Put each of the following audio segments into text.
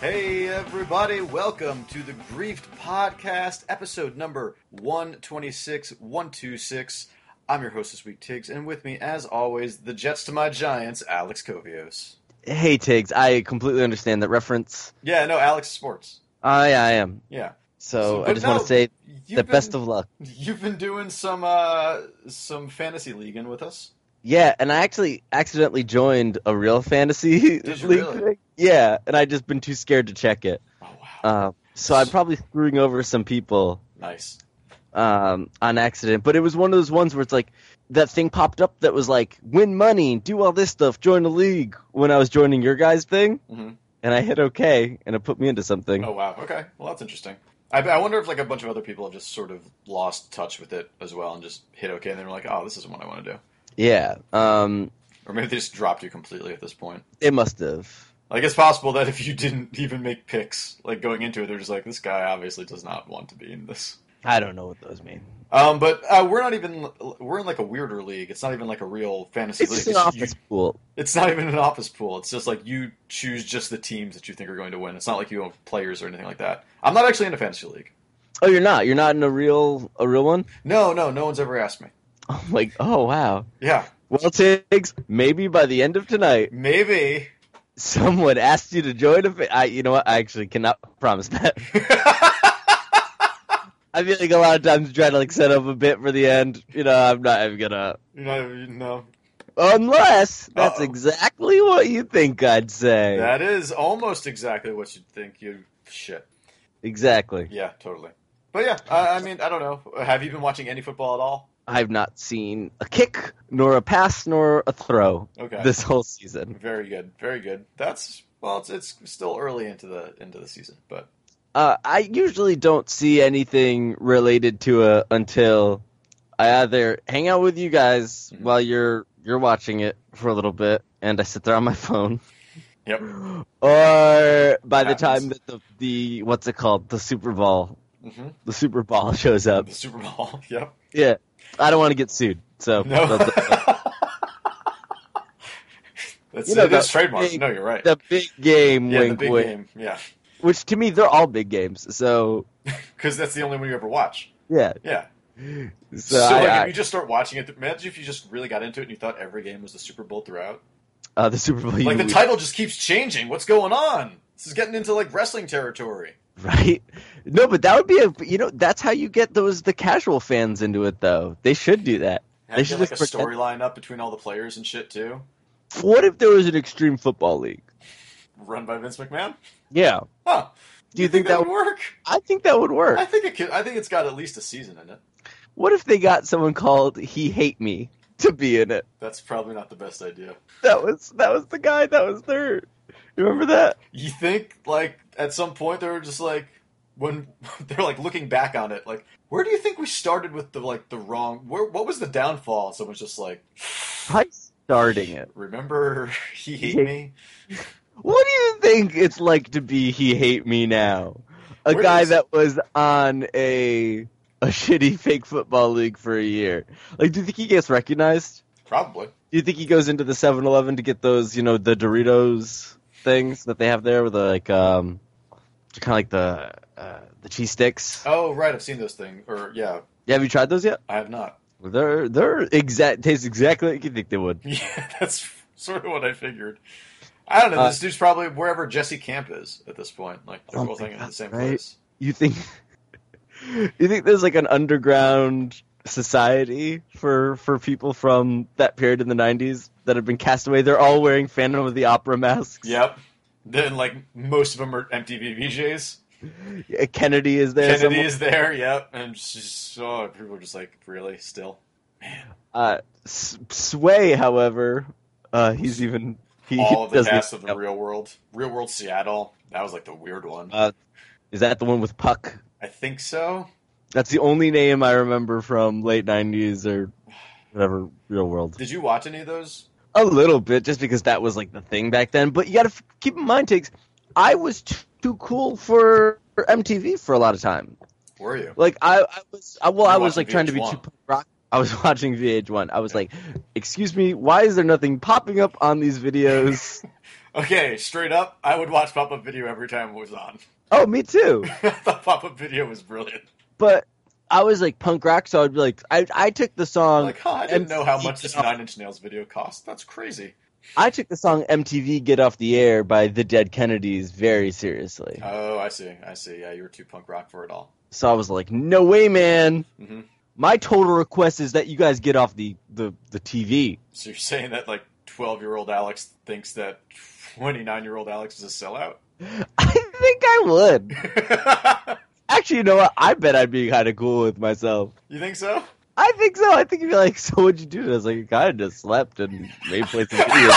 Hey, everybody, welcome to the Griefed Podcast, episode number 126, 126. I'm your host this week, Tiggs, and with me, as always, the Jets to my Giants, Alex Kovios. Hey Tiggs, I completely understand that reference. Yeah, no, Alex Sports. I I am. Yeah. So, So, I but just want no, to say You've the been, best of luck. You've been doing some uh, some fantasy leaguing with us. Yeah, and I actually accidentally joined a real fantasy Did you league. really? thing. Yeah, and I just been too scared to check it. Oh, wow. Uh, so I'm probably screwing over some people nice. um, on accident. But it was one of those ones where it's like that thing popped up that was like win money, do all this stuff, join the league. When I was joining your guys' thing, Mhm. and I hit OK, and it put me into something. Oh, wow. Okay. Well, that's interesting. I, I wonder if like a bunch of other people have just sort of lost touch with it as well and just hit okay, and they were like, oh, this isn't what I want to do. Yeah, um, Or maybe they just dropped you completely at this point. it must have. Like it's possible that if you didn't even make picks, like going into it, they're just like, this guy obviously does not want to be in this. I don't know what those mean. Um, but uh, we're not even we're in like a weirder league. It's not even like a real fantasy It's league. just an It's- you- office pool. it's not even an office pool. It's just like you choose just the teams that you think are going to win. It's not like you have players or anything like that. I'm not actually in a fantasy league. Oh, you're not. You're not in a real a real one. No, no, no one's ever asked me. Oh my. Oh wow. Yeah, Well, Tiggs, maybe by the end of tonight, maybe. someone asked you to join a. Fa- I, you know what? I actually cannot promise that. I feel like a lot of times you try to like set up a bit for the end. You know, I'm not even gonna. you know, you know. Unless that's Uh-oh. exactly what you think I'd say. that is almost exactly what you'd think. You shit. Exactly. Yeah, totally. But yeah, I, I mean, I don't know. Have you been watching any football at all? I've not seen a kick, nor a pass, nor a throw Okay, this whole season. very good, very good. That's well, it's, it's still early into the into the season, but Uh, I usually don't see anything related to it until I either hang out with you guys Mhm. while you're you're watching it for a little bit, and I sit there on my phone, yep, or by the Happens. time that the, the what's it called the Super Bowl hmm the Super Bowl shows up, the Super Bowl. Yep, yeah, I don't want to get sued. So no, that's it. that's You know, it is the trademark. big- No, you're right. the big game, yeah, the wink, big wink. game. Yeah, Which to me they're all big games. So because that's the only one you ever watch. yeah, Yeah. so, So, I, like, I- if you just start watching it, imagine if you just really got into it and you thought every game was the Super Bowl throughout. uh, the Super Bowl, Like you the title just keeps changing. What's going on? This is getting into like wrestling territory. Right? No, but that would be a you know that's how you get those the casual fans into it though. They should do that. Have They you should like a just pretend- storyline up between all the players and shit too, What if there was an extreme football league? run by Vince McMahon. Yeah. Huh? Do you, think, that would, work? I think that would work. I think it could. I think it's got at least a season in it. What if they got someone called He Hate Me to be in it? That's probably not the best idea. That was that was the guy that was there. You remember that? You think like at some point they were just like when they're like looking back on it, like where do you think we started with the like the wrong? Where what was the downfall? And someone's just like, Probably starting it. remember he hate me. What do you think it's like to be He Hate Me now? A Where guy is- that was on a a shitty fake football league for a year. Like, do you think he gets recognized? Probably. Do you think he goes into the 7-Eleven to get those, you know, the Doritos things that they have there with the, like um kind of like the uh, the cheese sticks? Oh right, I've seen those things. Or yeah, Have you tried those yet? I have not. They're they're exact taste exactly like you think they would. Yeah, that's sort of what I figured. I don't know. Uh, this dude's probably wherever Jesse Camp is at this point. Like they're Oh both my hanging in the God, same right? place. You think You think there's like an underground society for for people from that period in the 90s that have been cast away. They're all wearing Phantom of the Opera masks. Yep. Then like most of them are MTV VJs. Yeah, Kennedy is there. Kennedy somewhere. is there. Yep. And she's oh, people are just like really still. Uh, S- Sway, however, uh, he's even he, he All of the does cast of this- the Real World, Real World Seattle. That was like the weird one. Uh, is that the one with Puck? I think so. That's the only name I remember from late '90s or whatever real world. Did you watch any of those? A little bit, just because that was like the thing back then. But you got to f- keep in mind, takes I was t- too cool for for MTV for a lot of time. Were you? Like I, I was, I, well, You're I was watching like trying to be VH1. too punk rock. I was watching VH1. I was like, "Excuse me, why is there nothing popping up on these videos?" Okay, straight up, I would watch Pop Up Video every time it was on. Oh, me too. I thought Pop Up Video was brilliant. But I was like punk rock, so I'd be like, I I took the song, Like, huh, I didn't Um, and- know how much this Nine Inch Nails video cost. That's crazy. I took the song MTV "Get Off the Air" by the Dead Kennedys very seriously. Oh, I see. I see. Yeah, you were too punk rock for it all. So I was like, no way, man. hmm My total request is that you guys get off the the, the TV. So you're saying that like 12 year old Alex thinks that 29 year old Alex is a sellout? I think I would. Actually, you know what? I bet I'd be kind of cool with myself. you think so? I think so. I think you'd be like, so what'd you do? And I was like, I kind of just slept and maybe played some video.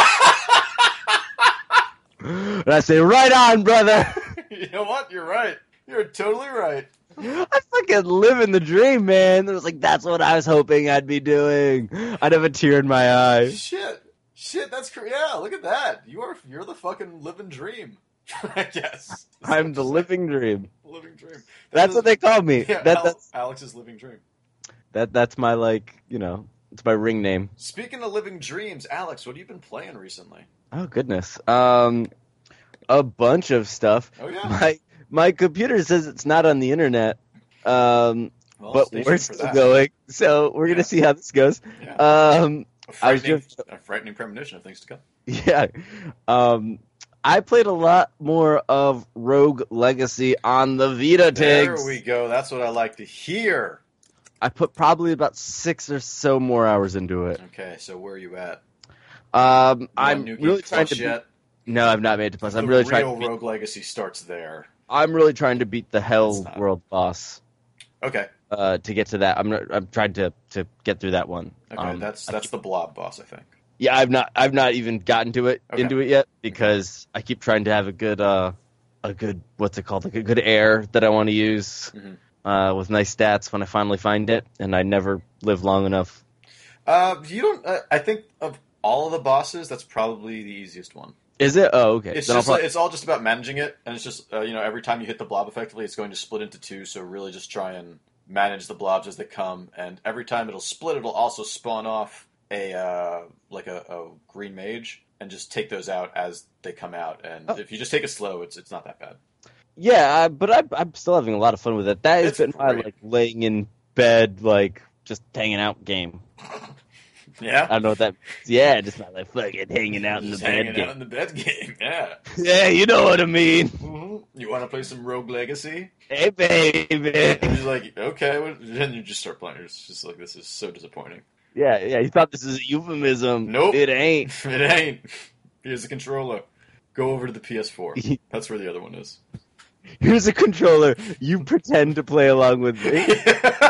and I say, right on, brother. you know what? You're right. You're totally right. I fucking living the dream, man. It was like, that's what I was hoping I'd be doing. I'd have a tear in my eye. Shit. Shit, that's cr- yeah, look at that. You are you're the fucking living dream. I guess. I'm the living dream. living dream. That's what they call me. Yeah, That, Al- that's Alex's living dream. That that's my like, you know, it's my ring name. Speaking of living dreams, Alex, what have you been playing recently? Oh goodness. Um a bunch of stuff. Oh yeah. My my computer says it's not on the internet. Um Well, but stay we're tuned for still that. going. So we're going Yeah. to see how this goes. Yeah. Um a I was frightening, just- a frightening premonition of things to come. yeah. Um I played a lot more of Rogue Legacy on the Vita There Tigs. we go. That's what I like to hear. I put probably about 6 or so more hours into it. Okay, so where are you at? Um I'm Nukem really trying Plus to beat- yet. No, I've not made it to plus. I'm the really real trying to beat- Rogue Legacy starts there. I'm really trying to beat the It's Hell not. World boss Okay, uh, to get to that. I'm not, I'm trying to, to get through that one. okay, Um, that's I that's keep- the blob boss, I think. yeah. I've not I've not even gotten to it Okay. into it yet because I keep trying to have a good uh a good what's it called like a good air that I want to use Mhm. uh, with nice stats when I finally find it, and I never live long enough. Uh, you don't. Uh, I think of all of the bosses, that's probably the easiest one. Is it? Oh, okay. It's Then I'll just prob- it's all just about managing it, and it's just uh, you know every time you hit the blob effectively, it's going to split into two. So really, just try and manage the blobs as they come, and every time it'll split, it'll also spawn off a uh, like a, a green mage, and just take those out as they come out. And Oh. if you just take it slow, it's it's not that bad. yeah, I, but I, I'm still having a lot of fun with it. That It's has been my great. like laying in bed like just hanging out game. I Yeah, don't know what that. Yeah, just not like fucking Uh, hanging out in the just bed. hanging out in the bed game. Yeah, game. Yeah, you know what I mean. hmm you want to play some Rogue Legacy? Hey, baby. And he's like, okay, what- then you just start playing. It's just like this is so disappointing. Yeah, yeah. You thought this is a euphemism? Nope. it ain't. it ain't. Here's the controller. Go over to the PS4. That's where the other one is. Here's a controller. You pretend to play along with me.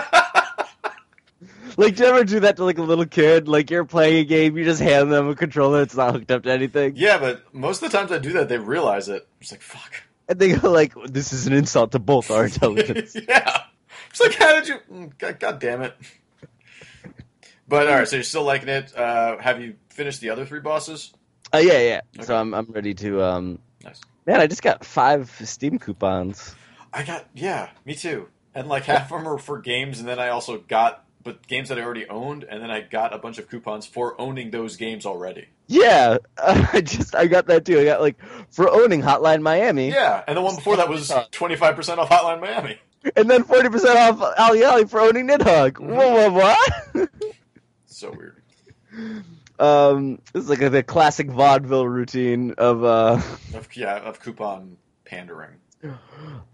Like, do you ever do that to like a little kid? Like, you're playing a game, you just hand them a controller. It's not hooked up to anything, yeah, but most of the times I do that, they realize it. It's like, fuck. and they go like, "This is an insult to both our intelligence." yeah. It's like, how did you? mm, God, God damn it. But all right, so you're still liking it. Uh, have you finished the other three bosses? Oh yeah, yeah. Okay. So I'm I'm ready to um. Nice. Man, I just got five Steam coupons. I got yeah, me too. And like half of them are for games, and then I also got but games that I already owned, and then I got a bunch of coupons for owning those games already. Yeah, I just I got that too. I got like for owning Hotline Miami, Yeah, and the one before that was twenty five percent off Hotline Miami. and then forty percent off Ali Ali for owning Nidhogg. Mm-hmm. Whoa, whoa, So weird. what? um, this is like a, the classic vaudeville routine of uh, Of, yeah, of coupon pandering.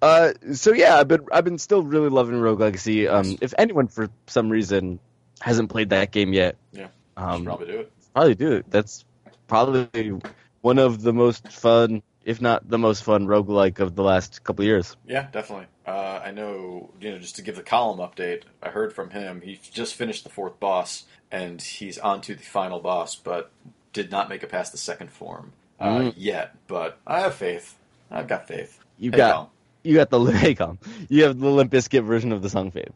uh. So yeah, I've been I've been still really loving Rogue Legacy. Um, Nice. if anyone for some reason hasn't played that game yet, Yeah. You should um, probably do it. probably do it. That's probably one of the most fun, if not the most fun, roguelike of the last couple of years. Yeah, definitely. Uh, I know. You know, just to give the column update, I heard from him. He just finished the fourth boss, and he's on to the final boss, but did not make it past the second form uh, Mm. yet. But I have faith. I've got faith. You Hey, got Colin. you got the hey, Colin. you have the Limp Bizkit version of the song fave.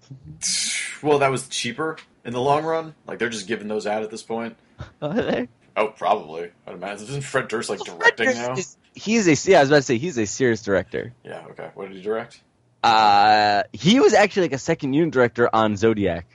Well, that was cheaper in the long run. Like they're just giving those out at this point. Oh, probably. I'd imagine. Isn't Fred Durst like directing now? He's a yeah. I was about to say he's a serious director. Yeah. Okay. What did he direct? Uh, he was actually like a second unit director on Zodiac.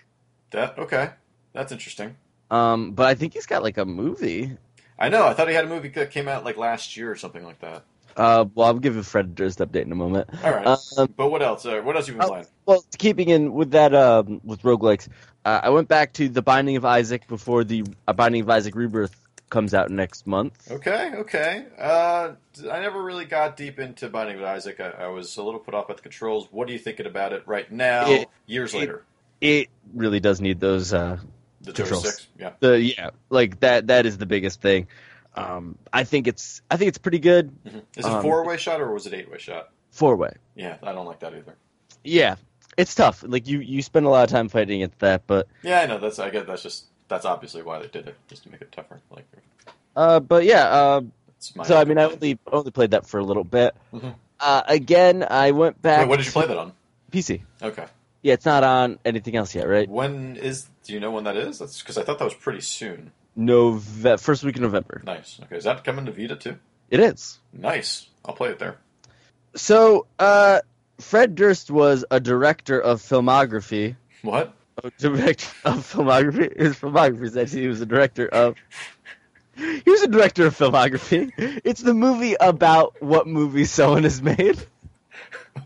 That okay. That's interesting. Um, but I think he's got like a movie. I know. I thought he had a movie that came out like last year or something like that. Uh, well, I'll give you Fred Durst update in a moment. All right. Um, but what else? Uh, what else you been Oh, playing? Well, keeping in with that, um, with roguelikes, uh, I went back to The Binding of Isaac before the uh, Binding of Isaac Rebirth comes out next month. Okay, okay. Uh, I never really got deep into Binding of Isaac. I, I was a little put off by the controls. What are you thinking about it right now? It- years it- later, It really does need those. Uh, the controls. joysticks. Yeah. the yeah, like that. That is the biggest thing. Um, I think it's. I think it's pretty good hmm Is it Um, four way shot or was it eight way shot? four way. Yeah, I don't like that either. Yeah, it's tough. Like you, you spend a lot of time fighting at that, but Yeah, I know. That's I guess that's just that's obviously why they did it, just to make it tougher. Like uh, but yeah. Uh, it's my so I mean, I only only played that for a little bit. Mhm. Uh, again, I went back. Wait, what did you to play that on? PC. Okay. Yeah, it's not on anything else yet, right? When is? Do you know when that is? That's because I thought that was pretty soon. Nove- first week of November. Nice. Okay, is that coming to Vita too? It is. Nice. I'll play it there. So, uh, Fred Durst was a director of filmography. What? A director of filmography. His filmography said he was a director of. He was a director of filmography. It's the movie about what movie someone has made.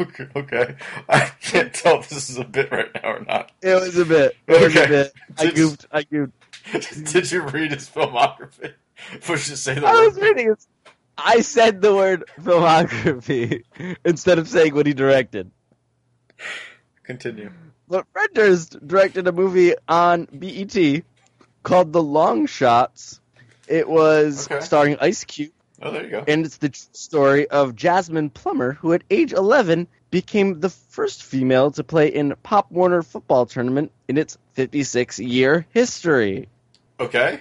Okay, okay. I can't tell if this is a bit right now or not. It was a bit. It was a Okay. bit. I Did- goofed. I goofed. Did you read his filmography? Push to say the I was word. reading it. I said the word filmography instead of saying what he directed. Continue. But Fred Durst directed a movie on BET called The Long Shots. It was Okay. starring Ice Cube, Oh, there you go. and it's the true story of Jasmine Plummer, who at age 11 became the first female to play in Pop Warner football tournament in its 56 year history. Okay.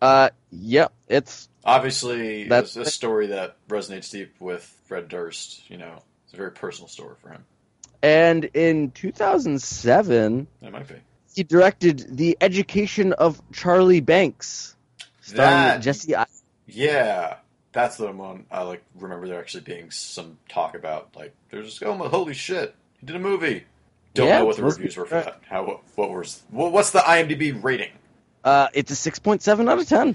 Uh, yep, it's Obviously, That's- that's a story that resonates deep with Fred Durst. You know, it's a very personal story for him. and in 2007 It might be. he directed The Education of Charlie Banks, starring That- Jesse Yeah, that's the one I like. Remember there actually being some talk about like there's just, oh my holy shit, he did a movie. Don't Yeah, know what the must be reviews were for right. that. How what, what was what, what's the IMDb rating? Uh, it's a 6.7 out of 10.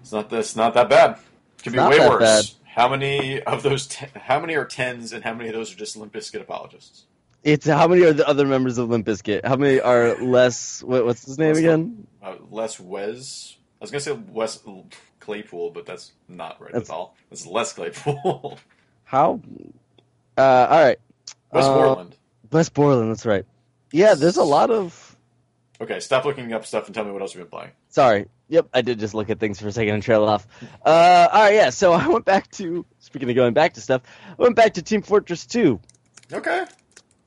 It's not this, not that bad. Could be not way that worse. How many of those? Ten, how many are tens, and how many of those are just Limp Bizkit apologists? It's how many are the other members of Limp Bizkit? How many are less? What, what's his name What's again? Uh, Les Wes. I was gonna say Wes Claypool, but that's not right That's- at all. It's Les Claypool. How? Uh, all right, Wes Uh, Borland. Wes Borland. That's right. Yeah, there's a lot of. Okay, stop looking up stuff and tell me what else you've been playing. Sorry. Yep, I did just look at things for a second and trail off. Uh, all right, yeah. So I went back to speaking of going back to stuff. I went back to Team Fortress 2. Okay.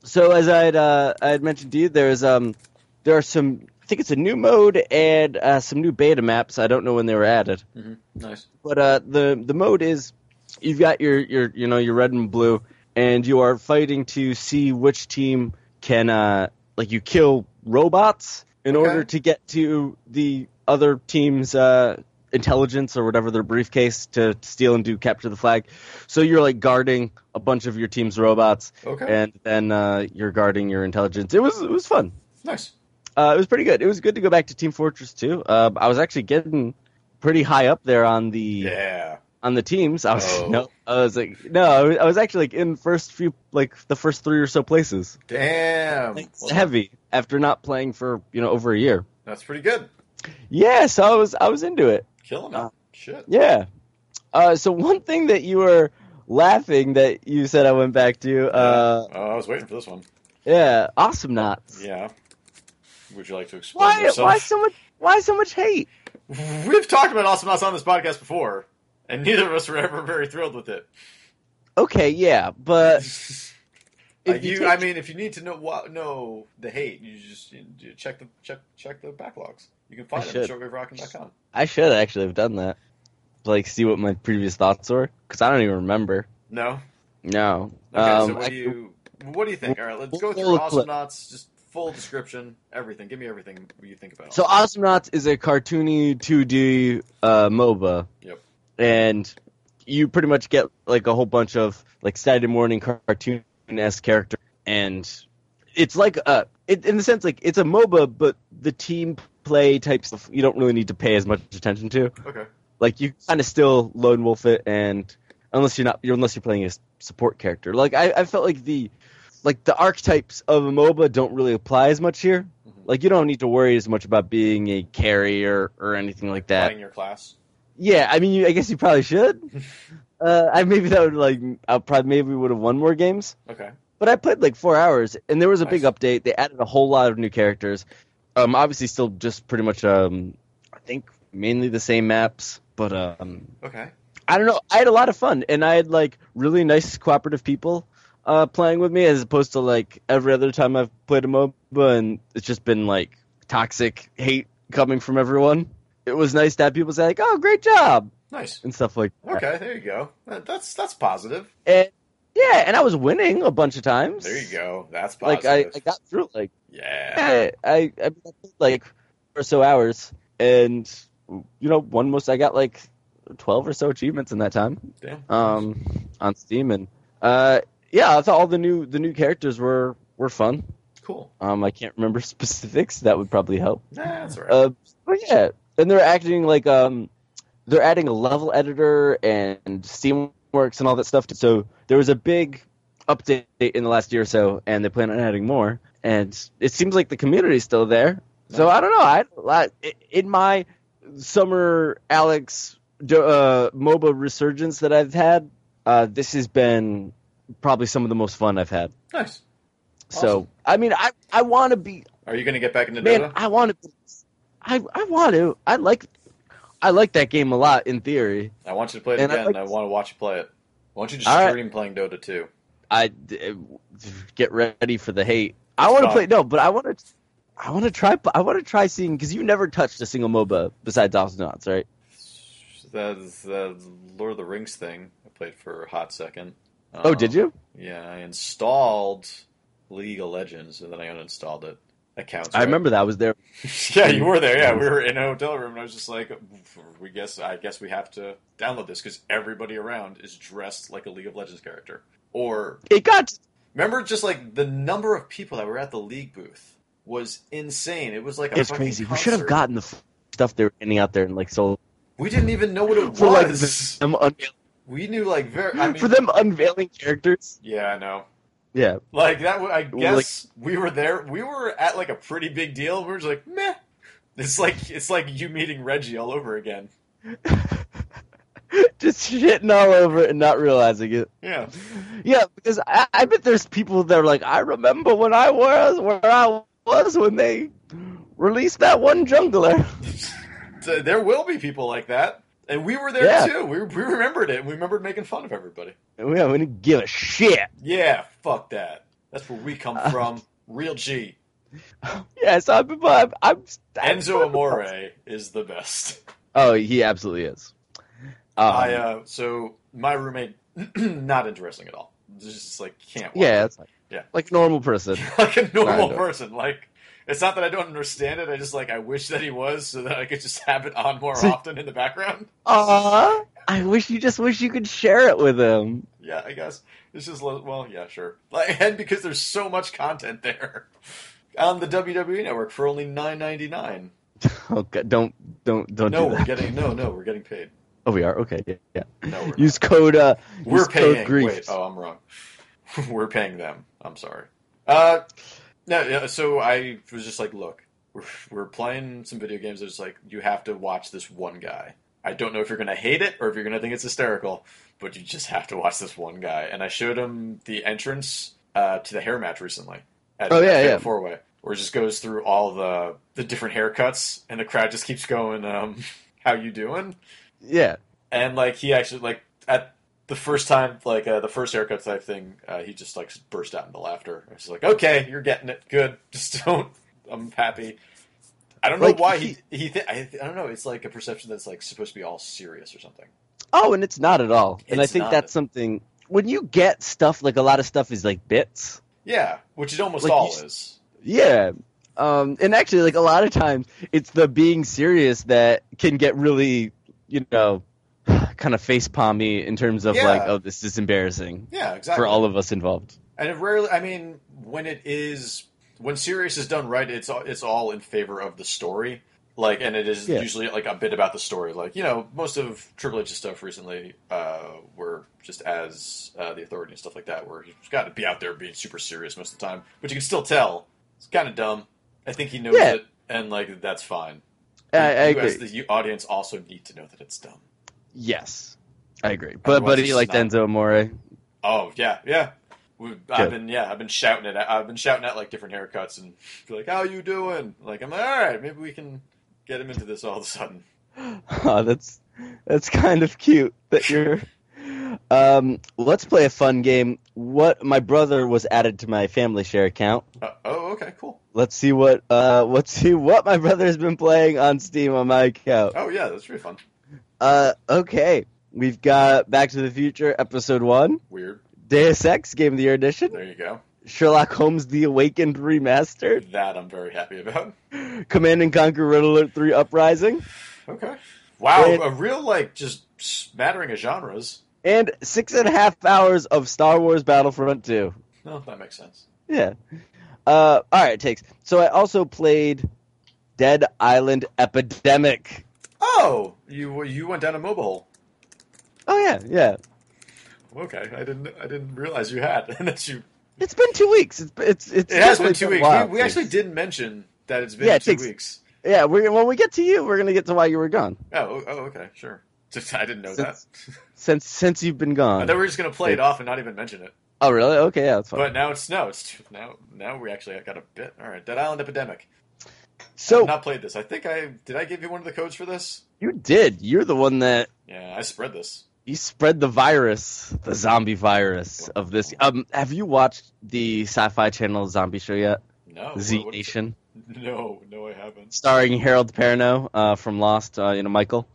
So as I had uh, I had mentioned to you, there's um there are some I think it's a new mode and uh, some new beta maps. I don't know when they were added. Nice. but uh, the the mode is you've got your your you know your red and blue, and you are fighting to see which team can uh, like you kill robots in Okay. order to get to the other team's uh, intelligence or whatever their briefcase to steal and do capture the flag. So you're like guarding a bunch of your team's robots, Okay. and then uh, you're guarding your intelligence. It was it was fun. Nice. Uh, it was pretty good. It was good to go back to Team Fortress 2. Uh, I was actually getting pretty high up there on the Yeah. on the teams. I was Oh. no, I was like no, I was, I was actually like in first few like the first three or so places. Damn. Like, Well, heavy after not playing for you know over a year. that's pretty good. Yeah, so I was I was into it. Killing Uh, it. Shit. Yeah. Uh, so one thing that you were laughing that you said I went back to. Uh, oh, I was waiting for this one. yeah, awesome knots. Yeah. Would you like to explain Why? yourself? Why so much? Why so much hate? We've talked about Awesome House on this podcast before, and neither of us were ever very thrilled with it. Okay, yeah, but Uh, if you you, take- I mean, if you need to know what, know the hate, you just you, you check the check check the backlogs. You can find I them at should. shortwaverocking.com. I should actually have done that. Like, see what my previous thoughts were because I don't even remember. No. No. Okay. um, so what I- do you what do you think? All right, let's we'll go roll through a Awesome clip. Knots. Just full description, everything. Give me everything you think about. So Awesome Knots. Osmonauts is a cartoony 2D uh, MOBA. Yep. And you pretty much get like a whole bunch of like Saturday morning cartoon esque character, and it's like a it, in the sense like it's a MOBA, but the team play type stuff you don't really need to pay as much attention to. Okay. Like you kind of still lone wolf it, and unless you're not, you're, unless you're playing a s- support character. Like I, I felt like the like the archetypes of a MOBA don't really apply as much here. Mhm. Like you don't need to worry as much about being a carrier or anything like that. Playing your class. Yeah, I mean, you, I guess you probably should. uh, I maybe that would like I probably maybe would have won more games. Okay. But I played like four hours, and there was a big Nice. update. They added a whole lot of new characters. Um, obviously, still just pretty much um, I think mainly the same maps. But um, Okay. I don't know. I had a lot of fun, and I had like really nice cooperative people uh, playing with me, as opposed to like every other time I've played a MOBA, and it's just been like toxic hate coming from everyone. It was nice to have people say like, "Oh, great job," Nice. and stuff like that. Okay. There you go. That, that's that's positive. And yeah, and I was winning a bunch of times. There you go. That's Like positive. I, I got through like. yeah. I, I, I played like or so hours, and you know, one most I got like twelve or so achievements in that time Damn. um, on Steam, and uh, yeah, I thought all the new the new characters were were fun. Cool. Um, I can't remember specifics. That would probably help. Nah, that's all right. Uh, but yeah, and they're acting like um, they're adding a level editor and Steamworks and all that stuff. So there was a big update in the last year or so, and they plan on adding more. And it seems like the community's still there. So I don't know. I, I in my summer Alex uh, MOBA resurgence that I've had, uh, this has been probably some of the most fun I've had. nice. Awesome. So I mean, I I want to be Are you going to get back into Man, Dota? I want to. I I want to. I like. I like that game a lot in theory. I want you to play it Man, I'd again. like I to- want to watch you play it. Why don't you All just right. stream playing Dota too? I d- eh, get ready for the hate. I It's want to fine. play no, but I want to. I want to try. I want to try seeing because you never touched a single MOBA besides Astronauts, right? That's the Lord of the Rings thing. I played for a hot second. Uh-huh. Um, oh, did you? Yeah, I installed League of Legends and then I uninstalled it. That counts. I right? remember that I was there. yeah, you were there. Yeah, we were in a hotel room, and I was just like, "We guess, I guess we have to download this because everybody around is dressed like a League of Legends character." Or It got. remember, just like the number of people that were at the league booth was insane. It was like a It's fucking crazy. We should have concert. gotten the f- stuff they were handing out there and like sold We didn't even know what it for like was. them unveiling, we knew like very. I mean, for them unveiling characters. yeah, I know. Yeah, Like that, w- I Well, guess we were there. We were at like a pretty big deal. We were just like, meh. It's like it's like you meeting Reggie all over again. just shitting all over it and not realizing it. Yeah, Yeah, because I, I bet there's people that are like, I remember when I was where I was when they released that one jungler. So there will be people like that, and we were there Yeah. too. We, we remembered it. We remembered making fun of everybody. And we don't give a shit. Yeah, fuck that. That's where we come from. Real G. Yeah, so I'm, I'm, I'm, I'm Enzo Amore is the best. Oh, he absolutely is. Um, I uh, so my roommate, not interesting at all. Just like can't. Watch yeah, it's like, Yeah. like a normal person. like a normal Kinda. person. Like it's not that I don't understand it. I just like I wish that he was so that I could just have it on more See- uh-huh. often in the background. Aw, I wish you just wish you could share it with him. Yeah, I guess it's just lo- well, yeah, sure. Like, and because there's so much content there on the WWE network for only nine ninety nine. Oh God, don't, don't, don't No, do we're that. getting no, no, we're getting paid. Oh, we are okay. Yeah, yeah. No, we're Use code. Uh, not. use we're code paying. Grief. Wait, oh, I'm wrong. we're paying them. I'm sorry. Uh, no, yeah, so I was just like, look, we're, we're playing some video games. It's like you have to watch this one guy. I don't know if you're gonna hate it or if you're gonna think it's hysterical, but you just have to watch this one guy. And I showed him the entrance uh, to the hair match recently. At, Oh, yeah, yeah. Four way, where it just goes through all the the different haircuts, and the crowd just keeps going. Um, how you doing? Yeah. and like he actually like at the first time like uh, the first haircut type thing uh, he just like burst out into laughter i was just like okay you're getting it good just don't i'm happy i don't know Like, why he he, thi- I, th- I don't know it's like a perception that's like supposed to be all serious or something Oh, and it's not at all. And I It's think not. that's something when you get stuff like a lot of stuff is like bits. yeah which it almost Like, all you s- is Yeah. Um, and actually, like a lot of times, it's the being serious that can get really, you know, kind of face palmy in terms of Yeah. like, oh, this is embarrassing yeah exactly for all of us involved. and it rarely i mean when it is when serious is done right it's all, it's all in favor of the story Like, and it is Yeah. usually like a bit about the story. Like, you know, most of Triple H's stuff recently uh, were just as uh, the authority and stuff like that, where he's got to be out there being super serious most of the time, but you can still tell it's kind of dumb. I think he knows Yeah. it, and like that's fine. I, I you agree. as the u- audience also need to know that it's dumb. Yes, I agree. But Otherwise but it's he like not- Denzel Amore. Oh yeah, yeah. We, I've Good. been yeah, I've been shouting it. I've been shouting at like different haircuts and be like, "How you doing?" Like I'm like, all right, maybe we can get him into this all of a sudden. Oh, that's that's kind of cute that you're. Um, let's play a fun game. What my brother was added to my family share account. Uh, oh, okay, cool. Let's see what uh let's see what my brother has been playing on Steam on my account. Oh yeah, that's really fun. Uh, okay, we've got Back to the Future Episode One, Weird. Deus Ex Game of the Year Edition, There you go. Sherlock Holmes: The Awakened Remastered, That I'm very happy about. Command and Conquer: Red Alert Three Uprising, Okay. Wow, It- a real like just smattering of genres. and six and a half hours of Star Wars Battlefront Two. No, that makes sense. Yeah. Uh, all right, takes. So I also played Dead Island Epidemic. Oh, you you went down a mobile hole. Oh yeah, yeah. Okay, I didn't I didn't realize you had and that you. It's been two weeks. It's it's it's It has been definitely two a weeks. while. We, we actually didn't mention that it's been Yeah, it two takes- weeks. Yeah, we're, when we get to you, we're gonna get to why you were gone. Oh, oh, okay, sure. Just, I didn't know Since- that. Since since you've been I gone. thought we were just gonna play it off and not even mention it. Oh really? Okay, yeah, that's fine. But now it's no, it's now now we actually got a bit. All right, Dead Island Epidemic. so I've not played this. I think I did. I give you one of the codes for this. you did. You're the one that Yeah, I spread this. you spread the virus, the zombie virus of this. Um, have you watched the Sci-Fi Channel zombie show yet? No, Z Oh, what- what is it? Nation. No, no, I haven't. starring Harold Perrineau uh, from Lost, uh, you know Michael,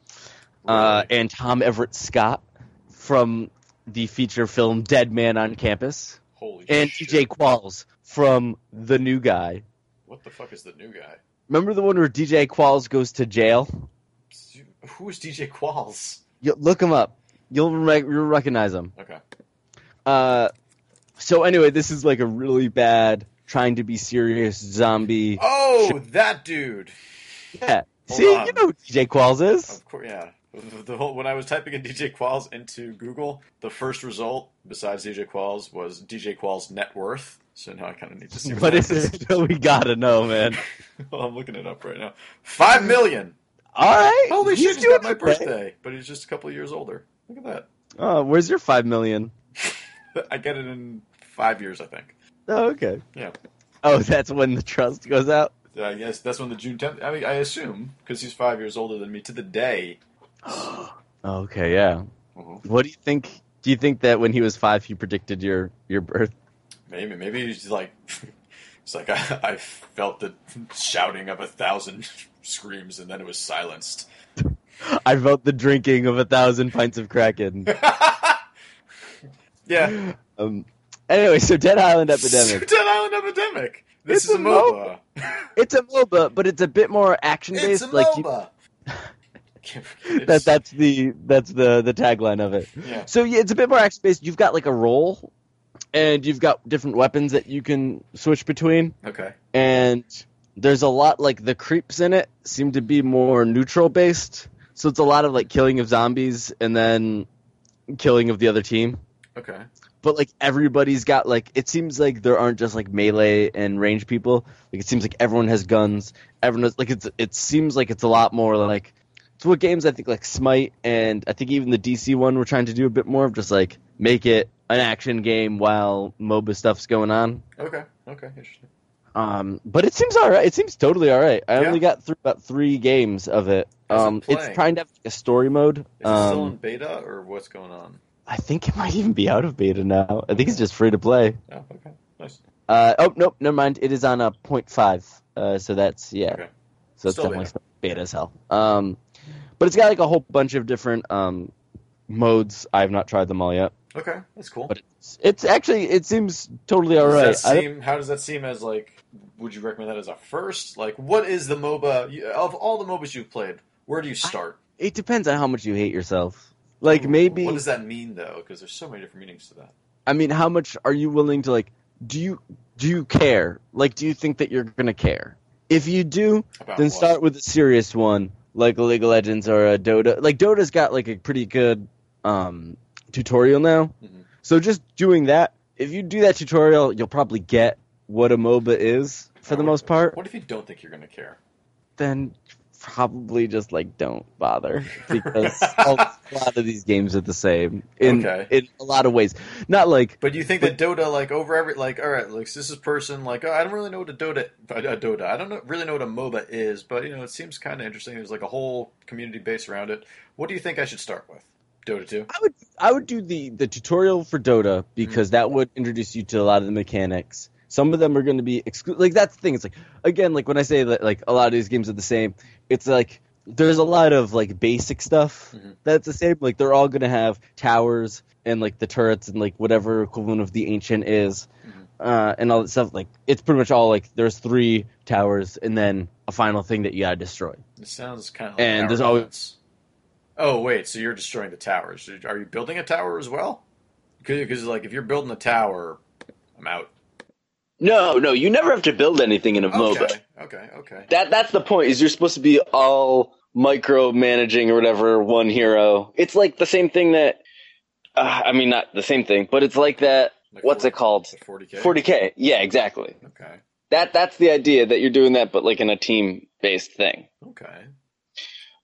uh, Really? and Tom Everett Scott from the feature film Dead Man on Campus, Holy and shit! DJ Qualls from The New Guy. What the fuck is the new guy? Remember the one where DJ Qualls goes to jail? Who is DJ Qualls? You, look him up. You'll, re- you'll recognize him. Okay, Uh, so anyway, this is like a really bad, trying to be serious zombie. Oh, that dude. Yeah. hold See, on. Oh, you know who DJ Qualls is. Of course, yeah. The- The whole, when I was typing in DJ Qualls into Google, the first result besides DJ Qualls was DJ Qualls net worth. So now I kind of need to see what, What that is it? we gotta know, man. well, I'm looking it up right now. Five million. All right. Holy he's shit! He's got doing my okay. birthday, but he's just a couple of years older. Look at Oh, where's your five million? that. I get it in five years, I think. Oh, okay. Yeah. Oh, that's when the trust goes out. I guess Uh, that's when the June 10th. I mean, I assume because he's five years older than me to the day. Oh, okay, yeah. Mhm. What do you think? Do you think that when he was five, he predicted your your birth? Maybe, maybe he's like, it's like I, I felt the shouting of a thousand screams, and then it was silenced. I felt the drinking of a thousand pints of Kraken. yeah, Um. Anyway, so Dead Island Epidemic. Dead Island epidemic. This It's is a a MOBA. It's a MOBA, but it's a bit more action it's a based. Like you, MOBA. Can't forget it. that, that's the that's the the tagline of it. yeah. So yeah, it's a bit more action based. You've got like a role, and you've got different weapons that you can switch between. Okay. and there's a lot like the creeps in it seem to be more neutral based so it's a lot of like killing of zombies and then killing of the other team Okay. but like everybody's got like it seems like there aren't just like melee and range people like it seems like everyone has guns everyone has like it's it seems like it's a lot more like it's what games i think like smite and i think even the dc one were trying to do a bit more of just like make it an action game while moba stuff's going on Okay. Okay. Interesting. um, but it seems all right. It seems totally all right. I Yeah. only got through about three games of it. How's it Um, it's playing? trying to have a story mode. Is it still in Um, beta or what's going on? I think it might even be out of beta now. I think it's just free to play. Oh, okay. Nice. Uh, oh nope, never mind. It is on a point five. Uh, so that's yeah. Okay. So it's Still definitely still beta as hell. Um, but it's got like a whole bunch of different um modes. I've not tried them all yet, Okay. That's cool. but it's, it's actually it seems totally all Does right. that I don't- seem, how does that seem as like? Would you recommend that as a first? Like, what is the MOBA you- of all the MOBAs you've played? Where do you start? it depends on how much you hate yourself. Like maybe What does that mean though? Because there's so many different meanings to that. I mean, how much are you willing to like? Do you do you care? Like, do you think that you're gonna care? If you do, About then what? start with a serious one, like League of Legends or a Dota. Like Dota's got like a pretty good um, tutorial now. Mhm. So just doing that, if you do that tutorial, you'll probably get what a MOBA is for the What- most part. What if you don't think you're going to care? Then probably just like don't bother because all- a lot of these games are the same in Okay. in a lot of ways. Not like But you think that Dota, like over every, like all right, like this is person, like oh, I don't really know what a Dota, a Dota, I don't know, really know what a MOBA is, but you know, it seems kind of interesting. There's like a whole community base around it. What do you think I should start with? Dota two. I would I would do the the tutorial for Dota because that would introduce you to a lot of the mechanics. Some of them are going to be exclu- like that's the thing. It's like again, like when I say that like a lot of these games are the same, it's like there's a lot of like basic stuff Mhm. that's the same. Like they're all going to have towers and like the turrets and like whatever equivalent of the ancient is, Mhm. uh, and all that stuff. Like it's pretty much all like there's three towers and then a final thing that you got to destroy. It sounds kind of. And there's always- Oh wait, so you're destroying the towers? Are you building a tower as well? Because like if you're building a tower, I'm out. No, no, you never have to build anything in a Okay, okay, okay. That that's the point. Is you're supposed to be all micromanaging or whatever one hero. It's like the same thing that uh, I mean, not the same thing, but it's like that. Like What's 40 it called? Is it 40k. 40k. Yeah, exactly. Okay, That that's the idea that you're doing that, but like in a team based thing. okay.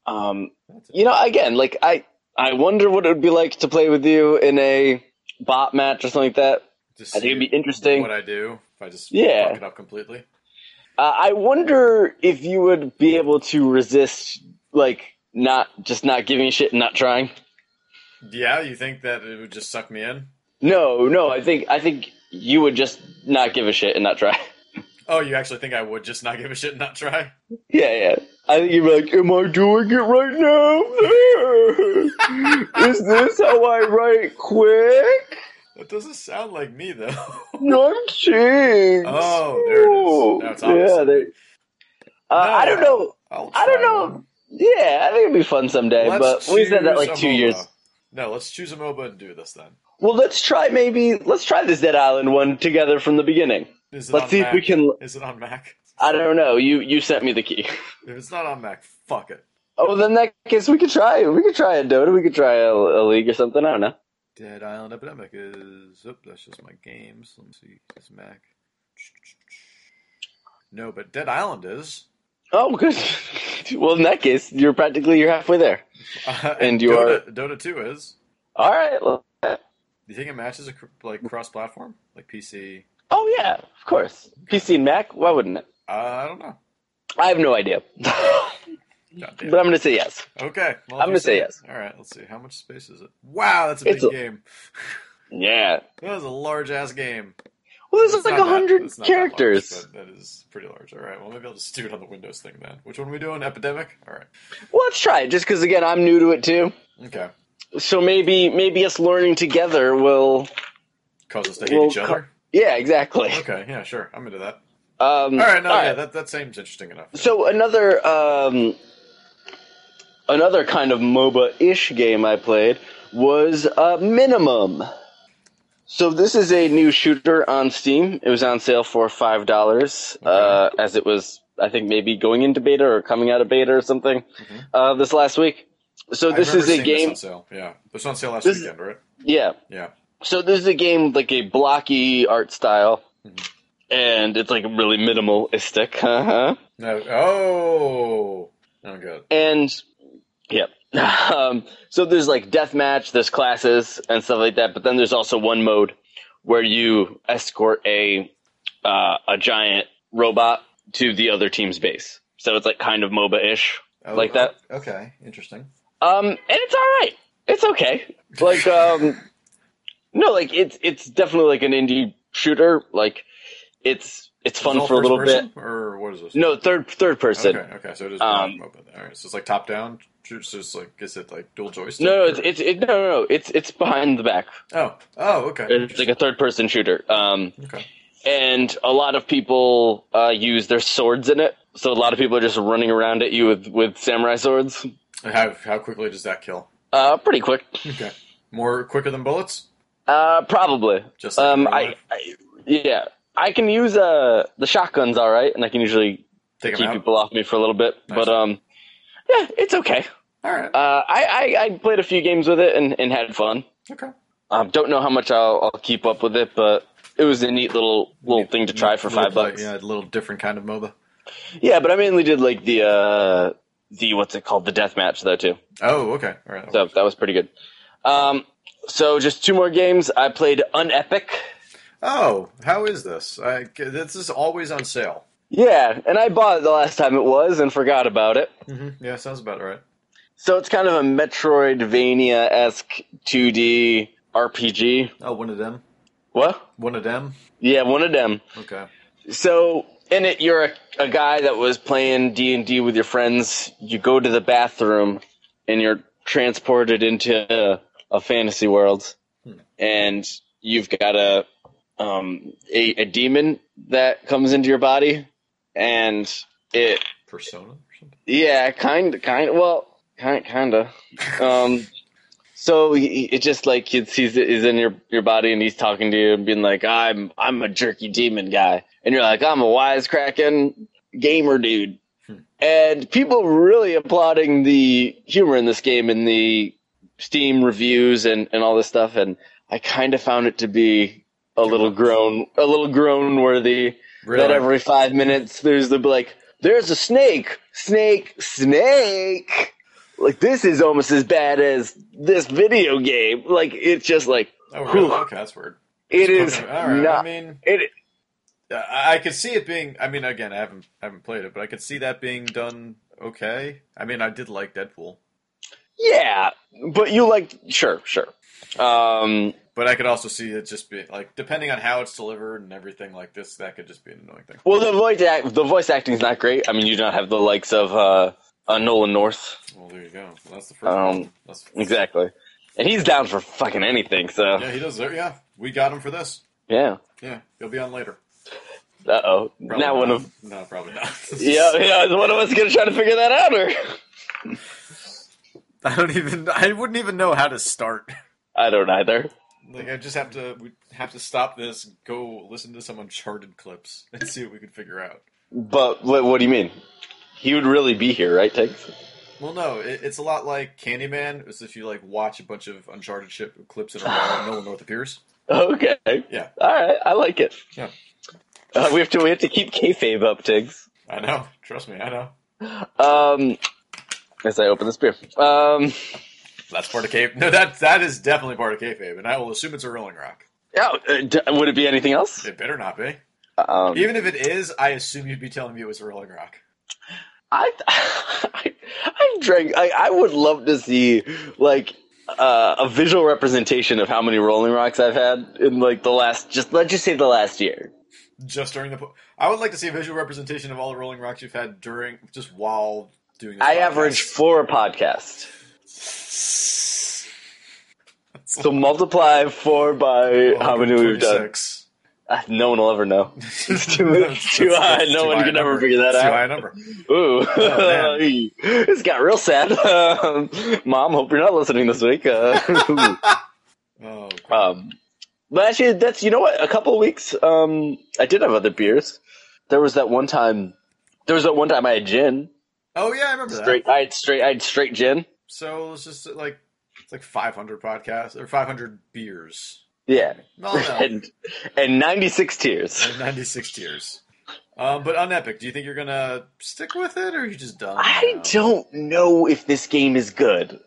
Um, That's it. you know, again, like I, I wonder what it would be like to play with you in a bot match or something like that. Just I see think it'd be interesting. What I do if I just Yeah. fuck it up completely? Uh, I wonder if you would be able to resist, like not just not giving a shit and not trying. Yeah, you think that it would just suck me in? No, no, I think I think you would just not give a shit and not try. Oh, you actually think I would just not give a shit and not try? yeah, yeah. I think you'd be like, "Am I doing it right now? Is this how I write quick? That doesn't sound like me though. Not changed." oh, there it is. Now it's obvious. yeah, they, uh, I don't know. I'll I don't try know. one. Yeah, I think it'd be fun someday, Let's but we said that choose like a two MOBA. years. No, let's choose a MOBA and do this then. Well, let's try maybe let's try this Dead Island one together from the beginning. Is it Let's on see Mac? if we can. Is it on Mac? I don't know. You you sent me the key. If it's not on Mac, fuck it. Oh, then that case we could try. it. We could try a Dota. We could try a, a league or something. I don't know. Dead Island Epidemic is. Oop, that's just my games. Let me see. Is Mac? No, but Dead Island is. Oh, good. well, in that case, you're practically you're halfway there. Uh, And you Dota, Dota 2 is. All right. Well, Do you think it matches a, cr- like cross-platform, like PC? oh yeah, of course. PC and Mac. Why wouldn't it? Uh, I don't know. I have no idea, but God damn. I'm gonna say yes. okay, well, I'm if you gonna say it- yes. All right, let's see. How much space is it? Wow, that's a It's big a- game. Yeah. That is a large ass game. Well, this It's is like not that- hundred it's not that large, characters. but that is pretty large. All right, well, maybe I'll just do it on the Windows thing then. Which one are we doing? Epidemic. All right. Well, let's try it, just because again, I'm new to it too. Okay. So maybe maybe us learning together will. Cause us to hate Well, each other. Yeah, exactly. Okay. Yeah. Sure. I'm into that. Um, All right. No. all Yeah. right. That that seems interesting enough. So another um, another kind of MOBA-ish game I played was uh, Minimum. So this is a new shooter on Steam. It was on sale for five dollars, uh, as it was, I think, maybe going into beta or coming out of beta or something Mhm. uh, this last week. So I this is remember a seeing this game. on sale. Yeah. This was on sale last This- weekend, right? Yeah. Yeah. So this is a game with like a blocky art style, Mm-hmm. and it's like really minimalistic, Uh-huh. huh? No. Oh. Oh, good. And yeah, um, so there's like deathmatch, there's classes and stuff like that, but then there's also one mode where you escort a uh, a giant robot to the other team's base. So it's like kind of MOBA-ish. Oh, Like that? oh, Okay. Interesting. Um, and it's all right. It's okay. Like, um, no, like it's it's definitely like an indie shooter. Like, it's it's Is it fun all for a first little person, bit. Or what is this? No, third third person. Okay, okay, so it is Um, um, open. All right, so it's like top down. It's just like is it like dual joystick? No, no, or- it's it's it, no, no, no, it's it's behind the back. oh, oh, okay, It's like a third person shooter. Um, okay. and a lot of people uh, use their swords in it. So a lot of people are just running around at you with, with samurai swords. And How how quickly does that kill? Uh, pretty quick, Okay, more quicker than bullets. uh, probably. Just like in Um, real I, life? I, yeah, I can use uh the shotguns all right, and I can usually Take keep them out. people off me for a little bit. Nice. But um, yeah, it's okay. All right. Uh, I, I I played a few games with it and, and had fun. Okay. Um, don't know how much I'll, I'll keep up with it, but it was a neat little little thing to try for Little five play- bucks. Yeah, a little different kind of MOBA. Yeah, but I mainly did like the uh, the what's it called the death match though too. Oh, okay. All right. So that was pretty good. Um, so just two more games. I played Unepic. Oh, how is this? I, this is always on sale. Yeah, and I bought it the last time it was and forgot about it. Mm-hmm. Yeah, sounds about right. So it's kind of a Metroidvania esque 2D RPG. Oh, one of them. What? One of them. Yeah, one of them. Okay. So in it, you're a, a guy that was playing D and D with your friends. You go to the bathroom, and you're transported into a, a fantasy world, and you've got a, um, a a demon that comes into your body, and it Persona or something. yeah, kind kind well, kind kinda. Um, so he- it just like he sees it is in your your body, and he's talking to you and being like, "I'm I'm a jerky demon guy," and you're like, "I'm a wisecracking gamer dude." And people really applauding the humor in this game and the Steam reviews and, and all this stuff, and I kind of found it to be a little groan a little groan worthy Really? that every five minutes there's the like there's a snake snake snake like this is almost as bad as this video game like it's just like Oh, really? Whew. Okay, that's weird. it is Okay, all right. I not mean, it I I could see it being. I mean, again, I haven't I haven't played it, but I could see that being done okay. I mean, I did like Deadpool, yeah but you like sure sure um but I could also see it just being like depending on how it's delivered and everything like this, that could just be an annoying thing. well the voice act the voice acting is not great i mean you don't have the likes of uh, uh nolan north Well, there you go. Well, that's the first. Um, one. That's exactly and he's down for fucking anything so Yeah, he does. There. Yeah, we got him for this. yeah, Yeah, he'll be on later. uh-oh Probably now one not. of No, probably not. yeah yeah is one of us gonna try to figure that out or I don't even. I wouldn't even know how to start. i don't either Like I just have to. We have to stop this. Go listen to some uncharted clips and see what we can figure out. But what, what do you mean? He would really be here, right, Tex? Well, no, it, it's a lot like Candyman. It's if you like watch a bunch of Uncharted ship clips in a row, and no one North appears. Okay. Yeah. All right. I like it. Yeah. Uh, we have to we have to keep kayfabe up, Tiggs. I know. Trust me, I know. Um, as I open this beer. Um, That's part of Cape. No, that that is definitely part of kayfabe, and I will assume it's a Rolling Rock. yeah. uh, d- would it be anything else? It better not be. Um, Even if it is, I assume you'd be telling me it was a Rolling Rock. I, I, I drank. I, I would love to see like uh, a visual representation of how many Rolling Rocks I've had in like the last. Just let's just say the last year. Just during the, po- I would like to see a visual representation of all the Rolling Rocks you've had during just while doing. This I podcast. averaged four a podcast. So multiply four Oh, by how many we've done. 26. Uh, No one will ever know. It's too, it's too That's- high. that's No too one high a can ever number. figure that That's Too high out. a number. Ooh, Oh, it's got real sad. Um, Mom, hope you're not listening this week. Uh, Oh, crap. um, but actually, that's you know what? A couple weeks, um, I did have other beers. There was that one time. There was that one time I had gin. oh yeah, I remember that. Straight, I had straight, I had straight gin. So it's just like it's like 500 podcasts or 500 beers. Yeah, No, Oh, no, Oh, and and ninety six tears. 96 tiers. Um, but on Epic, do you think you're gonna stick with it, or are you just done? Um, I now? don't know if this game is good.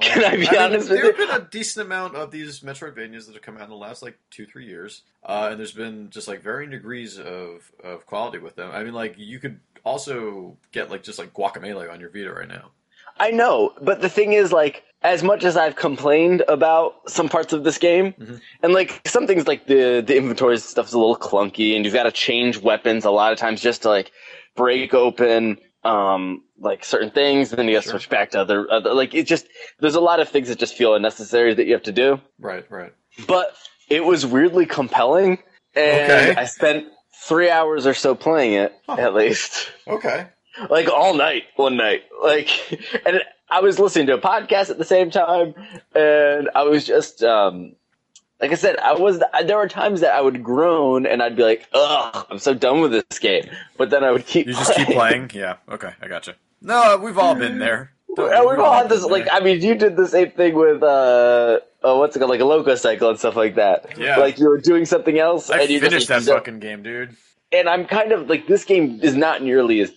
Can I be mean, honest with there you? have been a decent amount of these Metroidvanias that have come out in the last like two, three years, uh, and there's been just like varying degrees of of quality with them. I mean, like you could also get like just like Guacamole on your Vita right now. I know, but the thing is, like, as much as I've complained about some parts of this game, Mhm. and like some things like the the inventory stuff's a little clunky, and you've got to change weapons a lot of times just to like break open um like certain things, and then you got to Sure. switch back to other, other like it just there's a lot of things that just feel unnecessary that you have to do. Right, right. but it was weirdly compelling, and Okay. I spent three hours or so playing it Huh. at least, Okay. like all night one night, like, and I was listening to a podcast at the same time, and I was just um, Like I said, I was. There were times that I would groan and I'd be like, "Ugh, I'm so done with this game." But then I would keep. You just keep playing? Yeah, okay, I gotcha. No, we've all been there. And we've all had this. been Like, there. I mean, you did the same thing with uh, oh, what's it called, like a loco cycle and stuff like that. Yeah. Like you were doing something else, I and you finished just, like, that don't- fucking game, dude. and I'm kind of like this game is not nearly as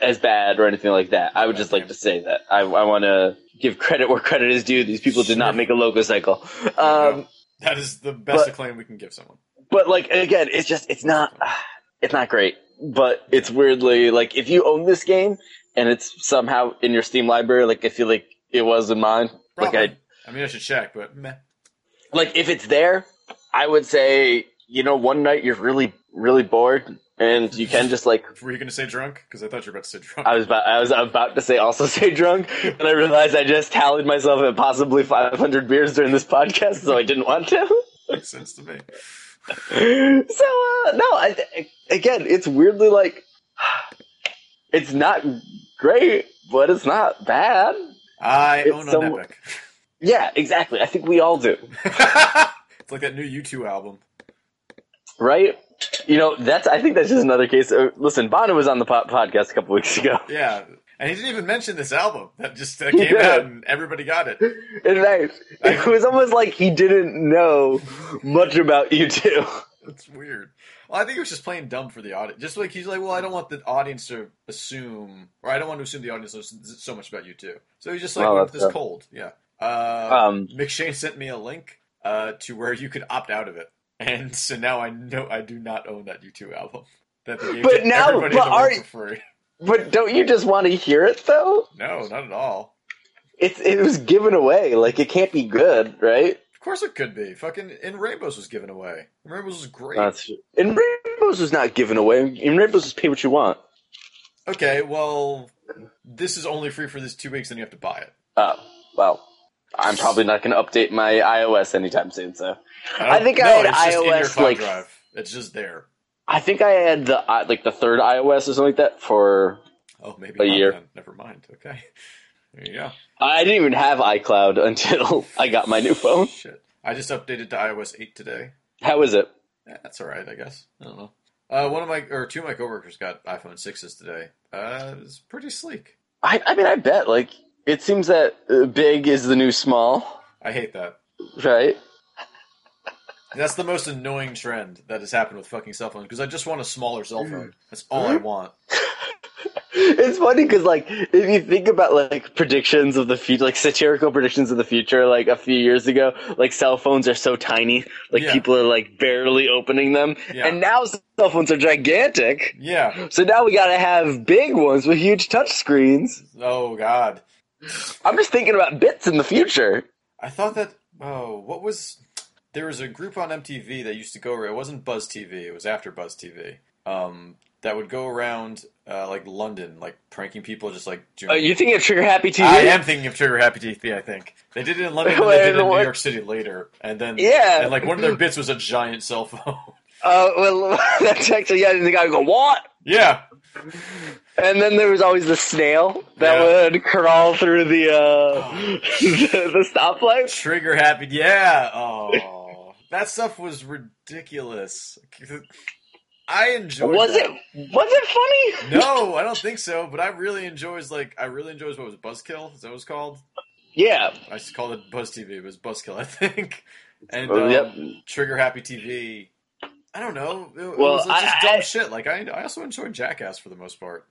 as bad or anything like that. I would just like to say that I, I want to give credit where credit is due. These people did not make a logo cycle, um, That is the best But- acclaim we can give someone. but like again, it's just it's not it's not great. But it's weirdly like if you own this game and it's somehow in your Steam library, like I feel like it was in mine. Probably. Like I I mean, I should check, but meh. like if it's there, I would say you know one night you're really really bored and you can just like Were you going to say drunk? Because I thought you were about to say drunk. I was about I was about to say also say drunk, and I realized I just tallied myself at possibly 500 beers during this podcast, so I didn't want to. Makes sense to me. So uh, no, I, again, it's weirdly like it's not great, but it's not bad. I It's own some- on Epic. Yeah, exactly. I think we all do, it's like that new U2 album. right? You know, that's I think that's just another case. Of, listen, Bono was on the po- podcast a couple weeks ago. Yeah. And he didn't even mention this album that just uh, came Yeah. out and everybody got it. In fact, it was almost like he didn't know much about you two. That's weird. Well, I think he was just playing dumb for the audience. Just like he's like, well, I don't want the audience to assume, or I don't want to assume the audience knows so much about you too. So he's just like, Well, went with that's this fair. cold. Yeah. Uh, Um, McShane sent me a link uh, to where you could opt out of it, and so now I know I do not own that U2 album. That they gave But to now- everybody in but the world are- for free. But don't you just want to hear it though? No, not at all. It's it was given away. Like it can't be good, right? Of course it could be. Fucking and Rainbows was given away. Rainbows was great. That's and Rainbows was not given away. And Rainbows was pay what you want. okay, well, this is only free for these two weeks, then you have to buy it. Oh well, I'm probably not going to update my iOS anytime soon. So don't- I think I Oh, no, had it's just in your iOS, cloud like- drive. It's just there. I think I had the i- like the third iOS or something like that for. Oh, maybe A not year. then. Never mind. Okay, there you go. I didn't even have iCloud until I got my new phone. Shit, I just updated to iOS eight today. How is it? Yeah, that's all right, I guess. I don't know. Uh, one of my or two of my coworkers got iPhone sixes today. Uh, it's pretty sleek. I I mean I bet like it seems that uh, big is the new small, I hate that. right? That's the most annoying trend that has happened with fucking cell phones because I just want a smaller Mm. cell phone. That's all I want. It's funny because, like, if you think about like predictions of the future, like satirical predictions of the future, like a few years ago, like cell phones are so tiny, like Yeah. people are like barely opening them, Yeah. and now cell phones are gigantic. Yeah. So now we gotta have big ones with huge touch screens. Oh God. I'm just thinking about bits in the future. I thought that. Oh, what was? There was a group on MTV that used to go. around- It wasn't Buzz TV. It was after Buzz TV. Um, that would go around uh, like London, like pranking people, just like. Doing, Uh, you thinking of Trigger Happy TV? I am thinking of Trigger Happy Teeth. yeah, I think they did it in London, and they did it in What? New York City later, and then Yeah. and like one of their bits was a giant cell phone. Uh, well, that's actually yeah. And the guy would go what? yeah, And then there was always the snail that Yeah. Oh. would crawl through the uh, the, the stoplights. Trigger Happy. Yeah. Oh, that stuff was ridiculous. I enjoyed. Was that. it was it funny? No, I don't think so. But I really enjoys like I really enjoys what was it, Buzzkill? Is that what it's called? Yeah. I just called it Buzz TV. It was Buzzkill, I think. And Oh, um, yep. Trigger Happy TV. I don't know. It, it Well, was like, just I- dumb I- shit. Like I, I also enjoyed Jackass for the most part.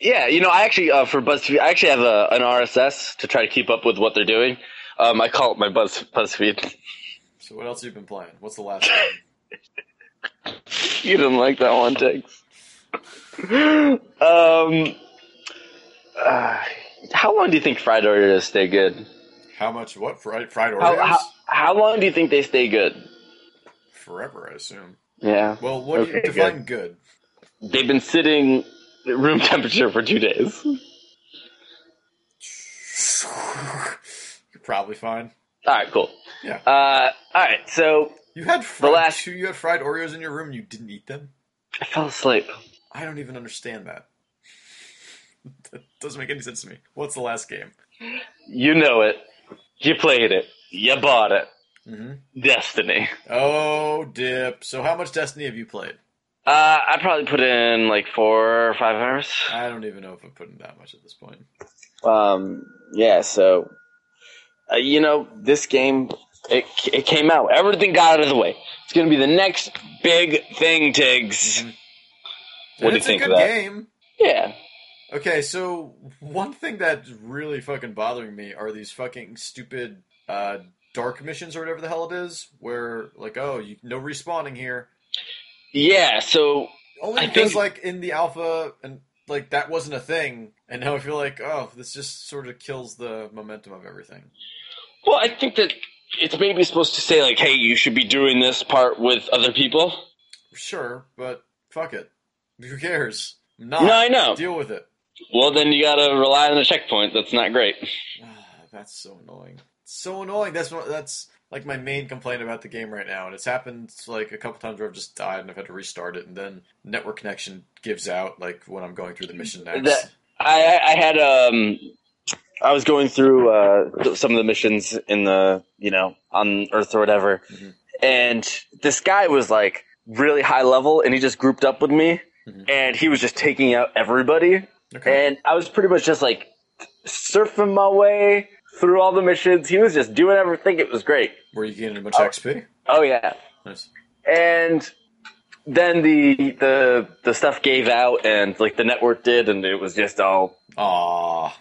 Yeah, you know, I actually uh, for BuzzFeed, I actually have a, an RSS to try to keep up with what they're doing. Um, I call it my Buzz BuzzFeed. So what else have you been playing? What's the last one? you didn't like that one, Tex. um, uh, how long do you think fried Oreos stay good? How much? What fried fried How, Oreos? how how long do you think they stay good? Forever, I assume. Yeah, Well, what do you Okay, define good? they've been sitting at room temperature for two days. You're probably fine. All right, cool. Yeah. Uh, all right, so You had fried, last- two- you had fried Oreos in your room. and You didn't eat them. I fell asleep. I don't even understand that. that doesn't make any sense to me. What's the last game? You know it. You played it. You bought it. Mhm. Destiny. Oh, dip. So how much Destiny have you played? Uh, I'd probably put in like four or five hours. I don't even know if I'm putting that much at this point. Um, yeah, so uh, you know this game it it came out. Everything got out of the way. It's gonna be the next big thing, Tiggs. Mhm. What do you it's think a of good that? game. Yeah, Okay, so one thing that's really fucking bothering me are these fucking stupid uh, dark missions or whatever the hell it is, where like, oh, you, no respawning here. yeah. So Only I because think- like in the alpha and like that wasn't a thing, and now I feel like, oh, this just sort of kills the momentum of everything. well, I think that it's maybe supposed to say like, hey, you should be doing this part with other people. Sure, but fuck it. Who cares? I'm No, not I know. deal with it. Well, then you gotta rely on the checkpoint. That's not great. Ah, that's so annoying. So annoying. That's what, that's like my main complaint about the game right now, and it's happened like a couple times where I've just died and I've had to restart it, and then network connection gives out like when I'm going through the mission next. That- I, I I had um, I was going through uh, th- some of the missions in the you know on Earth or whatever, Mhm. and this guy was like really high level, and he just grouped up with me, Mhm. and he was just taking out everybody, okay. and I was pretty much just like surfing my way through all the missions. He was just doing everything. It was great. Were you gaining a bunch Oh. of XP? Oh yeah, Nice. and then the the the stuff gave out, and like the network did, and it was just all Aw.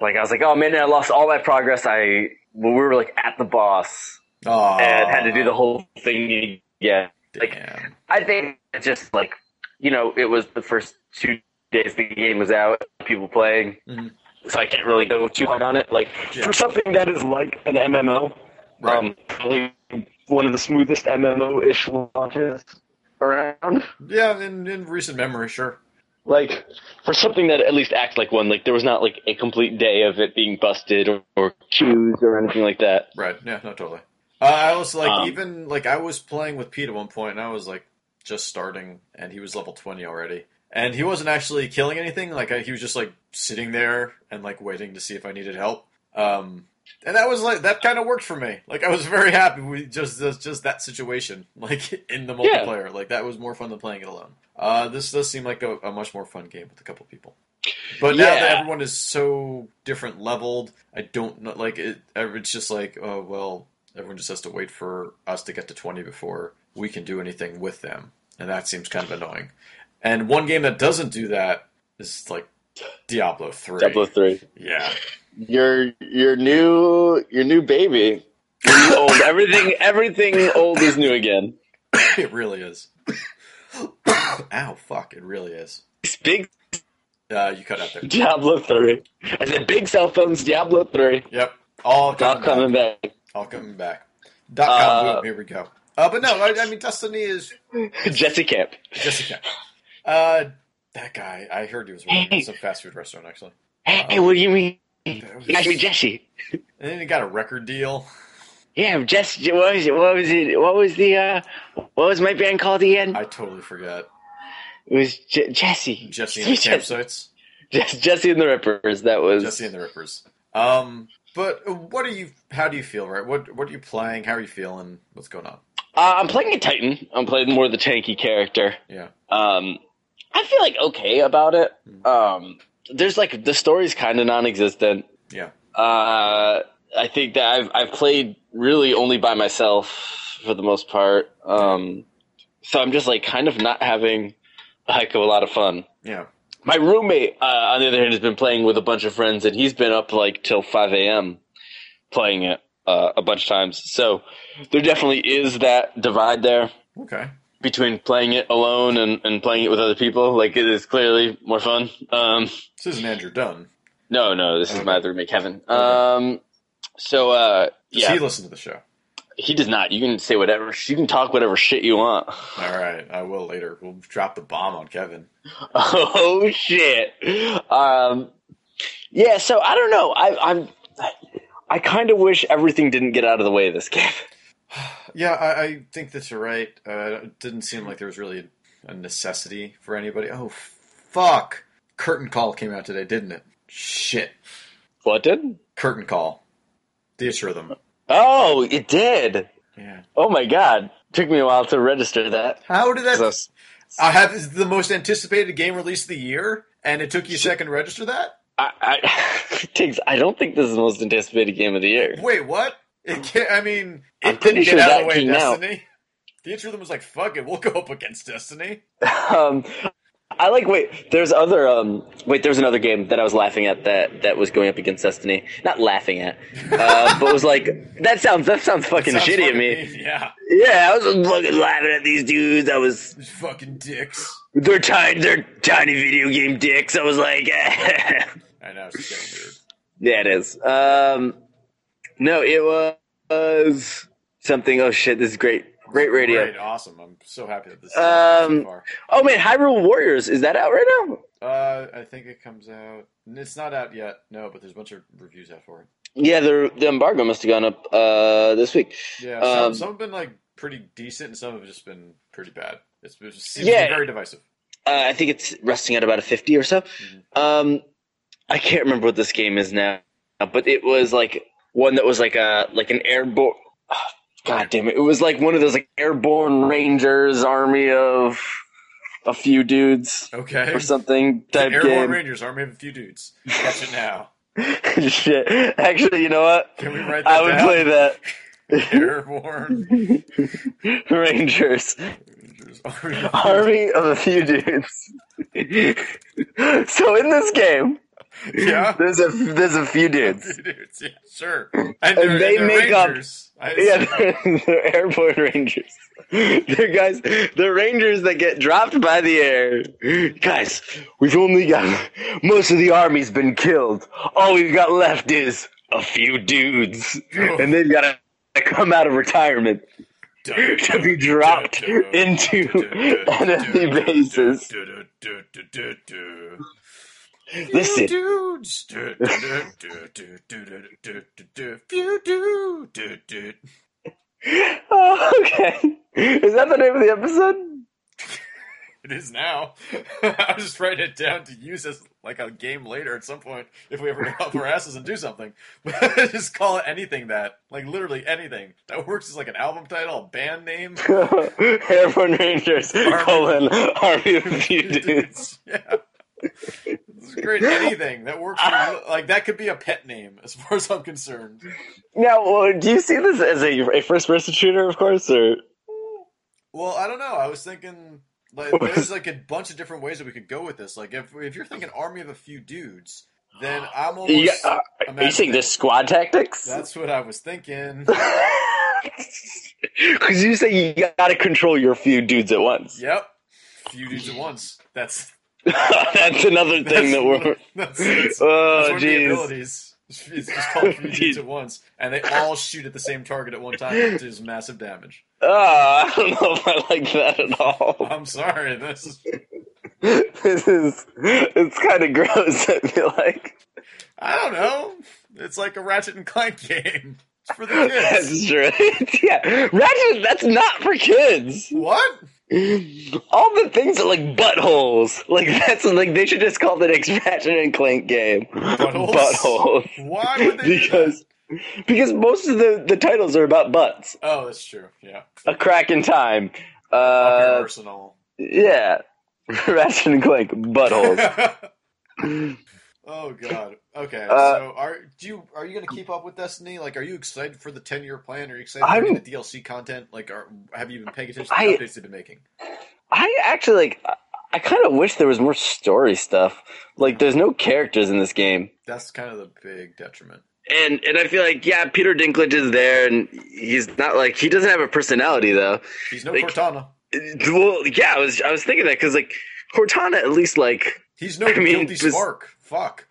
like I was like, oh man, I lost all my progress. I well, we were like at the boss Aw. and had to do the whole thing again. like- Damn. I think it's just like you know, it was the first two days the game was out, people playing, Mhm. so I can't really go too hard on it. Like Yeah. for something that is like an MMO, Right. um, probably one of the smoothest MMO ish launches around. yeah, in, in recent memory, sure. like for something that at least acts like one like there was not like a complete day of it being busted or, or queues or anything like that Right. Yeah. No. Totally. Uh, I also like Um, even like I was playing with Pete at one point, and I was like just starting, and he was level twenty already, and he wasn't actually killing anything. Like I, he was just like sitting there and like waiting to see if I needed help. Um, and that was like that kind of worked for me. Like I was very happy with just just, just that situation, like in the Yeah. multiplayer. Like that was more fun than playing it alone. Uh, this does seem like a, a much more fun game with a couple people. But now Yeah. that everyone is so different leveled, I don't know. Like it, it's just like, oh well, everyone just has to wait for us to get to twenty before we can do anything with them, and that seems kind of annoying. And one game that doesn't do that is like Diablo three. diablo 3 Yeah, your your new your new baby your new old everything everything old is new again it really is. Ow, fuck! It really is. It's big Uh, you cut out there. diablo 3 and then big cell phones diablo 3 Yep, all it's all coming, coming back. back All coming back. Dot com Uh, boom. Here we go. Uh, but no, I, I mean Destiny is jesse camp Jessica. Uh, that guy. I heard he was working at some fast food restaurant actually. Hey, what do you mean? was- You guys mean Jesse? And then he got a record deal. Yeah, Jess. What was it? What was it? What was the? uh What was my band called again? I totally forgot. It was J- Jesse. Jesse and the campsites. Yes, jesse and the rippers that was Jesse and the Rippers. Um, but what are you? How do you feel? Right? What What are you playing? How are you feeling? What's going on? uh, i'm playing a titan i'm playing more of the tanky character Yeah. Um, I feel like okay about it. Um, there's like the story's kind of non-existent. Yeah. Uh, I think that I've I've played really only by myself for the most part. Um, so I'm just like kind of not having a heck of a lot of fun. Yeah. My roommate, uh, on the other hand, has been playing with a bunch of friends, and he's been up like till 5 a.m. playing it uh, a bunch of times. So there definitely is that divide there Okay. between playing it alone and, and playing it with other people. Like it is clearly more fun. Um, This isn't Andrew Dunn. no, no, this is Okay. my other roommate Kevin. Um, so uh, Does yeah, he he, listen to the show? does not. You can say whatever. You can talk whatever shit you want. All right. I will later. We'll drop the bomb on Kevin. oh shit. Um, yeah. So I don't know. I, I'm. I kind of wish everything didn't get out of the way of this game. Yeah, I, I think that you're right. Uh, it didn't seem like there was really a necessity for anybody. Oh, fuck. Curtain Call came out today, didn't it? Shit. What did? Curtain Call. The Rhythm. Oh, it did. Yeah. Oh my god. Took me a while to register that. How did So, that? I have this is the most anticipated game release of the year, and it took you a second to register that. I, I, Tiggs, I don't think this is the most anticipated game of the year. Wait, what? It can't, I mean, it I'm didn't pretty get sure out of that the way. of came out. Destiny. The answer them was like, "Fuck it, we'll go up against Destiny." Um, I like. Wait, there's other. Um, wait, there's another game that I was laughing at that that was going up against Destiny. Not laughing at, uh, but was like that sounds that sounds fucking Sounds shitty fucking to me. mean. Yeah, Yeah, I was fucking laughing at these dudes. I was These fucking dicks. they're tiny they're tiny video game dicks. I was like, I know it's getting weird. yeah, it is. Um, no, it was something. Oh shit, this is great, great radio. Great, awesome. I'm so happy that this is Um, so far. Oh man, Hyrule Warriors is that out right now? Uh, I think it comes out. It's not out yet. No, but there's a bunch of reviews out for it. Yeah, the the embargo must have gone up uh, this week. Yeah, some, Um, some have been like pretty decent, and some have just been pretty bad. It's, it's just seems Yeah. very divisive. Uh, I think it's resting at about a fifty or so. Um, I can't remember what this game is now, but it was like one that was like a like an airborne. God damn it! It was like one of those like airborne rangers army of a few dudes Okay. or something type Airborne game. Rangers, Army of a Few Dudes. Catch it now. Shit. Actually, you know what? Can we write that I would down? play that. Airborne Rangers. Rangers, Army of a Few Army of a few dudes. so in this game, Dudes. Yeah. there's a there's a few dudes. Few Dudes, yeah, sure. And, they're- and they they're make up- Rangers. I Yeah, assume. they're, they're airborne rangers. They're guys, they're rangers that get dropped by the air. Guys, we've only got most of the army's been killed. All we've got left is a few dudes, and they've got to come out of retirement Dun, to be dropped into enemy bases. du, du, du, du, du. Listen, dudes. Du- du- du- du- du- du- du- du- du- Few dude. Du- du- Oh, okay. Is that the name of the episode? It is now. I was just writing it down to use as like a game later at some point if we ever get off our asses and do something. just call it anything that, like literally anything that works as like an album title, a band name. Airborne Rangers, colon, Army of Few Dudes. yeah. This is great. Anything that works, for, like that could be a pet name, as far as I'm concerned. Now, well, do you see this as a, a first-person shooter, of course, or Well, I don't know. I was thinking like there's like a bunch of different ways that we could go with this. Like if if you're thinking army of a few dudes, then I'm almost yeah, uh, are you imagining- saying this squad tactics? That's what I was thinking. Because you say you gotta control your few dudes at once. yep. Few dudes at once. That's that's another that's thing that we're. that's, that's, that's oh, one of the jeez. abilities. It's just called few Jeez. dudes at once, and they all shoot at the same target at one time, which is massive damage. Oh, I don't know if I like that at all. I'm sorry, this is this is. It's kind of gross, I feel like. I don't know. It's like a Ratchet and Clank game. It's for the kids. That's true. yeah. Ratchet, that's not for kids. What? All the things are like buttholes. Like that's like they should just call the next Ratchet and Clank game Buttholes? buttholes. Why would they do that? because because most of the the titles are about butts. Oh, that's true. Yeah. A crack in time. Up your Uh, arsenal. yeah. Ratchet and Clank buttholes. oh God. Okay. Uh, so are do you are you going to keep up with Destiny? Like, are you excited for the ten year plan? Are you excited I'm- for any of the DLC content? Like, are have you been paying attention to I- the updates they've been making? I actually like. I- I kind of wish there was more story stuff. Like there's no characters in this game. That's kind of the big detriment. and and I feel like yeah, Peter Dinklage is there, and he's not like he doesn't have a personality though. He's no Like- Cortana. Uh, Well, yeah, I was I was thinking that because like Cortana at least like He's no I mean, guilty this- spark. Fuck.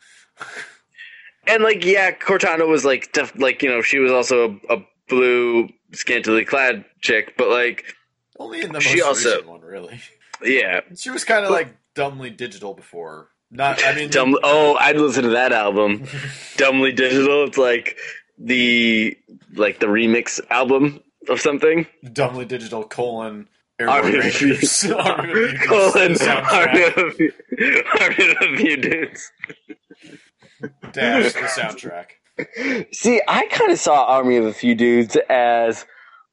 and like yeah, Cortana was like def- like you know she was also a, a blue scantily clad chick, but like Only in the most She also- recent one, really. yeah, She was kind of like dumbly digital before. Not. I mean, dumb. Oh, I'd listen to that album, Dumbly Digital. It's like the like the remix album of something. dumbly digital colon. Army Airborne of Few- Rangers. Army of Few Dudes Colon, soundtrack. Army of Few- Army of Few Dudes. dash the soundtrack. See, I kind of saw Army of a Few Dudes as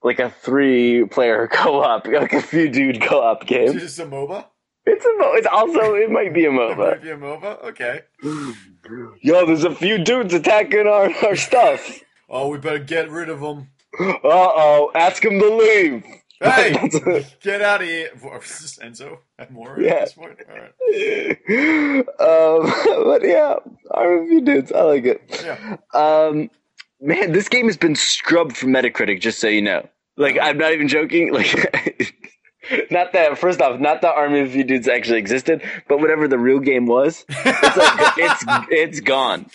like a three-player co-op, like a few dude co-op Is game. this a MOBA? It's a, mo- it's also it might be a It might MOBA. be a MOBA? Okay. Yo, there's a few dudes attacking our, our stuff. Oh, we better get rid of them. Uh oh, ask them to leave. Hey, That's a- get out of here. What, was this Enzo and Mora Yeah. at this point? All right. um, but yeah, Army of a Few Dudes, I like it. Yeah. Um, man, this game has been scrubbed from Metacritic. Just so you know, like I'm not even joking. Like, not that first off, not that Army of You Dudes actually existed, but whatever the real game was, it's like, it's it's gone.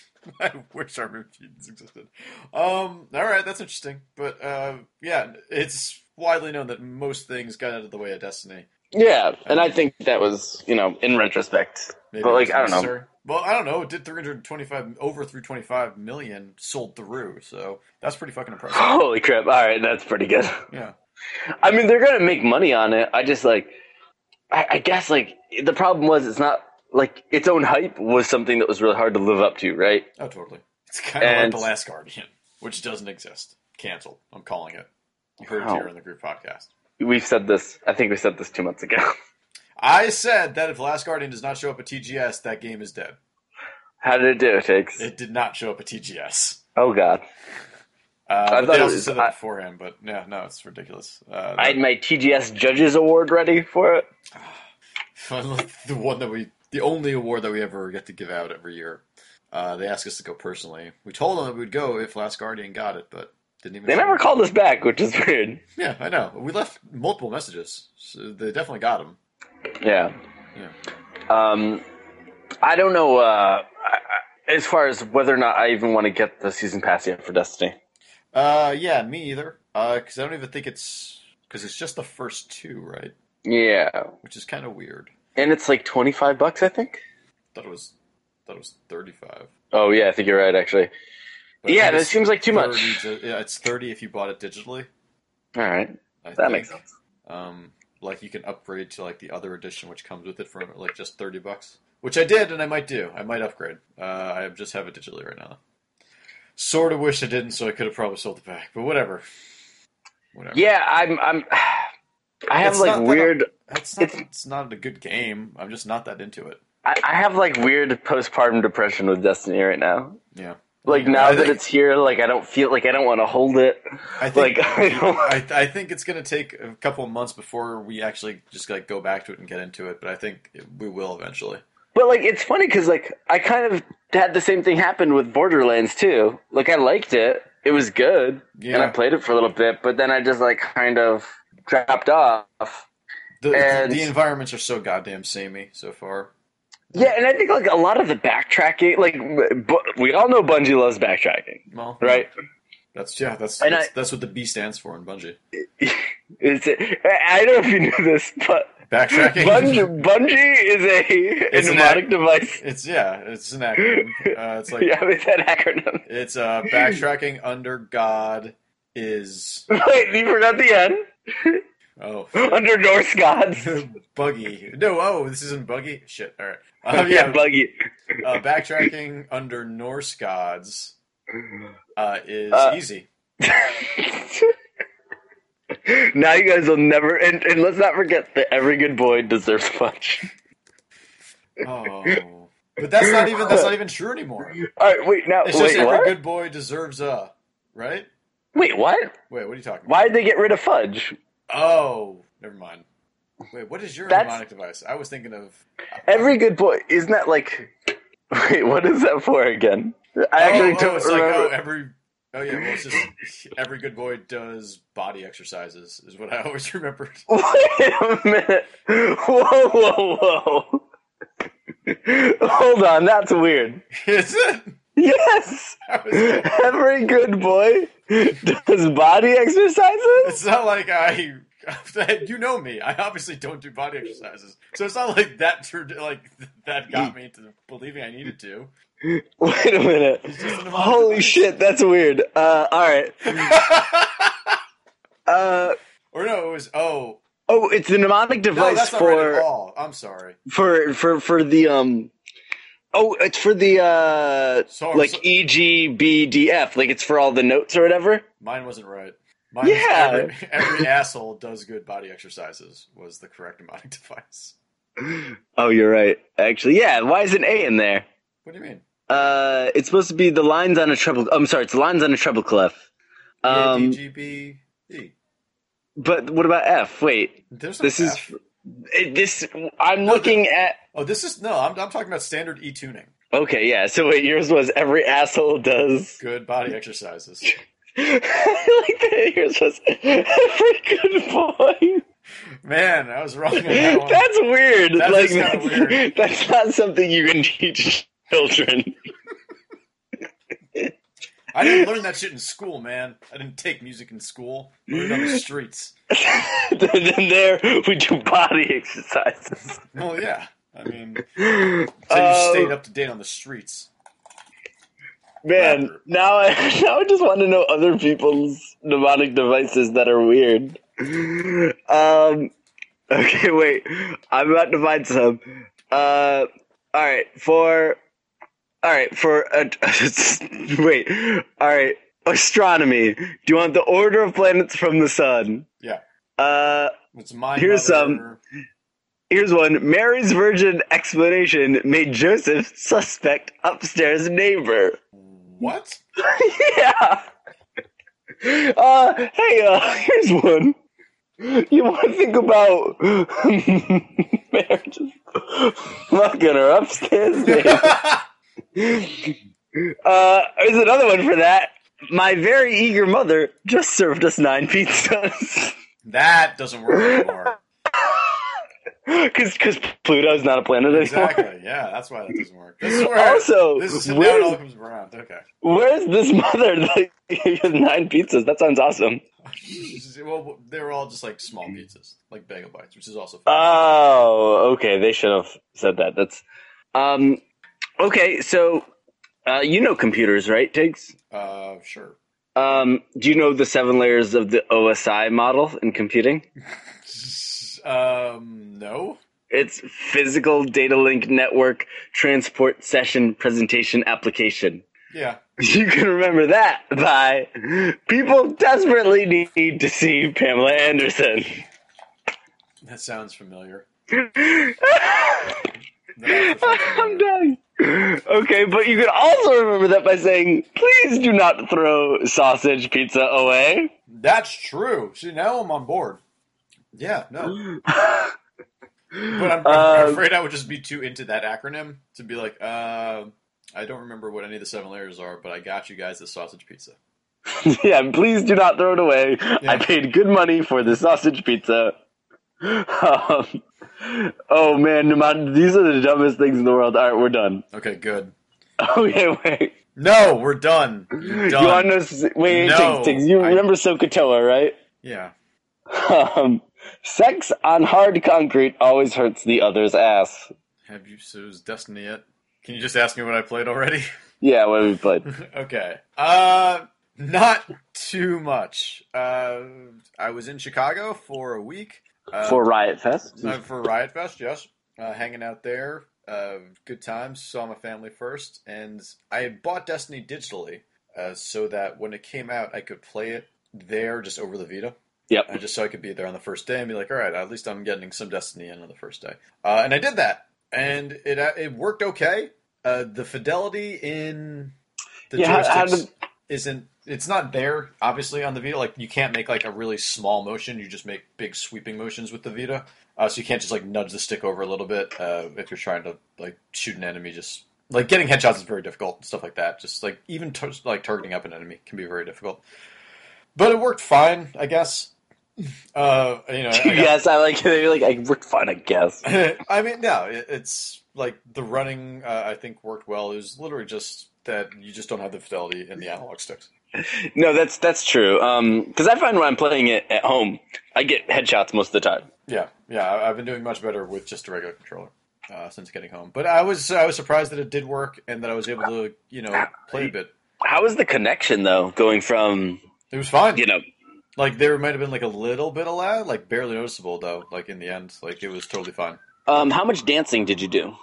I wish our mutants existed. Um, all right, that's interesting. But uh, yeah, it's widely known that most things got out of the way of Destiny. Yeah, and I think that was you know in retrospect, Maybe but it like was I don't know. necessary. Well, I don't know. It did 325 over 325 million sold through, so that's pretty fucking impressive. Holy crap! All right, that's pretty good. Yeah. I mean, they're gonna make money on it. I just like, I, I guess like the problem was it's not like its own hype was something that was really hard to live up to, right? Oh, totally. It's kind of like And- The Last Guardian, which doesn't exist. Canceled. I'm calling it. You heard Wow. it here on the group podcast. We've said this. I think we said this two months ago. I said that if Last Guardian does not show up at TGS, that game is dead. How did it do, Takes? It did not show up at TGS. Oh God! Uh, I but thought they it also was- said that I- beforehand, but no, no, it's ridiculous. Uh, I had my TGS Judges Award ready for it. that- the one that we, the only award that we ever get to give out every year. Uh, they asked us to go personally. We told them that we'd go if Last Guardian got it, but didn't even. They show never up. called us back, which is weird. Yeah, I know. We left multiple messages. So they definitely got them. Yeah. Yeah. Um, I don't know. Uh, I- I- as far as whether or not I even want to get the season pass yet for Destiny. Uh, yeah, me either. Uh, because I don't even think it's because it's just the first two, right? Yeah, Which is kind of weird. and it's like twenty five bucks, I think. Thought it was, thought it was thirty-five. Oh yeah, I think you're right, actually. But I yeah, think that it's seems like too 30 much. to- yeah, it's thirty if you bought it digitally. All right, I that think. makes sense. Um, like you can upgrade to like the other edition, which comes with it for like just thirty bucks, which I did, and I might do. I might upgrade. Uh, I just have it digitally right now. Sort of wish I didn't, so I could have probably sold it back. But whatever. Whatever. Yeah, I'm. I'm. I have It's like not that weird. It's not. It's not a good game. I'm just not that into it. I, I have like weird postpartum depression with Destiny right now. Yeah. Like Yeah, now I that think- it's here, like I don't feel like I don't want to hold it. I think like I don't. I, I think it's going to take a couple of months before we actually just like go back to it and get into it, but I think we will eventually. But like it's funny because like I kind of had the same thing happen with Borderlands too. Like I liked it, it was good, and I Yeah. played it for a little bit, but then I just like kind of dropped off. The, And- the environments are so goddamn samey so far. Yeah, and I think like a lot of the backtracking, like bu- we all know Bungie loves backtracking, Well, right? That's yeah. That's And that's, I- that's what the B stands for in Bungie. It's, I I don't know if you knew this, but Backtracking. Bungie, Bungie is a, It's a an mnemonic ac- device. It's yeah. It's an acronym. Uh, it's like yeah, it's an acronym. it's uh, backtracking under God is Wait, you forgot the end. oh Under Norse gods. buggy. No, oh, this isn't buggy. Shit. All right. Um, yeah, yeah, buggy. uh, backtracking under Norse gods uh, is Uh, easy. now you guys will never. And, and let's not forget that every good boy deserves punch. Oh, but that's not even that's not even true anymore. All right, wait. Now, It's just wait. every What? good boy deserves a right. Wait, what? Wait, what are you talking about? Why did they get rid of fudge? Oh, never mind. Wait, what is your That's- mnemonic device? I was thinking of. Every good boy isn't that like? Wait, what is that for again? I actually oh, don't oh, it's like remember. oh every. Oh yeah, well it's just every good boy does body exercises is what I always remembered. Wait oh, a minute. Whoa, whoa, whoa. Hold on, that's weird. is it? Yes! I was- Every good boy does body exercises? It's not like I. You know me. I obviously don't do body exercises, so it's not like that. tur- Like that got me into believing I needed to. Wait a minute. just an amount of Holy bodies. shit, that's weird. Uh, alright. Uh, or no, it was oh oh, it's the mnemonic no, device that's not right at for, all. I'm sorry. for, for, for the, um, Oh, it's for the uh, So, like Oh, so- EGBDF, like it's for all the notes or whatever. mine wasn't right. Mine was Yeah. every, every asshole does good body exercises was the correct mnemonic device. Oh, you're right. Actually, yeah. Why is an A in there? What do you mean? Uh, it's supposed to be the lines on a treble. I'm sorry, it's the lines on a treble clef. E Um, B-A-D-G-B-E. but what about F? Wait, E. There's no this is F. it- this. I'm looking at. Oh, this is no. I'm, I'm talking about standard E tuning. Okay, yeah. So wait, yours was every asshole does. Good body exercises. I like that yours was every good boy. Man, I was wrong on that one. That's weird. That like is kinda that's, weird. that's not something you can teach children. I didn't learn that shit in school, man. I didn't take music in school. I learned it on the streets. then there we do body exercises. Well, yeah. I mean, So so you Oh. stayed up to date on the streets. Man, Rapper. now I now I just want to know other people's mnemonic devices that are weird. Um, okay, wait, I'm about to find some. Uh, all right, for all right for uh, wait, all right, astronomy. Do you want the order of planets from the sun? Yeah. Uh, It's my Here's mother. here's one: Mary's virgin explanation made Joseph suspect upstairs neighbor. um, What? yeah. Uh, hey, uh, here's one. You want to think about marriages? Fucking her upstairs. babe. uh, here's another one for that. My very eager mother just served us nine pizzas. that doesn't work anymore. Cause, cause Pluto's not a planet anymore. Exactly. Yeah, that's why that doesn't work. This is where Also, this is how it all where's, comes around. Okay. where's this mother that gave us nine pizzas? That sounds awesome. well, they were all just like small pizzas, like bagel bites, which is also fun. Oh, okay. They should have said that. That's um okay, so uh you know computers, right, Tiggs? Uh, sure. Um do you know the seven layers of the OSI model in computing? Um, no. It's physical data link network transport session presentation application. Yeah. You can remember that by people desperately need to see Pamela Anderson. That sounds familiar. I'm dying. Okay, but you can also remember that by saying, please do not throw sausage pizza away. That's true. See, now I'm on board. Yeah, no. but I'm, I'm Um, afraid I would just be too into that acronym to be like, uh, I don't remember what any of the seven layers are, but I got you guys the sausage pizza. yeah, please do not throw it away. I Yeah. paid good money for the sausage pizza. Um, oh man, Naman, these are the dumbest things in the world. All right, we're done. Okay, good. Okay, wait. No, we're done. You're You want done. to s- wait? No, Tiggs, Tiggs, you I- remember Sokotoa, right? yeah. Um, sex on hard concrete always hurts the other's ass. Have you Sue's Destiny yet? Can you just ask me what I played already? Yeah, what have we played? okay. Uh, not too much. Uh, I was in Chicago for a week. Uh, For Riot Fest? Uh, for Riot Fest, yes. Uh, hanging out there, uh, good times. Saw my family first, and I had bought Destiny digitally uh, so that when it came out, I could play it there, just over the Vita. Yep. Uh, just so I could be there on the first day and be like, all right, at least I'm getting some Destiny in on the first day. Uh, and I did that, and it uh, it worked okay. Uh, the fidelity in the Yeah, joysticks how- how did- isn't. It's not there, obviously, on the Vita. Like you can't make like a really small motion. You just make big sweeping motions with the Vita. Uh, so you can't just like nudge the stick over a little bit uh, if you're trying to like shoot an enemy. Just like getting headshots is very difficult and stuff like that. Just like even tar- like targeting up an enemy can be very difficult. But it worked fine, I guess. Uh, you know, I got- yes, I like they like I worked fine, I guess. I mean, no, it, it's like the running. Uh, I think worked well. It was literally just that you just don't have the fidelity in the analog sticks. No, that's that's true. Um, because I find when I'm playing it at home, I get headshots most of the time. Yeah, yeah, I, I've been doing much better with just a regular controller uh, since getting home. But I was I was surprised that it did work and that I was able to you know play a bit. How is the connection though, going from It was fine. you know? Like there might have been like a little bit of lag, like barely noticeable though. Like in the end, like it was totally fine. Um, how much dancing did you do?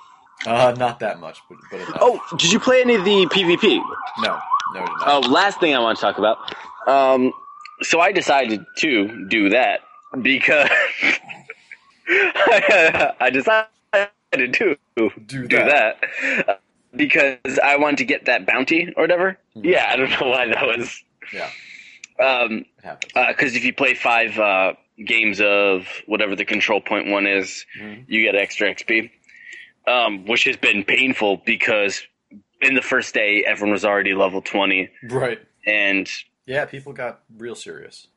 Uh, not that much, but, but enough. Oh, did you play any of the PvP? no, no, it did not. Oh, last thing I want to talk about. Um, so I decided to do that because I decided to do, do that. do that uh, because I wanted to get that bounty or whatever. Yeah, I don't know why that was. Hmm. Yeah, Um, it happens. because if you play five uh, games of whatever the control point one is, Mhm. you get extra XP, um, which has been painful because in the first day everyone was already level twenty, Right. and Yeah, people got real serious.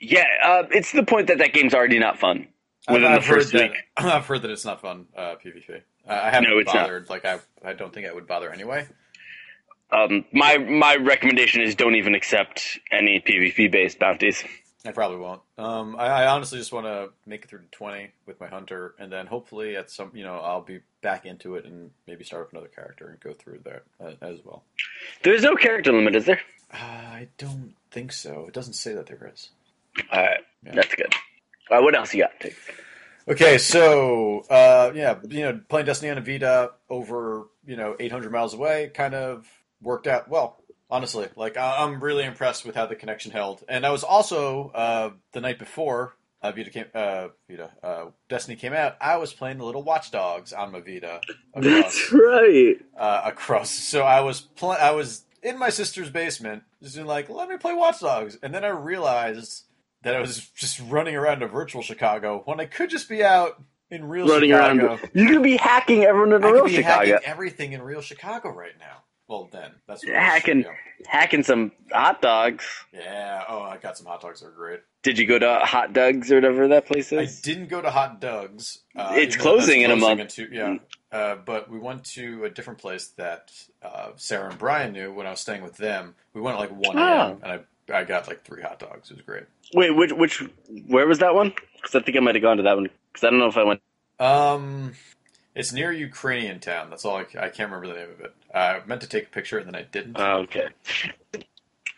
yeah, uh, it's the point that that game's already not fun within I've the first heard week. That, I've heard that it's not fun uh, PvP. Uh, I haven't No, it's not. bothered. Like I, I don't think I would bother anyway. Um, my my recommendation is don't even accept any PvP based bounties. I probably won't. Um, I, I honestly just want to make it through to twenty with my hunter, and then hopefully at some, you know, I'll be back into it and maybe start up another character and go through that uh, as well. There's no character limit, is there? Uh, I don't think so. It doesn't say that there is. All right, Yeah. that's good. All right, what else you got? Tig? Okay, so uh, yeah, you know, playing Destiny on a Vita over you know 800 miles away kind of worked out well. Honestly, like I- I'm really impressed with how the connection held. And I was also uh, the night before uh, Vita came, uh, Vita uh, Destiny came out. I was playing the little Watch Dogs on my Vita across, right. uh, across. So I was pl- I was in my sister's basement, just being like, "Let me play Watch Dogs," and then I realized that I was just running around a virtual Chicago when I could just be out in real Running around, Chicago. you could be hacking everyone in I real could be Chicago. hacking everything in real Chicago right now. Well, then that's what Hacking. I was, hacking some hot dogs. you know. Yeah. Oh, I got some hot dogs. that Are great. Did you go to Hot Dogs or whatever that place I is? didn't go to Hot Dogs. Uh, even It's though that's closing in a month. in two- yeah, uh, but we went to a different place that uh, Sarah and Brian knew when I was staying with them. We went at like one Ah. a.m. and I I got like three hot dogs. It was great. Wait, which which where was that one? Because I think I might have gone to that one. Because I don't know if I went. Um, it's near Ukrainian town. That's all. I, I can't remember the name of it. I meant to take a picture and then I didn't. Oh, okay.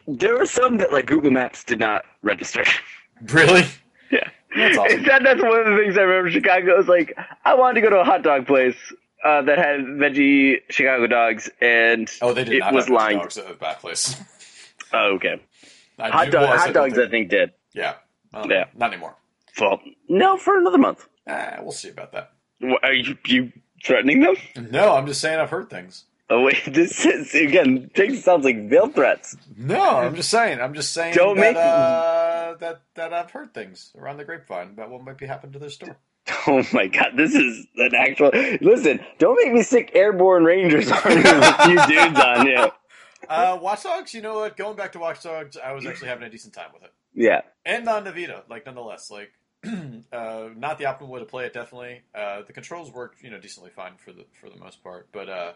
There were some that like Google Maps did not register. really? yeah, That's awesome. In fact, that's one of the things I remember. Chicago was like, I wanted to go to a hot dog place uh, that had veggie Chicago dogs, and Oh, they did It not was have hot lying. dogs at that place. oh, okay, I hot, do- dog, well, I hot said that dogs. they- I think did. Yeah. Um, Yeah. Not anymore. Well, no, for another month. Uh, we'll see about that. What, are you, you threatening them? No, I'm just saying I've heard things. Oh wait, this is again. Things sounds like veil threats. No, I'm just saying. I'm just saying Don't that, make- uh, that that I've heard things around the grapevine about what might be happening to their store. Oh my god, this is an actual. Listen, don't make me sick. Airborne Rangers army with a few dudes on you. Uh, Watch Dogs, you know what? Going back to Watch Dogs, I was actually having a decent time with it. Yeah, and on Navita, like nonetheless, like uh, not the optimal way to play it. Definitely, uh, the controls work, you know, decently fine for the for the most part, but uh,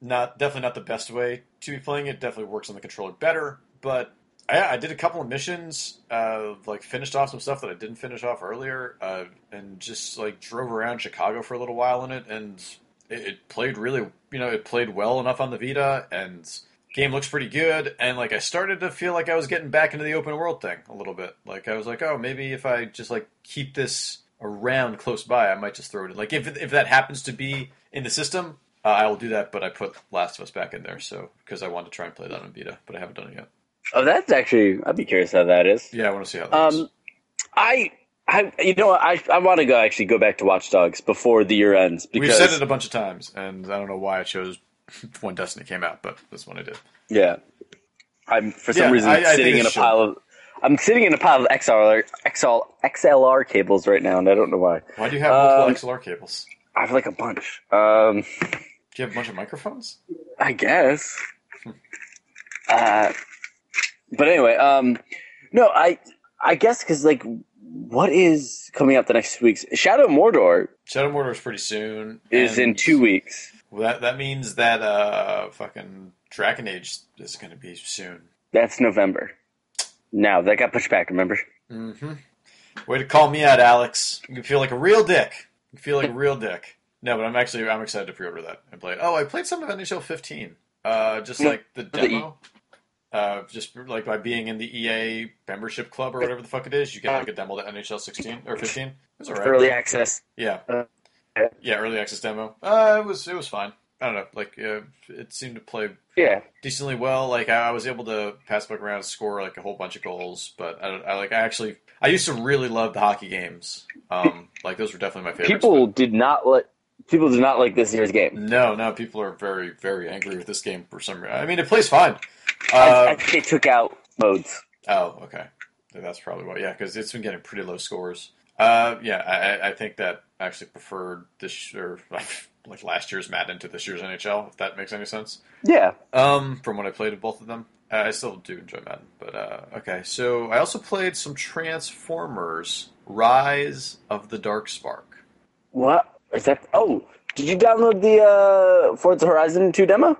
not definitely not the best way to be playing it. Definitely works on the controller better, but. I, I did a couple of missions, uh, like finished off some stuff that I didn't finish off earlier, uh, and just like drove around Chicago for a little while in it, and it, it played really, you know, it played well enough on the Vita, and game looks pretty good and like i started to feel like i was getting back into the open world thing a little bit like i was like oh maybe if i just like keep this around close by i might just throw it in like if, if that happens to be in the system uh, i will do that but i put last of us back in there so because i wanted to try and play that on vita but i haven't done it yet oh, that's actually. I'd be curious how that is. yeah i want to see how that Um, I, I, you know, what, I, I want to go actually go back to Watch Dogs before the year ends we've because said it a bunch of times and i don't know why i chose when destiny came out but this one i did yeah, I'm for some Yeah, reason I- I think sitting it in a should. pile of. I'm sitting in a pile of XLR, XL, XLR cables right now, and I don't know why. why do you have multiple Um, xlr cables I have like a bunch. Um, do you have a bunch of microphones I guess. Hmm. Uh, but anyway, um, no, I, I guess because like, what is coming out the next weeks? Shadow of Mordor shadow mortar is pretty soon is in and- two weeks. Well, that that means that uh, fucking Dragon Age is going to be soon. That's November. No, that got pushed back. Remember? Mm-hmm. Way to call me out, Alex. You can feel like a real dick. You can feel like a real dick. No, but I'm actually I'm excited to pre-order that and play it. Oh, I played some of NHL 15. Uh, just No, like the the E- demo. Uh, just like by being in the EA membership club or whatever the fuck it is, you get like a demo to NHL 16 or 15. It was alright. Early access. Yeah. Uh, Yeah, early access demo. Uh, it was it was fine. I don't know. Like uh, it seemed to play Yeah. decently well. Like I I was able to pass the buck around, score like a whole bunch of goals. But I, don't- I like I actually I used to really love the hockey games. Um, like those were definitely my favorites. People did not like people did not like this year's but game. no, no, people are very very angry with this game for some reason. I mean, it plays fine. I, I Uh, think they took out modes. oh, okay, that's probably why. Yeah, because it's been getting pretty low scores. Uh, yeah, I, I- I think that I actually preferred this or like last year's Madden to this year's NHL. If that makes any sense. Yeah. Um, from what I played of both of them, uh, I still do enjoy Madden. But uh, okay, so I also played some Transformers: Rise of the Dark Spark. What is that? Oh, did you download the uh, Forza Horizon 2 demo?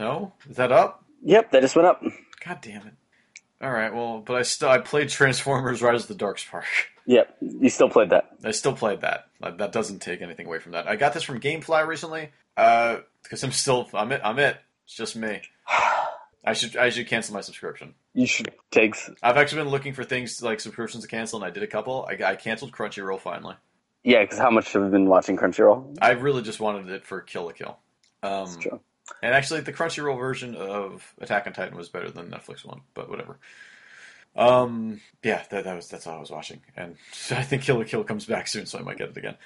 No, is that up? Yep, that just went up. God damn it! All right, well, but I still I played Transformers: Rise of the Dark Spark. Yep, you still played that. I still played that. That that doesn't take anything away from that. I got this from GameFly recently. Uh, because I'm still I'm it I'm it. It's just me. I should I should cancel my subscription. You should take. s- I've actually been looking for things like subscriptions to cancel, and I did a couple. I, I canceled Crunchyroll finally. Yeah, because how much have we been watching Crunchyroll? I really just wanted it for Kill a Kill. Um, That's true. and actually, the Crunchyroll version of Attack on Titan was better than the Netflix one, but whatever. Um, yeah, that, that was that's all I was watching, and I think Kill a Kill comes back soon, so I might get it again.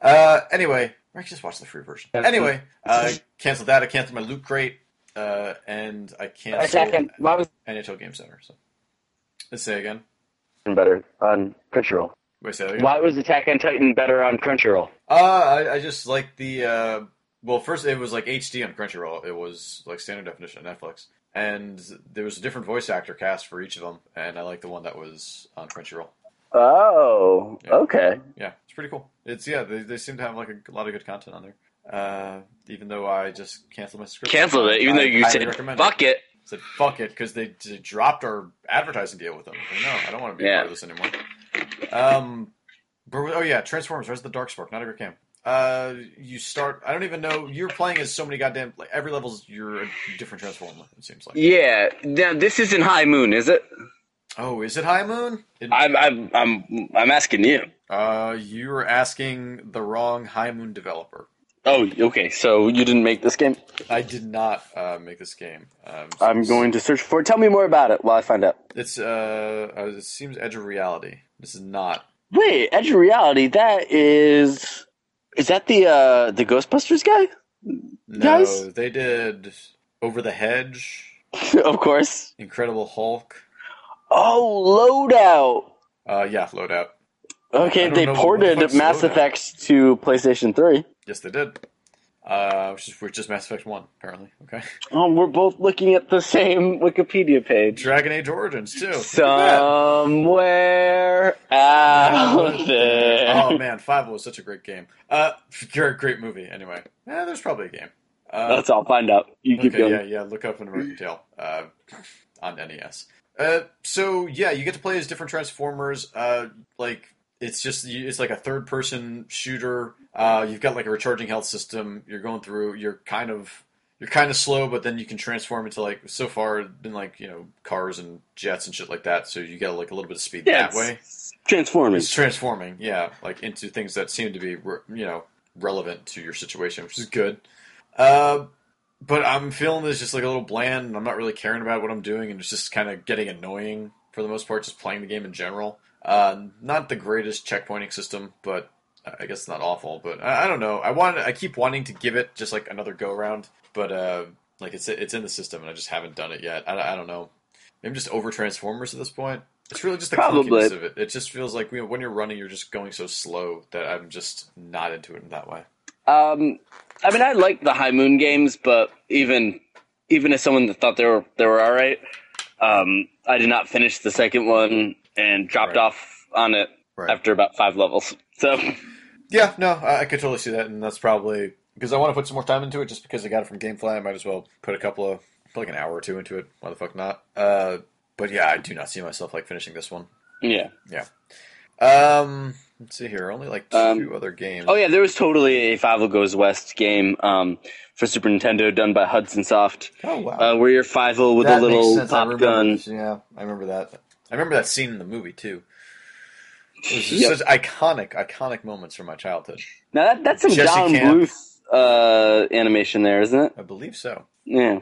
Uh, anyway, or I can just watch the free version. Anyway, uh, canceled that. I canceled my Loot Crate, uh, and I A second. canceled Why was NHL Game Center. So let's say again. better on Crunchyroll? Wait, say that again. Why was Attack on Titan better on Crunchyroll? Uh, I, I just like the uh, well, first it was like HD on Crunchyroll. It was like standard definition on Netflix, and there was a different voice actor cast for each of them, and I like the one that was on Crunchyroll. Oh, Yeah. okay. Yeah, it's pretty cool. It's yeah, they, they seem to have like a, lot of good content on there. Uh, even though I just canceled my subscription, Cancel it, even I though you highly said recommend fuck it. I said fuck it because they, they dropped our advertising deal with them. I said, no, I don't want to be a Yeah. part of this anymore. Um, but, oh yeah, Transformers: Rise of the Dark Spark, not a great game. Uh, you start. I don't even know. You're playing as so many goddamn. Like every level's you're a different transformer. It seems like. Yeah. Now this isn't High Moon, is it? Oh, is it High Moon? It- I'm I'm I'm I'm asking you. uh, you're asking the wrong High Moon developer. Oh, okay. So you didn't make this game. I did not uh, make this game. Um, I'm going to search for it. Tell me more about it while I find out. It's uh, uh, it seems Edge of Reality. This is not. Wait, Edge of Reality. That is. Is that the uh the Ghostbusters guy? No, Guys? they did Over the Hedge. of course. Incredible Hulk. Oh, Loadout. Uh, yeah, loadout. I Okay, don't they know, what the ported fuck's Mass Loadout? Effect to PlayStation Three. Yes, they did. Uh, which is, which is Mass Effect One, apparently. Okay. Oh, we're both looking at the same Wikipedia page. Dragon Age Origins too. Look at that. Somewhere out there. Oh man, Five was such a great game. Uh, great, great movie. Anyway, eh, there's probably a game. Uh, That's all. Find out. You keep okay, going. yeah, yeah. Look up an American Tale uh, on NES. Uh, so yeah, you get to play as different Transformers. Uh, like it's just you- it's like a third person shooter. Uh, you've got like a recharging health system. You're going through. You're kind of you're kind of slow, but then you can transform into like so far it's been like you know cars and jets and shit like that. So you got like a little bit of speed Yeah, that it's way. Transforming. It's transforming, yeah, like into things that seem to be re- you know relevant to your situation, which is good. Uh, but I'm feeling this just like a little bland. And I'm not really caring about what I'm doing, and it's just kind of getting annoying for the most part. Just playing the game in general. Uh, not the greatest checkpointing system, but I guess not awful. But I, I don't know. I want. I keep wanting to give it just like another go round, but uh, like it's it's in the system, and I just haven't done it yet. I, I don't know. Maybe I'm just over Transformers at this point. It's really just the Probably. clunkiness of it. It just feels like you know, when you're running, you're just going so slow that I'm just not into it in that way. Um, I mean, I like the High Moon games, but even even as someone that thought they were they were all right, um, I did not finish the second one and dropped Right. off on it Right. after about five levels. So Yeah, no, I, I could totally see that, and that's probably because I want to put some more time into it. Just because I got it from GameFly, I might as well put a couple of put like an hour or two into it. Why the fuck not? Uh, but yeah, I do not see myself like finishing this one. yeah. Um, let's see here, only like two Um, other games. Oh yeah, there was totally a Five Goes West game um, for Super Nintendo done by Hudson Soft, Oh, wow, uh, where you're Five O with that a little makes sense. I pop remember, gun. Yeah, I remember that. I remember that scene in the movie too. This is Yep. such iconic, iconic moments from my childhood. Now that, that's some Jesse John Camp. Bluth uh, animation there, isn't it? I believe so. Yeah.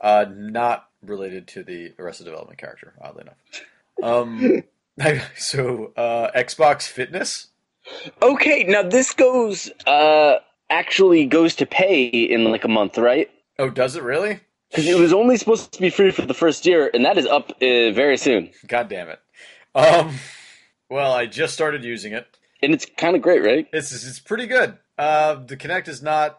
Uh, not related to the Arrested Development character, oddly enough. Um, so uh, Xbox Fitness. Okay, now this goes uh, actually goes to pay in like a month, right? Oh, does it really? Because it was only supposed to be free for the first year, and that is up uh, very soon. God damn it. Um, well, I just started using it. And it's kind of great, right? It's it's pretty good. Uh, the Kinect is not.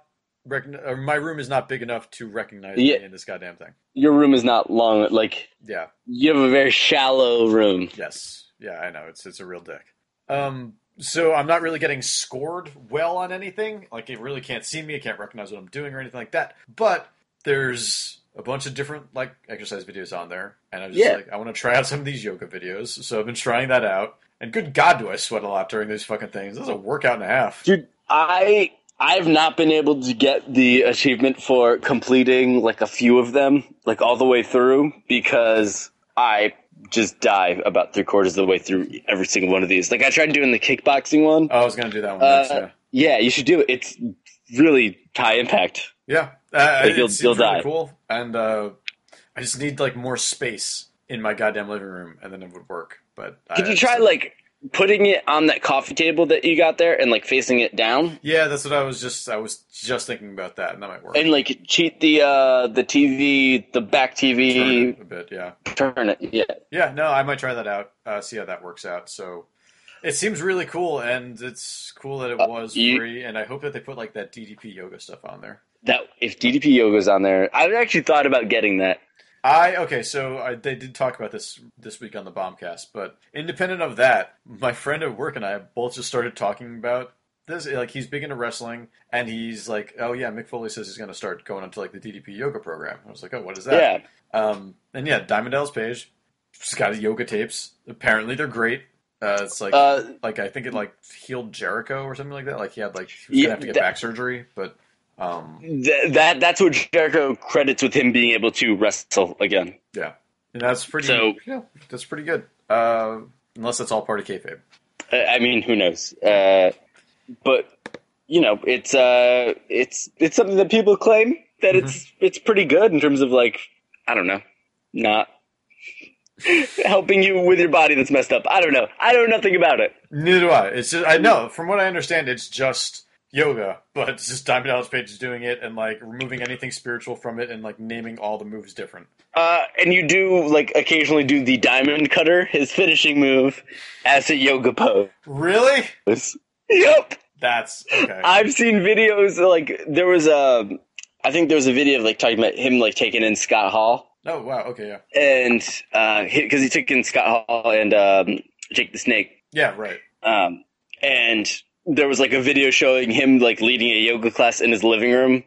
Recogn- or my room is not big enough to recognize Yeah. me in this goddamn thing. Your room is not long. Like Yeah. you have a very shallow room. Yes. Yeah, I know. It's it's a real dick. Um so I'm not really getting scored well on anything. Like it really can't see me, it can't recognize what I'm doing or anything like that. But there's a bunch of different like exercise videos on there and I'm just Yeah. like I want to try out some of these yoga videos. So I've been trying that out. And good god do I sweat a lot during these fucking things. This is a workout and a half. Dude, I I've not been able to get the achievement for completing like a few of them, like all the way through, because I just die about three quarters of the way through every single one of these. Like I tried doing the kickboxing one. Oh, I was gonna do that one Uh, next, yeah. Yeah, you should do it. It's really high impact. Yeah, uh, Like, you'll- it seems you'll really die. cool, and uh, I just need like more space in my goddamn living room, and then it would work. But Could I, you try like putting it on that coffee table that you got there and like facing it down Yeah, that's what I was just I was just thinking about that, and that might work. and like cheat the uh the TV, the back Turn TV, it a bit, yeah, turn it. Yeah. yeah. No, I might try that out. Uh, see how that works out. So it seems really cool, and it's cool that it was Uh, you- free, and I hope that they put like that DDP yoga stuff on there. That if DDP yoga's on there, I've actually thought about getting that. I okay, so I, they did talk about this this week on the Bombcast, but independent of that, my friend at work and I both just started talking about this. Like he's big into wrestling, and he's like, "Oh yeah, Mick Foley says he's going to start going onto like the DDP yoga program." I was like, "Oh, what is that?" Yeah. Um, and yeah, Diamond Dallas Page, she's got yoga tapes. Apparently, they're great. Uh, it's like Uh, like I think it like healed Jericho or something like that. Like he had like he was Yeah, gonna have to get that- back surgery, but um, th- that that's what Jericho credits with him being able to wrestle again. and that's pretty. So- yeah, that's pretty good. Uh, unless that's all part of kayfabe. I I mean, who knows? Uh, but you know, it's uh, it's it's something that people claim that it's it's pretty good in terms of like I don't know, not helping you with your body that's messed up. I don't know. I know nothing about it. Neither do I. It's just I know from what I understand, it's just yoga, but it's just Diamond Dallas Page is doing it and like removing anything spiritual from it and like naming all the moves different. Uh, and you do like occasionally do the diamond cutter, his finishing move, as a yoga pose. Really? Yep. That's okay. I've seen videos like there was a, I think there was a video of like talking about him like taking in Scott Hall oh wow. Okay. Yeah. and uh, because he took in Scott Hall and um, Jake the Snake, Yeah. Right. um, and there was like a video showing him like leading a yoga class in his living room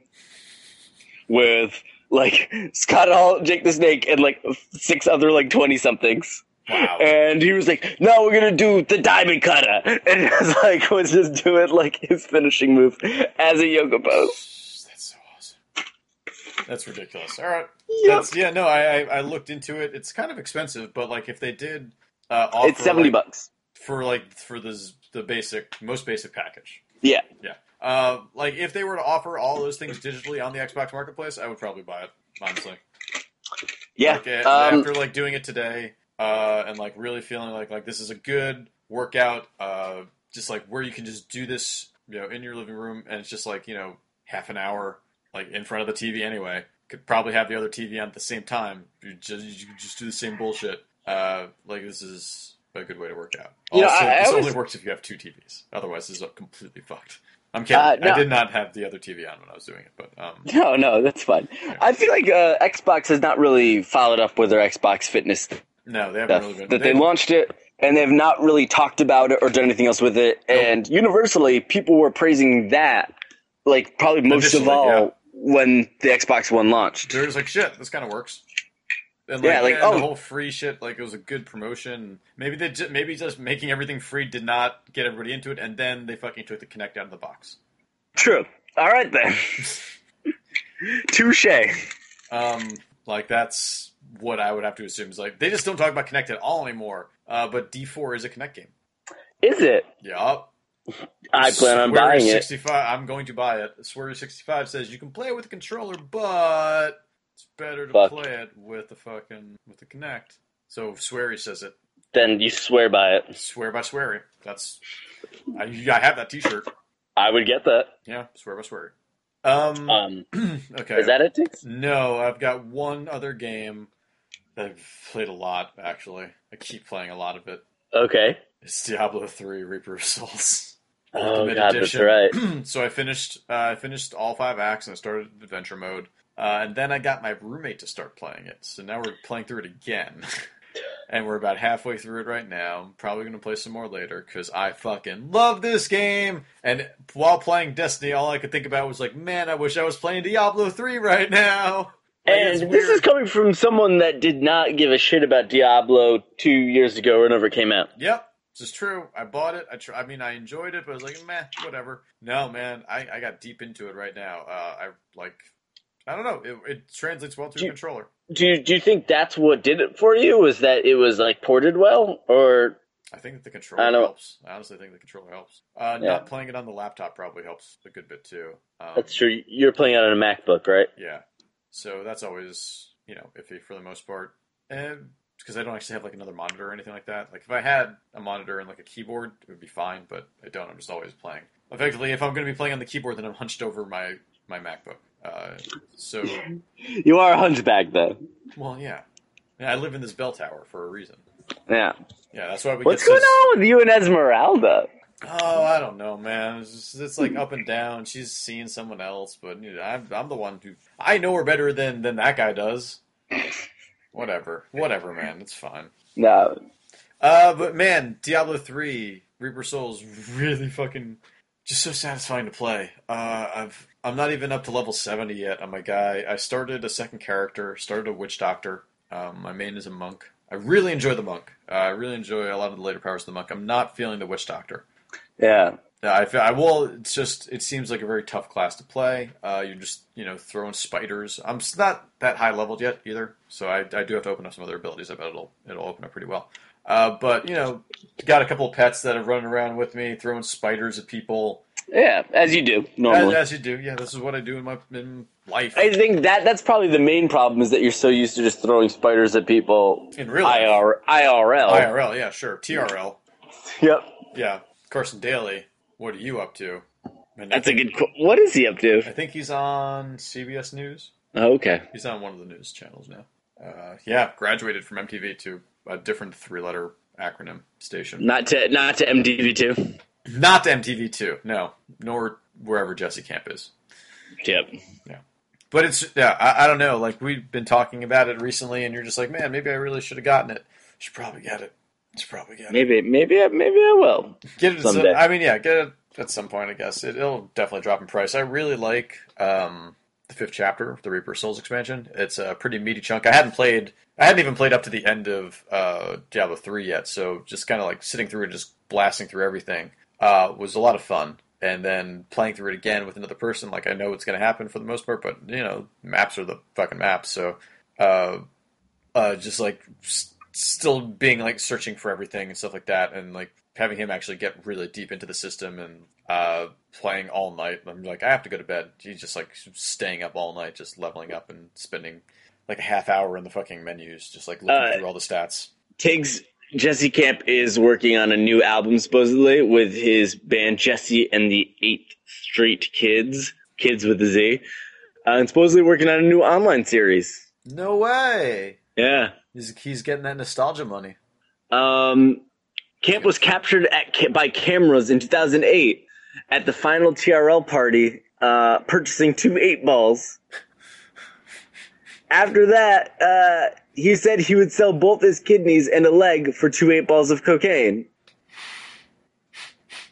with like Scott Hall, Jake the Snake, and like six other like twenty somethings. Wow. And he was like, "No, we're gonna do the diamond cutter," and it was like, "Was just doing like his finishing move as a yoga pose." That's so awesome. That's ridiculous. All right. Yep. That's, yeah. No, I, I I looked into it. It's kind of expensive, but like if they did uh, offer It's seventy like, bucks. for like for the z- the basic most basic package. Yeah. Yeah. Uh, like if they were to offer all those things digitally on the Xbox Marketplace, I would probably buy it. Honestly, Yeah. Like, a- um, after like doing it today, uh, and like really feeling like like this is a good workout. Uh, just like where you can just do this, you know, in your living room, and it's just like you know half an hour, like in front of the TV anyway. Could probably have the other TV on at the same time. You just you could just do the same bullshit. Uh, like this is a good way to work out. You know, Also, I- I this always- only works if you have two TVs. Otherwise, this is completely fucked. I'm kidding. Uh, no. I did not have the other TV on when I was doing it, but um, No, no, that's fine. I feel like uh, Xbox has not really followed up with their Xbox Fitness stuff. no, they haven't really been. That they, launched it and they've not really talked about it or done anything else with it. And universally, people were praising that, like probably most of Initially, all yeah. when the Xbox One launched. they're just like shit this kind of works and like, Yeah, like, and oh. the whole free shit like it was a good promotion maybe they just maybe just making everything free did not get everybody into it and then they fucking took the connect out of the box True. All right then. Touche. um like that's what i would have to assume is like they just don't talk about connect at all anymore uh but d4 is a connect game Is it? Yup. I plan on Swery buying it. 65, I'm going to buy it. Swery65 says you can play it with a controller, but it's better to Fuck. play it with the fucking with the Connect. So Swery says it. Then you swear by it. Swear by Swery. That's I, I have that T-shirt. I would get that. Yeah, swear by Swery. Um. Um, okay. Is that it, Tix? No, I've got one other game that I've played a lot. Actually, I keep playing a lot of it. Okay. It's Diablo Three: Reaper of Souls. Oh, God, that's right. so I finished. Uh, I finished all five acts and I started adventure mode. Uh, and then I got my roommate to start playing it. So now we're playing through it again, and we're about halfway through it right now. I'm probably gonna play some more later because I fucking love this game. And while playing Destiny, all I could think about was like, man, I wish I was playing Diablo Three right now. Like, it's And this weird. is coming from someone that did not give a shit about Diablo two years ago or never came out. Yep, this is true. I bought it. I tr- I mean, I enjoyed it, but I was like, meh, whatever. No, man, I, I got deep into it right now. Uh, I like, I don't know. It, it translates well to a Do you- controller. Do you, do you think that's what did it for you? Was that it was like ported well, or I think that the controller I know. helps. I honestly think the controller helps. Uh, Yeah. Not playing it on the laptop probably helps a good bit too. Um, that's true? You're playing it on a MacBook, right? Yeah. So that's always, you know, iffy for the most part. And because I don't actually have like another monitor or anything like that. Like if I had a monitor and like a keyboard, it would be fine, but I don't. I'm just always playing. Effectively, if I'm going to be playing on the keyboard, then I'm hunched over my my MacBook. Uh, so, You are a hunchback, though. well, yeah. Yeah, I live in this bell tower for a reason. Yeah. Yeah, that's why we What's get going this- on with you and Esmeralda? Oh, I don't know, man. It's, just- it's like up and down. She's seeing someone else, but you know, I'm, I'm the one who I know her better than than that guy does. Whatever, whatever, man. It's fine. No, Uh, but man, Diablo three Reaper Souls really fucking just so satisfying to play. Uh, I've I'm not even up to level seventy yet on my guy. I started a second character, started a witch doctor. Um, my main is a monk. I really enjoy the monk. Uh, I really enjoy a lot of the later powers of the monk. I'm not feeling the witch doctor. yeah. Yeah, I feel I will. It's just it seems like a very tough class to play. Uh, you're just you know throwing spiders. I'm s- not that high leveled yet either, so I, I do have to open up some other abilities. I bet it'll it'll open up pretty well. Uh, but you know, got a couple of pets that have running around with me, throwing spiders at people. Yeah, as you do As, normally. as you do, yeah, this is what I do in my in life. Oh, I think that that's probably the main problem is that you're so used to just throwing spiders at people. In real life. IR, IRL. IRL, yeah, sure. TRL, Yep. yeah. Carson Daly, what are you up to? And I That's a think- good. Qu- what is he up to? I think he's on CBS News. Oh, okay. He's on one of the news channels now. Uh, yeah, graduated from MTV to a different three-letter acronym station. Not to not to MTV two. Not MTV2, no, nor wherever Jesse Camp is. Yep. But it's yeah, I, I don't know. Like we've been talking about it recently, and you're just like, man, maybe I really should have gotten it. Should probably get it. Should probably get it. Maybe maybe I- maybe I will. Get it. at Some, Someday. I mean, yeah, get it at some point. I guess it, it'll definitely drop in price. I really like um, the fifth chapter, the Reaper Souls expansion. It's a pretty meaty chunk. I hadn't played. I hadn't even played up to the end of uh, Diablo three yet. So just kind of like sitting through and just blasting through everything uh, was a lot of fun. And then playing through it again with another person, like I know what's going to happen for the most part. But you know, maps are the fucking maps. So. Uh, uh, just like s- still being like searching for everything and stuff like that, and like having him actually get really deep into the system and uh, playing all night. I'm like, I have to go to bed. He's just like staying up all night, just leveling up and spending like a half hour in the fucking menus, just like looking Uh, through all the stats. Tiggs Jesse Camp is working on a new album supposedly with his band Jesse and the Eighth Street Kids, kids with a Z, uh, and supposedly working on a new online series. No way. Yeah. He's he's getting that nostalgia money. Um, Camp was captured at ca- by cameras in 2008 at the final TRL party, uh, purchasing two eight balls. After that, uh, he said he would sell both his kidneys and a leg for two eight balls of cocaine.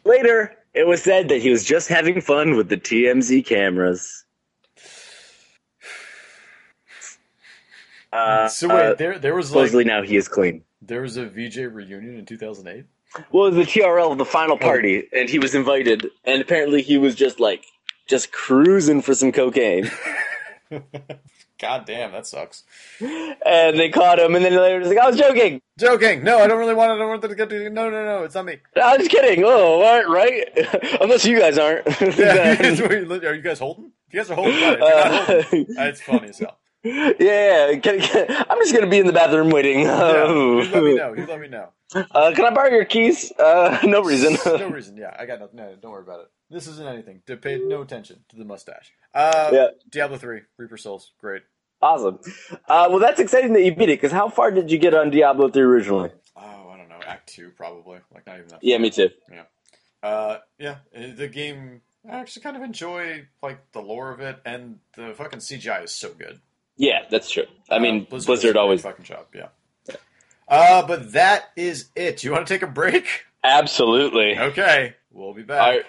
Later, it was said that he was just having fun with the TMZ cameras. Uh, So wait, uh, there there was like supposedly now he is clean. there was a VJ reunion in 2008. Well, it was the TRL of the Oh. final party, and he was invited, and apparently he was just like just cruising for some cocaine. God damn, that sucks. and they caught him, and then later was like, "I was joking. Joking. No, I don't really want it. I don't want it to get to. No, no, no. It's not me. I was kidding. Oh, aren't right? Unless you guys aren't." Yeah. Then- are you guys holding? If you guys are holding, fine. If you're not Uh, holding, uh, it's funny as hell. yeah, yeah. Can, can- I'm just gonna be in the bathroom waiting. Yeah. Oh. You let me know. You let me know. Uh, can I borrow your keys? Uh, no reason. no reason. Yeah, I got nothing. No, don't worry about it. This isn't anything. To pay no attention to the mustache. Uh, Yeah. Diablo three, Reaper Souls, great. awesome. Uh, well, that's exciting that you beat it. Because how far did you get on Diablo three originally? Oh, I don't know. Act two, probably. Like not even that. Yeah, me too. Uh, yeah. eh, The game. I actually kind of enjoy like the lore of it, and the fucking CGI is so good. Yeah, that's true. I Uh, mean, does a Blizzard great always. fucking job. Yeah. Uh, but that is it. You want to take a break? Absolutely. Okay, we'll be back, All right.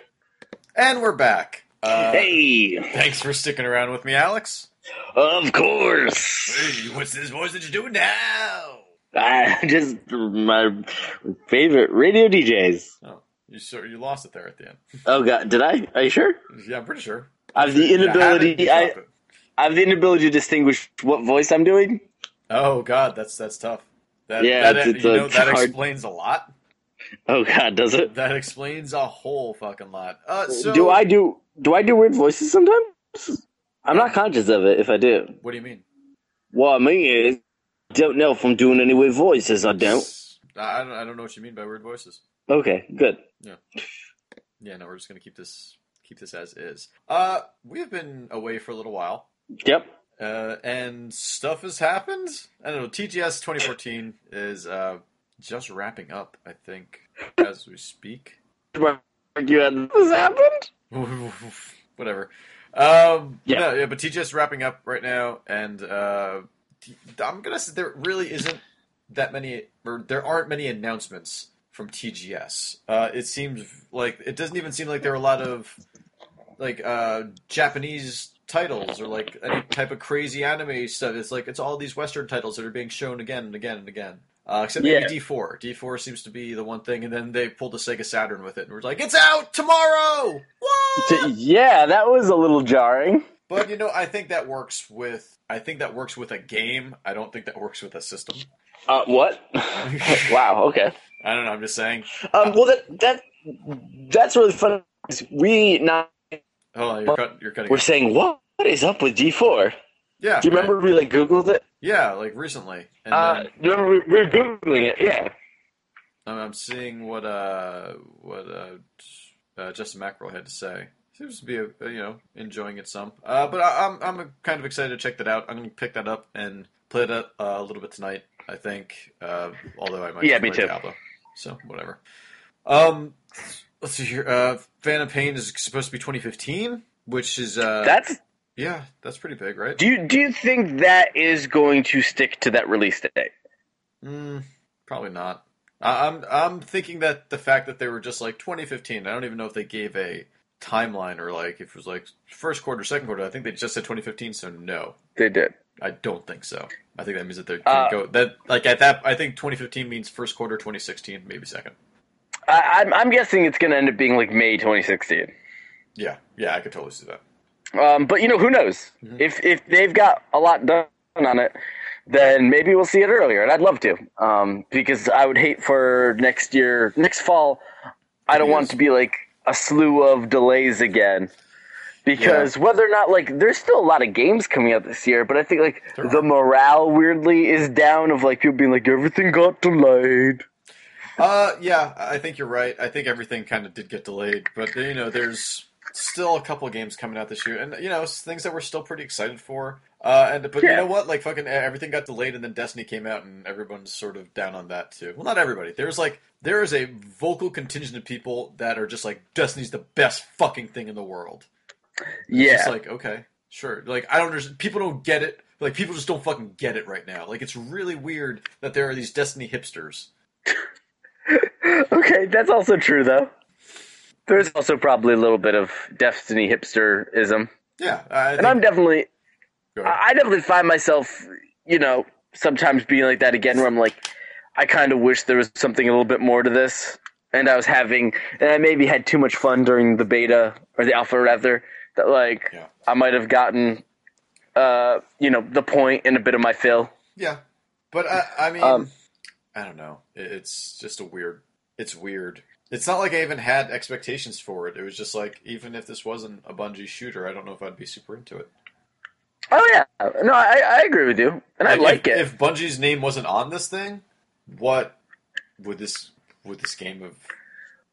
and we're back. Uh, hey, Thanks for sticking around with me, Alex. of course. Hey, what's this voice that you're doing now? I just my favorite radio DJs. Oh, you sure you lost it there at the end? Oh God, did I? Are you sure? Yeah, I'm pretty sure. I have the You had it, inability. you I, dropped it. I have the inability to distinguish what voice I'm doing. Oh God, that's that's tough. That, Yeah, that, it's- it's you a- know it's that hard. explains a lot. Oh God, does it? That explains a whole fucking lot. Uh, so do I do? Do I do weird voices sometimes? I'm not conscious of it if I do. What do you mean? Well, I mean, is, don't know if I'm doing any weird voices. I don't. I, I don't. I don't know what you mean by weird voices. Okay, good. Yeah, no, we're just gonna keep this keep this as is. Uh, we've been away for a little while. Yep. uh, and stuff has happened. I don't know. TGS 2014 is uh, just wrapping up, I think, as we speak. You had this happened. Whatever. Um, Yeah. No, yeah, but TGS is wrapping up right now, and uh, I'm gonna say there really isn't that many, or there aren't many announcements from TGS. Uh, it seems like it doesn't even seem like there are a lot of like uh, Japanese titles or like any type of crazy anime stuff. It's like it's all these Western titles that are being shown again and again and again. Uh, except maybe Yeah. D4. D4 seems to be the one thing, and then they pulled the Sega Saturn with it, and we're like, it's out tomorrow. What? T- yeah, that was a little jarring. But you know, I think that works with I think that works with a game. I don't think that works with a system. Uh, what? wow. Okay. I don't know. I'm just saying. Um, well, that that that's really funny. We now Hold on, you're, cut, you're cutting. we're out. saying what is up with D four? Yeah, Do you right. remember we like Googled it? Yeah, like recently, and Uh, then do you remember we, we were Googling it? Yeah. I'm, I'm seeing what uh what uh, uh Justin Mackerel had to say. Seems to be uh you know enjoying it some. Uh, but I, I'm I'm kind of excited to check that out. I'm gonna pick that up and play it up, uh, a little bit tonight. I think. Uh, although I might Yeah, just me play too. Diablo. So whatever. Um, let's see here. Uh, Phantom Pain is supposed to be 2015, which is uh That's. yeah, that's pretty big, right? Do you do you think that is going to stick to that release date? Mm, probably not. I, I'm I'm thinking that the fact that they were just like 2015. I don't even know if they gave a timeline or like if it was like first quarter, second quarter. I think they just said 2015. So no, They did. I don't think so. I think that means that they Uh, can go that like at that. I think 2015 means first quarter 2016, maybe second. I, I'm I'm guessing it's going to end up being like May 2016. Yeah, yeah, I could totally see that. Um, but you know who knows? If if they've got a lot done on it, then maybe we'll see it earlier, and I'd love to. Um, because I would hate for next year, next fall. I don't want it to be like a slew of delays again. Because whether or not like there's still a lot of games coming out this year, but I think like There the are. morale weirdly is down of like people being like everything got delayed. Uh, yeah, I think you're right. I think everything kind of did get delayed, but you know, there's still a couple games coming out this year, and you know, s- things that we're still pretty excited for. Uh, and but you Yeah. know what? Like fucking e- everything got delayed, and then Destiny came out, and everyone's sort of down on that too. Well, not everybody. There's like there is a vocal contingent of people that are just like Destiny's the best fucking thing in the world. It's Yeah. just like okay, sure. Like I don't understand. People don't get it. Like people just don't fucking get it right now. Like it's really weird that there are these Destiny hipsters. okay, that's also true though. There's also probably a little bit of Destiny hipsterism. Yeah, I think, And I'm definitely Go ahead. I I definitely find myself, you know, sometimes being like that again where I'm like I kind of wish there was something a little bit more to this and I was having and I maybe had too much fun during the beta or the alpha rather that like Yeah. I might have gotten uh, you know, the point and a bit of my fill. Yeah, but I, I mean, Um, I don't know. It, it's just a weird. It's weird. It's not like I even had expectations for it. It was just like, even if this wasn't a Bungie shooter, I don't know if I'd be super into it. Oh yeah, no, I, I agree with you, and I if, like it. If Bungie's name wasn't on this thing, what would this would this game have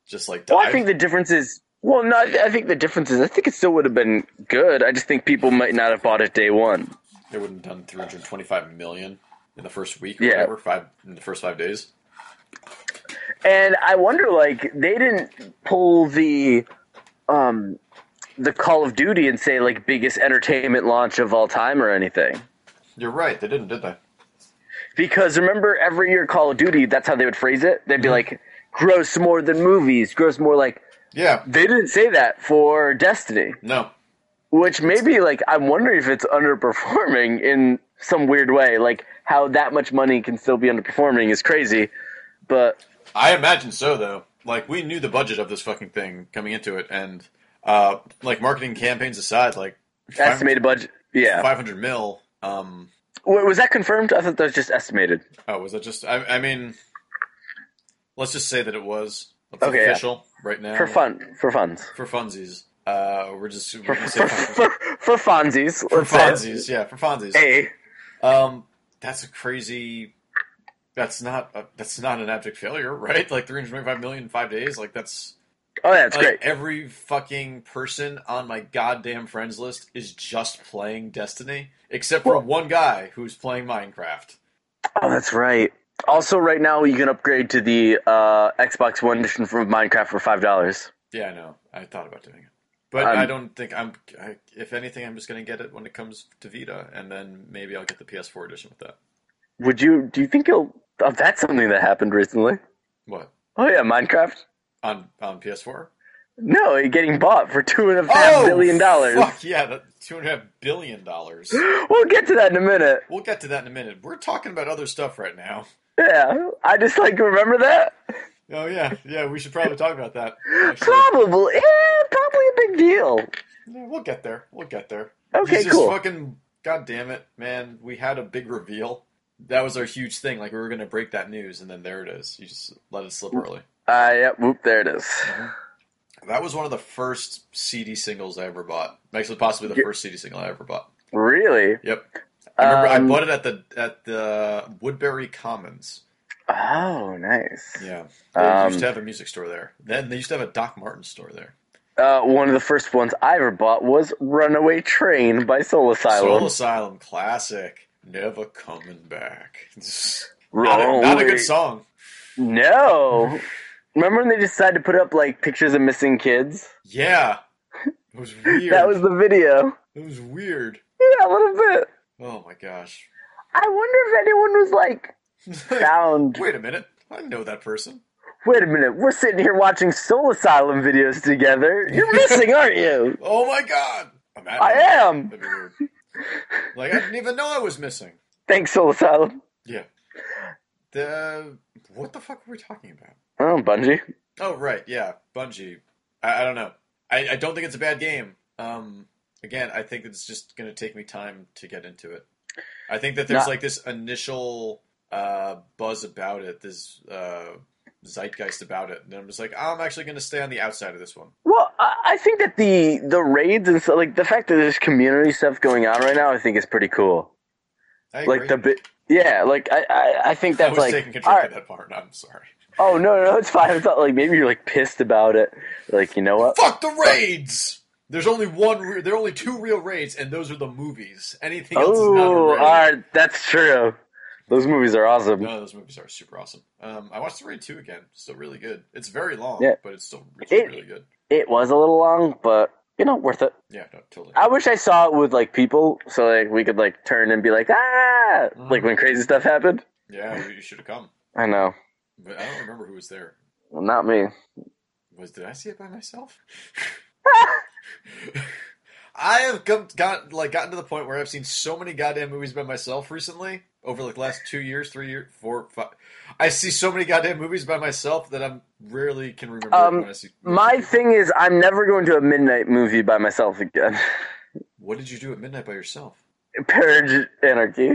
just like died? well, I think the difference is. Well, no, I th- I think the difference is I think it still would have been good. I just think people might not have bought it day one. they wouldn't have done 325 million in the first week or Yeah. whatever, five in the first five days. And I wonder, like, they didn't pull the, um, the Call of Duty and say like biggest entertainment launch of all time or anything. You're right, they didn't, did they? Because remember, every year Call of Duty, that's how they would phrase it. They'd be like, gross more than movies, gross more like. Yeah, They didn't say that for Destiny, no, which maybe, like, I'm wondering if it's underperforming in some weird way. Like, how that much money can still be underperforming is crazy. But I imagine so, though. Like, we knew the budget of this fucking thing coming into it, and, uh, like, marketing campaigns aside, like, five- estimated budget. Yeah. 500 mil, um, Wait, was that confirmed? I thought that was just estimated. oh, was that just, I, I mean, let's just say that it was It's Okay, yeah. official right now. For fun. For funds. For funsies. Uh, we're just, we're For, gonna say for, for, for, for Fonzies. for let's say. funsies, yeah, for funsies. Hey. Um, that's a crazy. That's not a, that's not an abject failure, right? Like 325 million in five days. Like that's Oh, yeah, it's like great. every fucking person on my goddamn friends list is just playing Destiny, except for one guy who's playing Minecraft. Oh, that's right. Also, right now you can upgrade to the uh, Xbox One edition from Minecraft for five dollars. Yeah, I know. I thought about doing it, but Um, I don't think I'm. I, if anything, I'm just gonna get it when it comes to Vita, and then maybe I'll get the PS4 edition with that. Would you? Do you think you'll? Oh, that's something that happened recently. What Oh yeah, Minecraft. on on PS4? No, it getting bought for two and a half billion dollars. Oh, Fuck yeah, that two and a half billion dollars. We'll get to that in a minute. We'll get to that in a minute. We're talking about other stuff right now. Yeah, I just like remember that. Oh yeah, yeah. We should probably talk about that. actually. Probably, yeah, probably a big deal. Yeah, we'll get there. We'll get there. Okay, He's just cool. Fucking god damn it, man. We had a big reveal. That was our huge thing. Like we were gonna break that news, and then there it is. You just let it slip early. Uh, yeah, whoop, there it is. That was one of the first CD singles I ever bought. Actually, possibly the first CD single I ever bought. Really? Yep. I remember Um, I bought it at the at the Woodbury Commons. Oh, nice. Yeah, they Um, used to have a music store there. Then they used to have a Doc Martin store there. Uh, one of the first ones I ever bought was "Runaway Train" by Soul Asylum. Soul Asylum, classic. Never coming back. not, a, Wrong not a way. good song. No. Remember when they decided to put up like pictures of missing kids? Yeah. It was weird. That was the video. it was weird. Yeah, a little bit. Oh my gosh. I wonder if anyone was like found. Wait a minute. I know that person. Wait a minute, we're sitting here watching Soul Asylum videos together. You're missing, aren't you? Oh my god. I'm at I am. That'd be weird. Like I didn't even know I was missing. Thanks, Soul Asylum. Yeah. The what the fuck were we talking about? Oh, Bungie. Oh right, yeah, Bungie. I, I don't know. I, I don't think it's a bad game. Um, again, I think it's just going to take me time to get into it. I think that there's Not- like this initial uh, buzz about it, this uh, zeitgeist about it, and I'm just like, I'm actually going to stay on the outside of this one. Well, I I think that the the raids and stuff, like the fact that there's community stuff going on right now, I think is pretty cool. I agree. Like the bit, yeah. Like I, I, I think I that's was like taking control all of right. that part. I'm sorry. Oh no, no, it's fine. It's not like maybe you're like pissed about it. Like you know what? Fuck the raids. There's only one. Re- there are only two real raids, and those are the movies. Anything else is not a Oh, all raid. right, that's true. Those movies are awesome. No, those movies are super awesome. Um, I watched The Raid 2 again. Still really good. It's very long, Yeah. but it's still it's It- really good. It was a little long, but you know, worth it. Yeah, no, totally. I wish I saw it with like people, so like we could like turn and be like ah, Mm-hmm. like when crazy stuff happened. yeah, you, you should have come. I know, But I don't remember who was there. well, not me. Was did I see it by myself? I have come, got like gotten to the point where I've seen so many goddamn movies by myself recently over like the last two years, three years, four, five. I see so many goddamn movies by myself that I'm rarely can remember Um, when I see. My thing is, I'm never going to a midnight movie by myself again. what did you do at midnight by yourself? Purge Anarchy.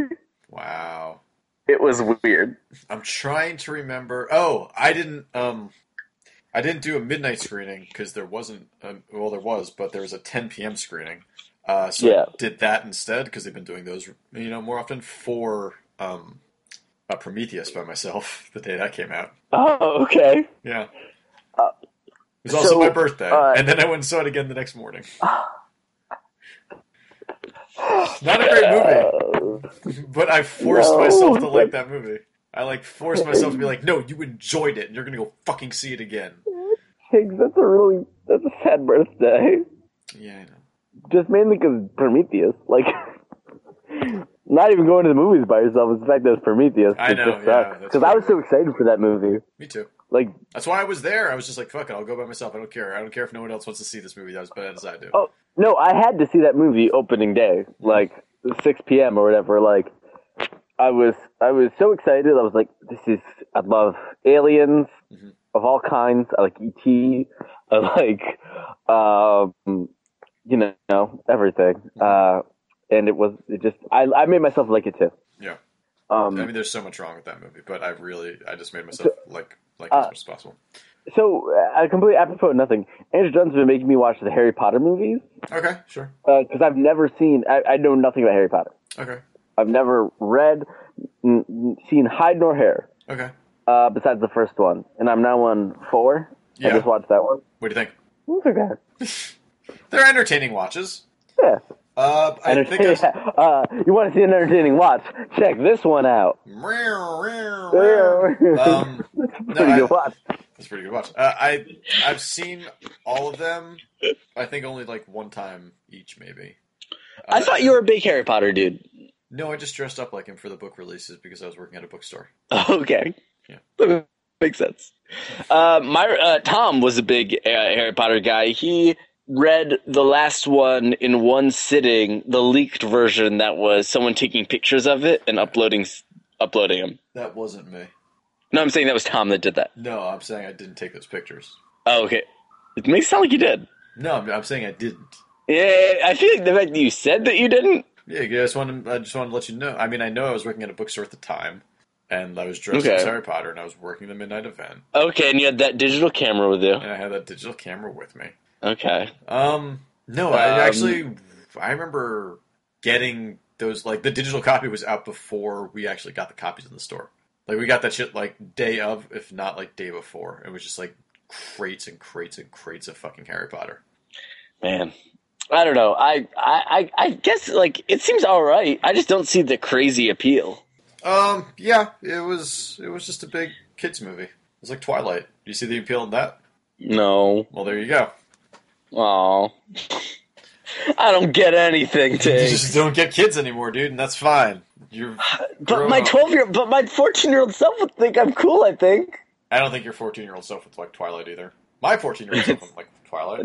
Wow. It was weird. I'm trying to remember. Oh, I didn't. Um, I didn't do a midnight screening because there wasn't. A, well, there was, but there was a 10 p.m. screening. Uh, so Yeah. I did that instead because they've been doing those, you know, more often for um, uh, Prometheus by myself the day that came out. Oh, okay. Yeah. It Uh, was also so, my birthday, uh, and then I went and saw it again the next morning. Not a great movie. Uh, But I forced No. myself to like that movie. I like forced myself to be like, no, you enjoyed it, and you're gonna go fucking see it again. Higgs, that's a really that's a sad birthday. Yeah, I know. Just mainly because Prometheus. Like, not even going to the movies by yourself is the fact that it's Prometheus. I it know, just yeah, sucks. that's Because I was weird. so excited for that movie. Me too. Like, That's why I was there. I was just like, fuck it, I'll go by myself. I don't care. I don't care if no one else wants to see this movie that was bad as I do. oh no, I had to see that movie opening day, like 6 p.m. or whatever. Like, I was I was so excited. I was like, this is I love aliens Mhm. of all kinds. I like ET. I like, um, you know, everything. Mm-hmm. Uh, and it was it just I I made myself like it too. Yeah. Um, I mean there's so much wrong with that movie, but I really I just made myself like like it as uh, much as possible. So, uh, a complete apropos of nothing, Andrew Dunn's been making me watch the Harry Potter movies Okay, sure. because I've never seen, I, I know nothing about Harry Potter. Okay. I've never read, n- n- seen hide nor hair Okay. uh, besides the first one, and I'm now on four. I Yeah. just watched that one. What do you think? It's okay. They're entertaining watches. Yeah. Uh I think Entertaining. I Uh, you want to see an entertaining watch? Check this one out. um Pretty no, I, good watch. That's a pretty good watch. Uh, I I've seen all of them. I think only like one time each, maybe. Uh, I thought you were a big Harry Potter dude. No, I just dressed up like him for the book releases because I was working at a bookstore. Okay. Yeah. That makes sense. Uh, my uh, Tom was a big uh, Harry Potter guy. He read the last one in one sitting, the leaked version that was someone taking pictures of it and uploading uploading them. That wasn't me. No, I'm saying that was Tom that did that. No, I'm saying I didn't take those pictures. Oh, okay. It makes it sound like you did. No, I'm, I'm saying I didn't. Yeah, I feel like the fact that you said that you didn't. Yeah, I just wanted I just wanted to let you know. I mean, I know I was working at a bookstore at the time, and I was dressed Okay. as Harry Potter, and I was working the midnight event, Okay, and you had that digital camera with you. and I had that digital camera with me. Okay. Um, no, I Um, actually I remember getting those like the digital copy was out before we actually got the copies in the store. Like we got that shit like day of, if not like day before. It was just like crates and crates and crates of fucking Harry Potter. Man, I don't know. I I I, I guess like it seems all right. I just don't see the crazy appeal. Um, yeah, it was it was just a big kids movie. It was like Twilight. Do you see the appeal in that? No. Well, there you go. Oh. I don't get anything, You Tig. just don't get kids anymore, dude, and that's fine. You're But my grown up. twelve year, but my fourteen year old self would think I'm cool. I think. I don't think your 14-year-old self would like Twilight either. My 14-year-old self would like Twilight.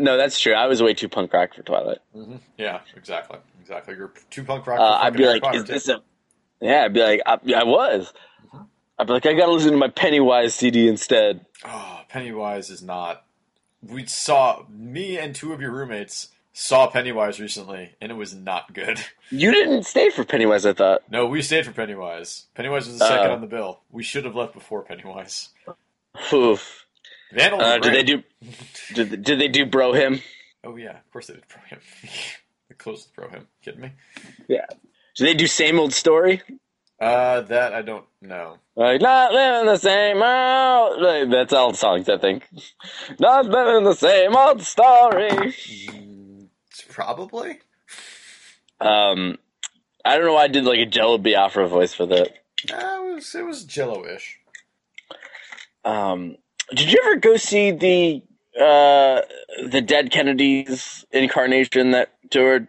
No, that's true. I was way too punk rock for Twilight. hmm Yeah, exactly, exactly. You're too punk rock for Uh, I'd fucking be Harry like, Potter. is too. this a? Yeah, I'd be like, I, I was. I'd be like, I gotta listen to my Pennywise CD instead. Oh, Pennywise is not. We saw me and two of your roommates saw Pennywise recently, and it was not good. You didn't stay for Pennywise, I thought. No, we stayed for Pennywise. Pennywise was the second Oh. on the bill. We should have left before Pennywise. Oof. Vandal was Uh, did they great. do? Did, did they do bro him? Oh yeah, of course they did pro him. they closed with pro him. Kidding me? Do they do same old story? Uh, that I don't know. Like not living the same old. Like, that's all songs, I think. Not living the same old story. Mm, probably. Um, I don't know why I did like a Jello Biafra voice for that. Uh, it was it was Jello-ish. Um, did you ever go see the uh the Dead Kennedys incarnation that toured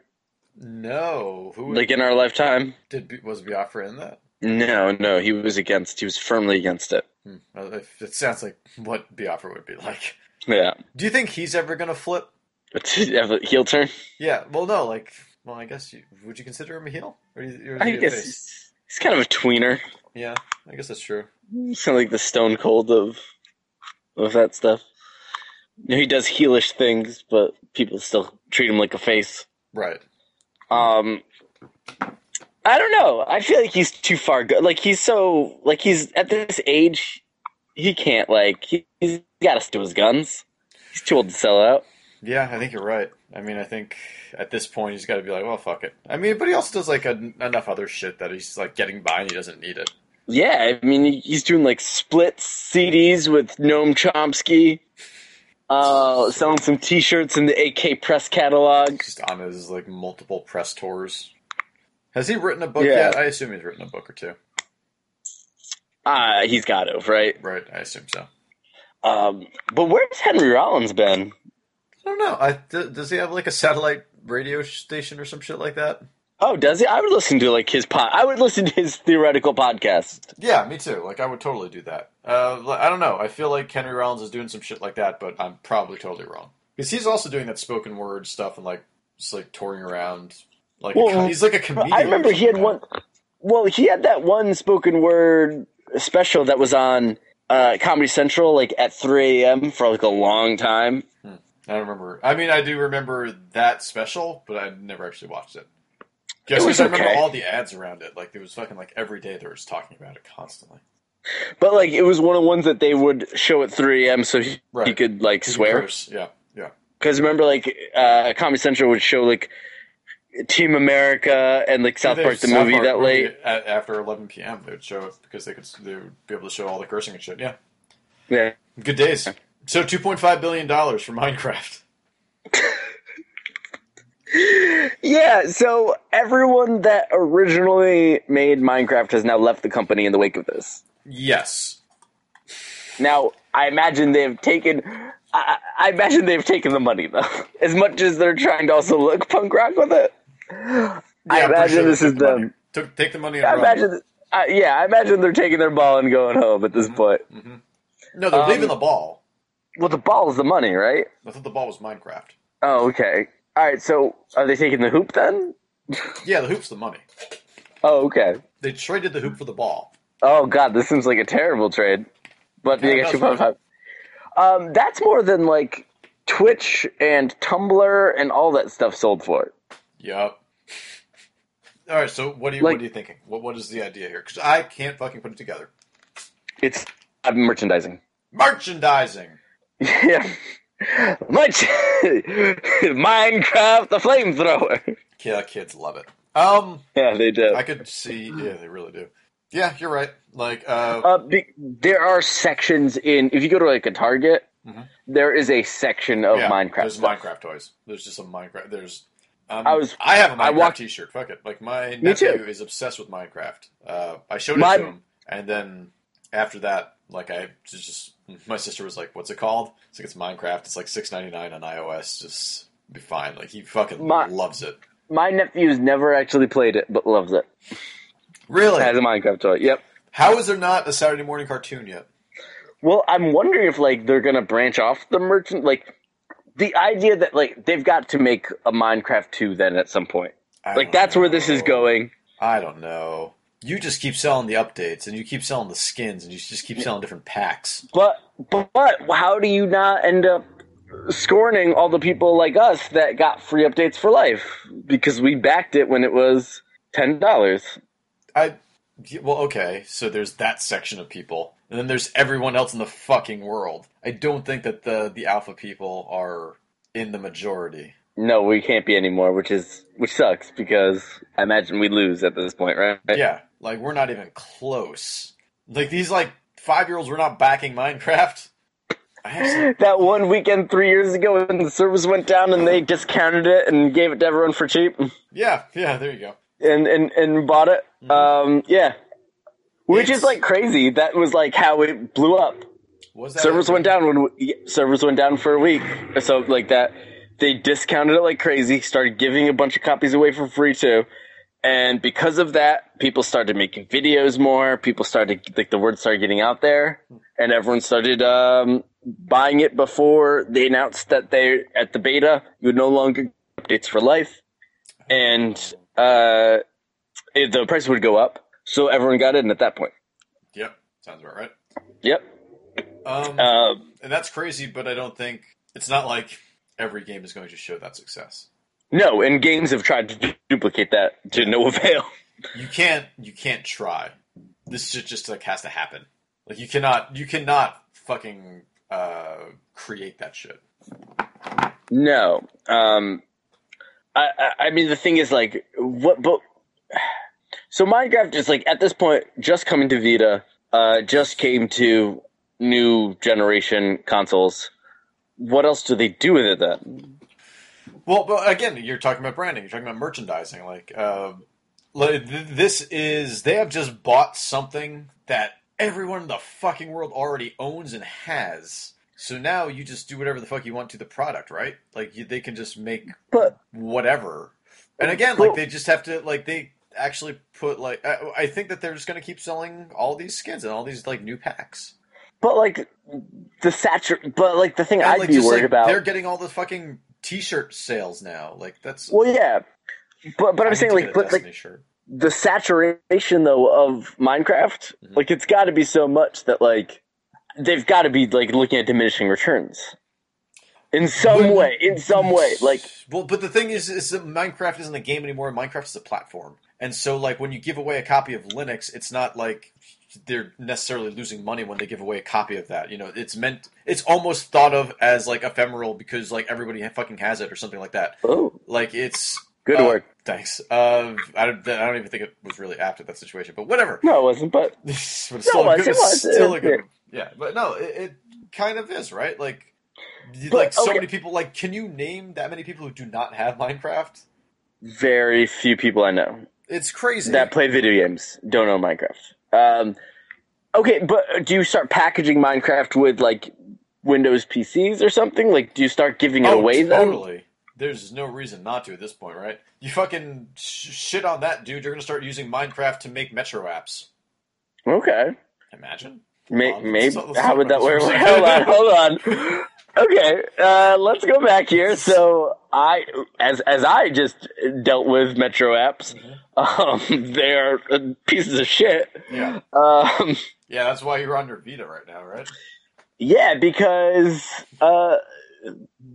No, who like in our lifetime? Did B- was Biafra in that? No, no, he was against. He was firmly against it. Hmm. Uh, if- It sounds like what Biafra would be like. Yeah, Do you think he's ever gonna flip? heel turn. Yeah. Well, no. Like, well, I guess you would you consider him a heel, or is, or is I he a guess face? he's, he's kind of a tweener. Yeah, I guess that's true. He's kind of like the Stone Cold of of that stuff. You know, he does heelish things, but people still treat him like a face. Right. Um, I don't know. I feel like he's too far go. Like he's so like he's at this age, he can't like he, he's got to stick to his guns. He's too old to sell out. Yeah, I think you're right. I mean, I think at this point he's got to be like, well, fuck it. I mean, but he also does like a, enough other shit that he's like getting by and he doesn't need it. Yeah, I mean he- he's doing like split CDs with Noam Chomsky, uh, selling some T-shirts in the AK Press catalog. Just on his like multiple press tours. Has he written a book Yeah. yet? I assume he's written a book or two. Uh, he's got to right. Right, I assume so. Um, but where's Henry Rollins been? I don't know. I, d- does he have like a satellite radio station or some shit like that? Oh, does he? I would listen to like his pod. I would listen to his theoretical podcast. Yeah, me too. Like I would totally do that. Uh, li- I don't know. I feel like Henry Rollins is doing some shit like that, but I'm probably totally wrong because he's also doing that spoken word stuff and like just like touring around. Like a co- Well, he's like a But comedian. I or remember he had something one. like Well, he had that one spoken word special that was on uh, Comedy Central, like at 3 a.m. for like a long time. that. I don't remember. I mean, I do remember that special, but I never actually watched it. Just was because I remember okay. all the ads around it. Like it was fucking like every day they were just talking about it constantly. But like, it was one of the ones that they would show at 3 a.m. so he, Right. he could like swear. Curse. Yeah, yeah. Because remember, like uh, Comedy Central would show like Team America and like South They- Park the South movie Park that late. at, after 11 p.m. They would show it because they could they would be able to show all the cursing and shit. Yeah. Yeah. Good days. So two point five billion dollars for Minecraft. Yeah, so everyone that originally made Minecraft has now left the company in the wake of this. Yes. Now, I imagine they've taken. I, I imagine they've taken the money though, as much as they're trying to also look punk rock with it. Yeah, I I'm pretty imagine sure they this took is the money. them. Took, take the money and I run. imagine. I yeah, I imagine they're taking their ball and going home at this Mm-hmm. point. no, they're um, leaving the ball. Well, the ball is the money, right? I thought the ball was Minecraft. Oh, okay. All right. So, are they taking the hoop then? Yeah, the hoop's the money. Oh, okay. They traded the hoop for the ball. Oh God, this seems like a terrible trade. But Yeah, they it got does, two point five. Um, that's more than like Twitch and Tumblr and all that stuff sold for. Yup. All right. So what are you Like- what are you thinking? What what is the idea here? Because I can't fucking put it together. It's uh, merchandising. Merchandising. Yeah. Much Minecraft the flamethrower. Yeah, kids love it. Um, Yeah, they do. I could see. Yeah, they really do. Yeah, you're right. Like, uh, Uh, be, there are sections in if you go to like a Target, Mhm. there is a section of yeah, Minecraft. There's Stuff. Minecraft toys. There's just some Minecraft. There's. Um, I I was- was. I have a Minecraft I walked- T-shirt. Fuck it. Like my Me too. nephew is obsessed with Minecraft. Uh, I showed My- it to him, and then after that, like I just, just my sister was like, "What's it called?" It's like it's Minecraft. It's like six ninety nine on iOS. Just be fine. Like he fucking My- loves it. My nephew's never actually played it, but loves it. Has Really? a Minecraft toy. Yep. How is there not a Saturday morning cartoon yet? Well, I'm wondering if like they're gonna branch off the merchant like the idea that like they've got to make a Minecraft 2 then at some point. I Like don't that's where this is know. going. I don't know. You just keep selling the updates, and you keep selling the skins, and you just keep selling different packs. But but how do you not end up scorning all the people like us that got free updates for life because we backed it when it was ten dollars? I yeah, well, okay. So there's that section of people, and then there's everyone else in the fucking world. I don't think that the the alpha people are in the majority. No, we can't be anymore, which is which sucks because I imagine we lose at this point, right? Yeah, like we're not even close. Like these like five year olds were not backing Minecraft. I have some, That one weekend three years ago when the servers went down and they discounted it and gave it to everyone for cheap yeah, yeah. There you go. and and, and bought it. Um, yeah. Which is It's- like crazy. That was like how it blew up. Was that servers it? went down when yeah, servers went down for a week or so like that they discounted it like crazy started giving a bunch of copies away for free too and because of that people started making videos more people started like the word started getting out there and everyone started um, buying it before they announced that they at the beta you would no longer get updates for life and uh, it, the price would go up so everyone got in at that point Yep, sounds about right. yep Um, uh, and that's crazy, but I don't think it's not like every game is going to show that success. No, and games have tried to du- duplicate that to no avail. you can't you can't try. This shit just like has to happen. Like you cannot you cannot fucking uh, create that shit. No. Um, I, I I mean the thing is like what but so Minecraft is like at this point just coming to Vita, uh, just came to new generation consoles. What else do they do with it then? Well, but again, you're talking about branding. You're talking about merchandising. Like, uh, like th- this is they have just bought something that everyone in the fucking world already owns and has. So now you just do whatever the fuck you want to the product, right? Like you, they can just make But- whatever. And again, Cool. like they just have to like they actually put like I, I think that they're just going to keep selling all these skins and all these like new packs. But like the satur- but like the thing And, I'd like, be just, worried like, about They're getting all the fucking t-shirt sales now. Like that's Well, yeah, but but I I'm need saying to get a like, but like Destiny shirt. the saturation though of Minecraft, Mhm. like it's got to be so much that like they've got to be like looking at diminishing returns in some Well- way. In some way, like well, but the thing is, is that Minecraft isn't a game anymore. Minecraft is a platform, and so like when you give away a copy of Linux, it's not like they're necessarily losing money when they give away a copy of that. You know, it's meant, it's almost thought of as like ephemeral because like everybody ha- fucking has it or something like that. oh, Like it's good uh, work. Thanks. Uh, I don't, I don't even think it was really apt at that situation, but whatever. No, it wasn't, but but it's still, a was, good, it it's was, still it- a good. Yeah, but no, it, it kind of is right. Like, you- But, like so okay. many people. Like, can you name that many people who do not have Minecraft? very few people I know It's crazy. that play video games don't own Minecraft. Um, okay, but do you start packaging Minecraft with like Windows PCs or something? Like, do you start giving it oh, away then? totally. There's no reason not to at this point, right? You fucking sh- shit on that dude. You're gonna start using Minecraft to make Metro apps. Okay. Imagine. May, Um, maybe so- so- how would that work? so- hold on, hold on. Okay, uh, let's go back here. So I, as as I just dealt with Metro apps, um, they're uh, pieces of shit. Mm-hmm. Yeah, Um, yeah. That's why you're on your Vita right now, right? yeah, because uh,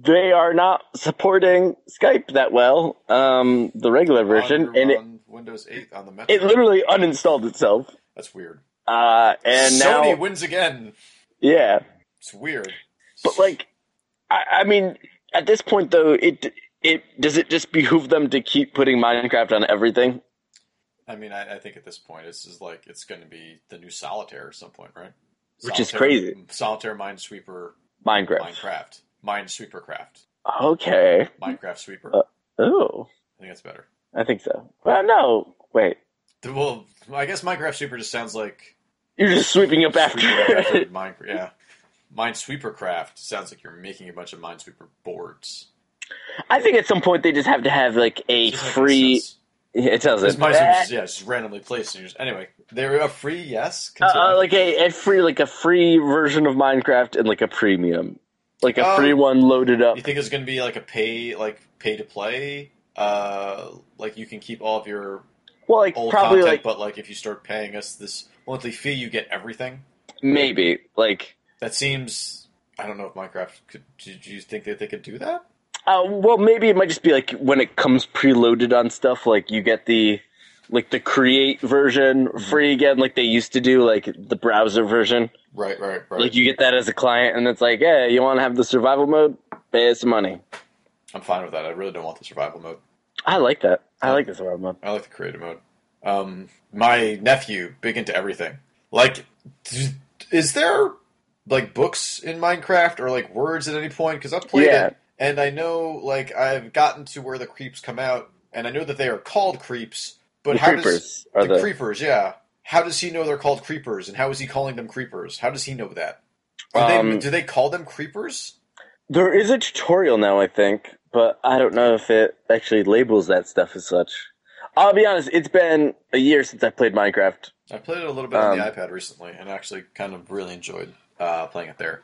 they are not supporting Skype that well, um, the regular version, on, and it, on Windows 8 on the Metro. it literally uninstalled itself. that's weird. Uh, and Sony now, wins again. yeah. It's weird. But like, I, I mean, at this point though, it it does it just behoove them to keep putting Minecraft on everything? I mean, I, I think at this point, it's just like it's going to be the new Solitaire at some point, right? Which is Solitaire- crazy. Solitaire, Minesweeper, Minecraft. Minecraft, Minesweeper Craft, Okay. Minecraft Sweeper. Uh. Oh, I think that's better. I think so. Well, no, wait. The- Well, I guess Minecraft Sweeper just sounds like You're just sweeping up after. sweeping up after Minecraft. Yeah, Minesweeper Craft sounds like you're making a bunch of Minesweeper boards. I think at some point they just have to have like a It doesn't make any free. sense. It Because doesn't. Minesweeper Eh, is yeah, it's just randomly placed. And you're just, anyway, they're a free yes. Uh, Continue. uh, like a, a free, like a free version of Minecraft and like a premium, like a Um, free one loaded up. You think it's going to be like a pay, like pay to play? Uh, like you can keep all of your Well, like old probably content, like but like if you start paying us this monthly fee, you get everything. maybe like That seems. I don't know if Minecraft could. Did you think that they could do that? Uh, well, maybe it might just be like when it comes preloaded on stuff, like you get the like the create version Mm-hmm. free again, like they used to do, like the browser version. Right, right, right. Like you get that as a client, and it's like, hey, you want to have the survival mode? Pay us some money. I'm fine with that. I really don't want the survival mode. I like that. I like the survival mode. I like the creative mode. Um, my nephew big into everything. Like, d- is there like books in Minecraft or like words at any point? Because I've played Yeah. it and I know like I've gotten to where the creeps come out, and I know that they are called creeps. But The how does creepers are the, the creepers? Yeah. How does he know they're called creepers, and how is he calling them creepers? How does he know that? Do they, Um, do they call them creepers? there is a tutorial now, I think, but I don't know if it actually labels that stuff as such. I'll be honest, it's been a year since I played Minecraft. I played it a little bit on the Um, iPad recently, and actually kind of really enjoyed uh, playing it there.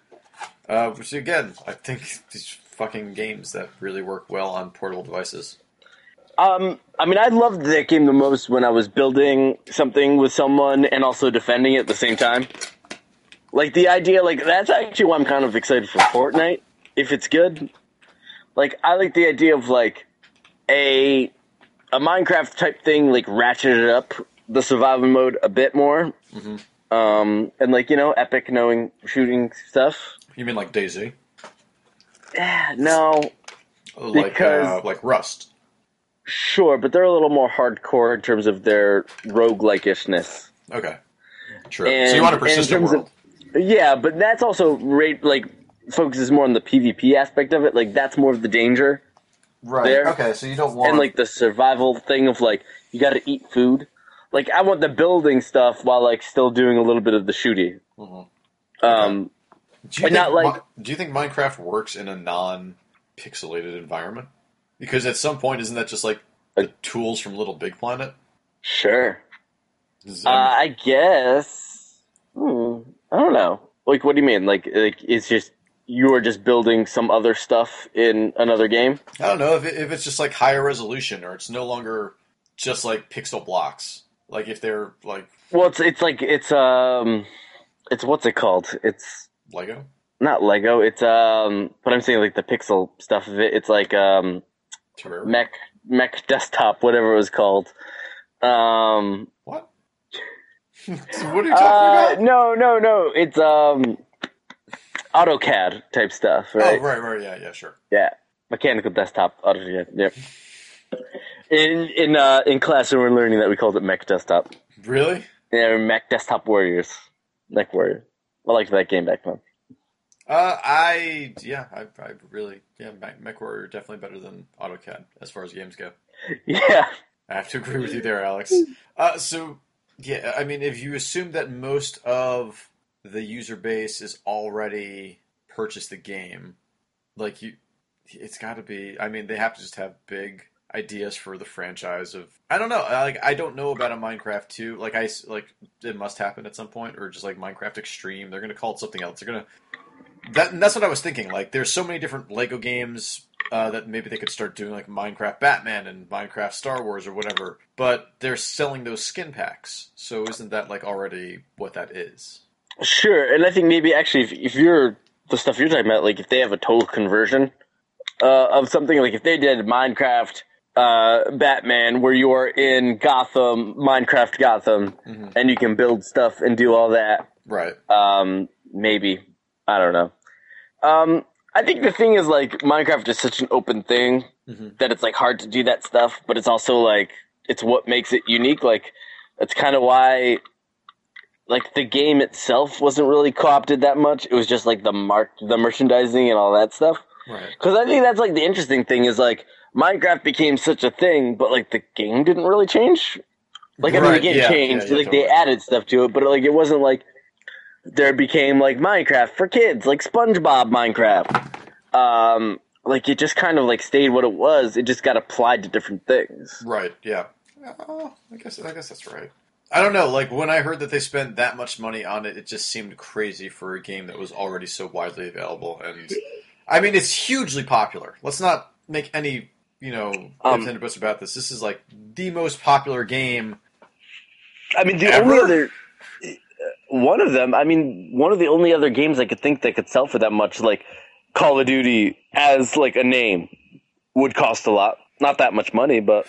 Uh, which again, I think these fucking games that really work well on portable devices. Um, I mean, I loved that game the most when I was building something with someone and also defending it at the same time. Like the idea, like that's actually why I'm kind of excited for Fortnite if it's good. Like I like the idea of like a a Minecraft type thing, like ratcheted up the survival mode a bit more. Um, and like you know, epic knowing shooting stuff. You mean like Daisy? Yeah, no, Like uh, Because- like Rust. sure, but they're a little more hardcore in terms of their roguelike-ishness. Okay. True. so And you want a in persistent terms of- world. Yeah, but that's also rate like focuses more on the PvP aspect of it. Like that's more of the danger Right. There. Okay, so you don't want and like the survival thing of like you got to eat food. Like I want the building stuff while like still doing a little bit of the shooting. Mhm. Um, Do you and not think Mi- like- do you think Minecraft works in a non pixelated environment? Because at some point isn't that just like the tools from Little Big Planet? sure. Is- Uh, I mean, I guess. Hmm, I don't know. Like, what do you mean? Like, like it's just you are just building some other stuff in another game. I don't know if, it, if it's just like higher resolution or it's no longer just like pixel blocks. Like if they're like Well, it's it's like it's um, it's what's it called? It's Lego. not Lego. It's um, but I'm saying like the pixel stuff of it. It's like um, Terraria. Mech Mech Desktop, whatever it was called. Um, what? what are you talking uh, about? no, no, no. It's um, AutoCAD type stuff, right? Oh, right, right, yeah, yeah, sure. Yeah, mechanical desktop. AutoCAD. Yep. In in uh, in class, when we were learning that we called it Mech Desktop. Really? Yeah, we're Mech Desktop Warriors, Mech Warrior. I liked that game back then. Uh, I yeah, I, I really yeah, Mech- MechWarrior definitely better than AutoCAD as far as games go. Yeah, I have to agree with you there, Alex. Uh, so yeah, I mean, if you assume that most of the user base is already purchased the game, like you, it's got to be. I mean, they have to just have big ideas for the franchise of. I don't know. I- Like, I don't know about a Minecraft two. Like, I s- like it must happen at some point, or just like Minecraft Extreme. They're gonna call it something else. They're gonna. That, and that's what I was thinking. Like, there's so many different Lego games uh, that maybe they could start doing like Minecraft Batman and Minecraft Star Wars or whatever. But they're selling those skin packs, so isn't that like already what that is? sure. And I think maybe actually, if, if you're the stuff you're talking about, like if they have a total conversion uh, of something, like if they did Minecraft, uh, Batman, where you are in Gotham, Minecraft Gotham, and you can build stuff and do all that. Right. Um, maybe I don't know. Um, I think the thing is like Minecraft is such an open thing Mhm. that it's like hard to do that stuff, but it's also like it's what makes it unique. Like that's kind of why like the game itself wasn't really co-opted that much. It was just like the mark, the merchandising and all that stuff. Right. Because I think that's like the interesting thing is like Minecraft became such a thing, but like the game didn't really change. Like I mean, the Right, game yeah, changed. yeah, yeah, like totally. they added stuff to it, but like it wasn't like there became like Minecraft for kids, like SpongeBob Minecraft. Um, like it just kind of like stayed what it was. It just got applied to different things. Right. Yeah. Oh, I guess I guess that's right. I don't know. Like when I heard that they spent that much money on it, it just seemed crazy for a game that was already so widely available. And I mean, it's hugely popular. Let's not make any you know Um, ifs and buts about this. This is like the most popular game. I mean, the Ever? only other uh, One of them, I mean, one of the only other games I could think that could sell for that much, like Call of Duty as like a name, would cost a lot. Not that much money, but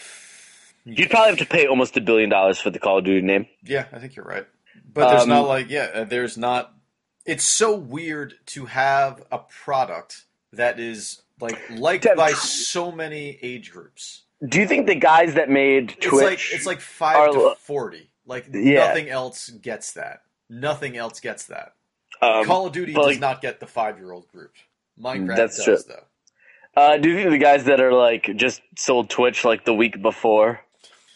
you'd probably have to pay almost a billion dollars for the Call of Duty name. Yeah, I think you're right. But there's Um, not like yeah, uh, there's not. It's so weird to have a product that is like liked Dev- by so many age groups. Do you think the guys that made Twitch? It's like it's like five are to lo- forty. Like Yeah. nothing else gets that. Nothing else gets that. um, Call of Duty but, does like- Mm, not get the five year old group. Minecraft That's does though. Uh, do you think the guys that are like just sold Twitch like the week before?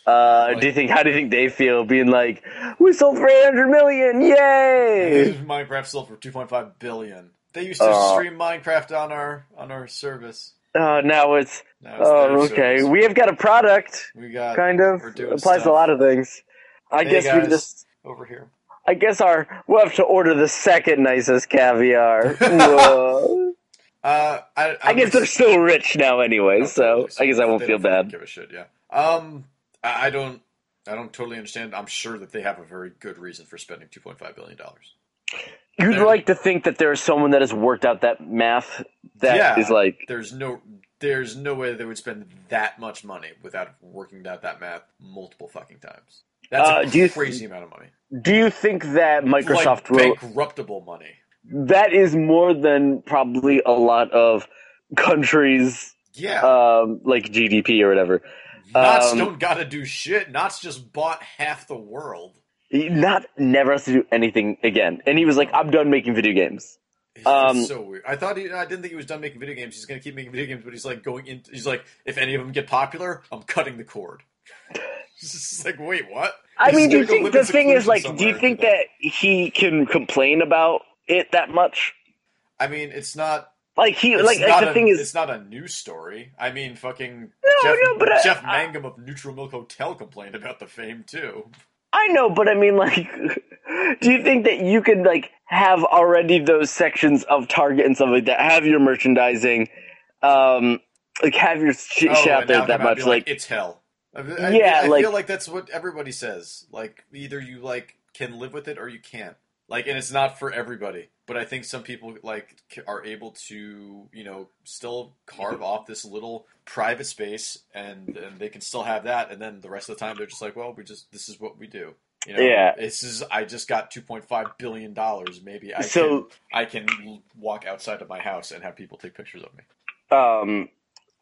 Uh, do you think how do you think they feel being like we sold three hundred million, yay? Minecraft sold for two point five billion. They used to Uh, stream Minecraft on our on our service. Uh, now it's Now it's their oh okay, service. we have got a product we got kind of Uh, We're doing applies to a stuff. lot of things. I Hey, guess guys. we just over here. I guess our we'll have to order the second nicest caviar. Whoa. Uh, I, I guess they're still rich now anyway, so I guess I won't They feel don't fucking bad. Give a shit, yeah. Um, I, I don't, I don't totally understand. I'm sure that they have a very good reason for spending 2.5 billion dollars. You'd They're- like to think that there is someone that has worked out that math that is Yeah. like There's no, there's no way they would spend that much money without working out that math multiple fucking times. That's Uh, a do you- crazy amount of money. Do you think that like, Microsoft will? bankruptable money. That is more than probably a lot of countries, Yeah, um, like GDP or whatever. Knots um, don't gotta do shit. Knots just bought half the world. He not never has to do anything again. And he was like, "I'm done making video games." It's Um, so weird. I thought he, I didn't think he was done making video games. He's gonna keep making video games, but he's like going in. He's like, if any of them get popular, I'm cutting the cord. it's just like, wait, what? I He's mean, do you gonna go think live the in thing is seclusion like, do you somewhere. think that he can complain about it that much? I mean, it's not. Like he, It's like, like, not the a, thing is, it's not a news story. I mean, fucking No, Jeff, no, but I- Jeff I- Mangum of Neutral Milk Hotel complained about the fame too. I know, but I mean, like, do you think that you can like have already those sections of Target and stuff like that have your merchandising, um, like have your shit Oh, out and there now that come out and much? be Like, it's hell. I, I- Yeah, I like- feel like that's what everybody says. Like either you like can live with it or you can't. Like, and it's not for everybody. But I think some people like c- are able to, you know, still carve off this little private space, and and they can still have that. And then the rest of the time, they're just like, well, we just this is what we do. You know, Yeah. This is I just got two point five billion dollars. Maybe I So- can I can walk outside of my house and have people take pictures of me. um,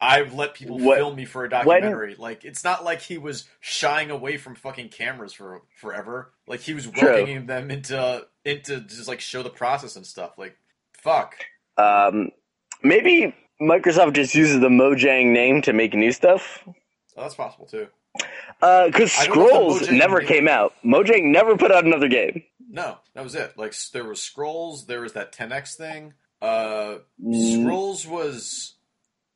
I've let people What- film me for a documentary. Like it's not like he was shying away from fucking cameras for forever. Like he was True. welcoming them into into just like show the process and stuff. Like fuck. um, maybe Microsoft just uses the Mojang name to make new stuff. Oh, that's possible too. Because I don't know if the Uh, Scrolls Mojang never name- came out. Mojang never put out another game. No, that was it. Like s- there was scrolls. There was that 10x thing. Uh, Mm. scrolls was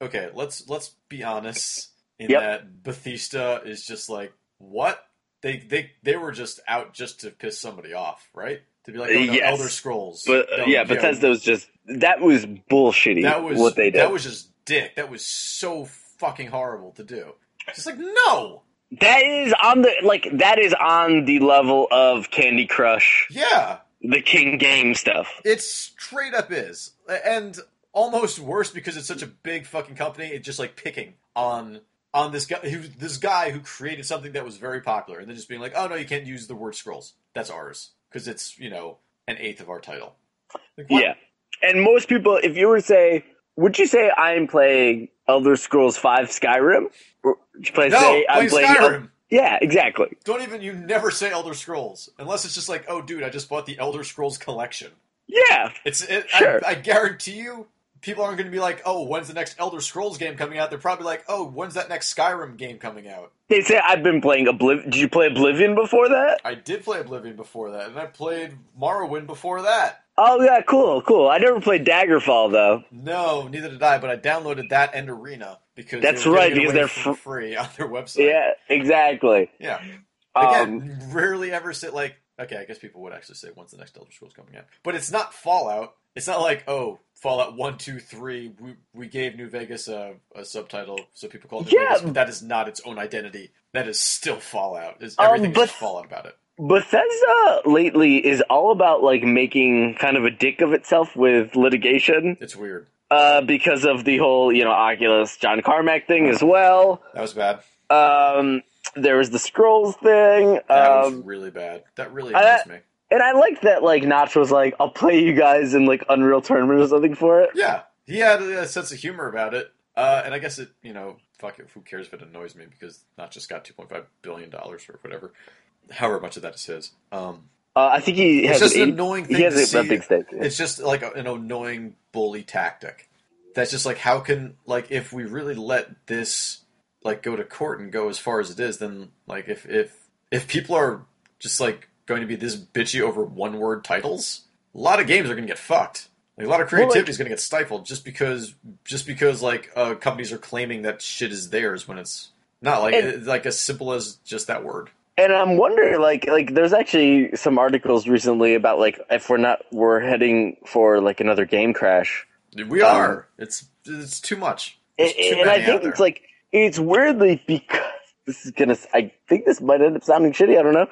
okay. Let's let's be honest. In Yep. that Bethesda is just like what they they they were just out just to piss somebody off, right? To be like, oh, no, Yes. Elder Scrolls. But No, yeah, yo, Bethesda was just that was bullshitty. that was what they did. That was just dick. That was so fucking horrible to do. Just like no, that is on the like that is on the level of Candy Crush, yeah. the King Game stuff. It straight up is, and almost worse because it's such a big fucking company. It's just like picking on on this guy, who, this guy who created something that was very popular, and then just being like, "Oh no, you can't use the word scrolls. That's ours because it's you know an eighth of our title." Like, what? Yeah, and most people, if you were to say, would you say I'm playing Elder Scrolls Five Skyrim? Or would you play, no, say I'm play playing El- Skyrim. yeah, exactly. Don't even you never say Elder Scrolls unless it's just like, "Oh dude, I just bought the Elder Scrolls collection." Yeah, It's it, Sure. I, I guarantee you, people aren't going to be like, "Oh, when's the next Elder Scrolls game coming out?" They're probably like, "Oh, when's that next Skyrim game coming out?" they say I've been playing Oblivion. Did you play Oblivion before that? I did play Oblivion before that, and I played Morrowind before that. Oh yeah, cool, cool. I never played Daggerfall though. No, neither did I, but I downloaded that and Arena because they That's were right, giving it because away for they're fr- free on their website. Yeah, exactly. yeah. Um, Again, rarely ever sit like, okay, I guess people would actually say when's the next Elder Scrolls coming out. But it's not Fallout. It's not like, oh, Fallout 1, 2, 3, we, we gave New Vegas a, a subtitle, so people call it New Yeah. Vegas, but that is not its own identity. That is still Fallout. It's, Um, everything but- is just Fallout about it. Bethesda lately is all about like making kind of a dick of itself with litigation It's weird. uh, because of the whole you know Oculus John Carmack thing as well. That was bad. Um, there was the Scrolls thing, That was um, really bad. That really I- annoys me. and I like that like Notch was like, "I'll play you guys in like Unreal Tournament or something for it." Yeah, he had a sense of humor about it, uh, and I guess it, you know, fuck it, who cares if it annoys me because not just got two point five billion dollars or whatever, however much of that is his. Um, Uh, I think he it's has just an an eight. annoying thing He has to a- a see. big stake. It's just like a- an annoying bully tactic. That's just like how can like if we really let this like go to court and go as far as it is, then like if if if people are just like going to be this bitchy over one word titles, a lot of games are going to get fucked. Like, a lot of Well, like- creativity is going to get stifled just because just because like uh, companies are claiming that shit is theirs when it's not like And- it's like as simple as just that word. And I'm wondering, like, like there's actually some articles recently about like if we're not we're heading for like another game crash. We Um, are. it's it's too much. There's And, too and I many out think there. it's like it's weirdly because this is gonna. I think this might end up sounding shitty. I don't know,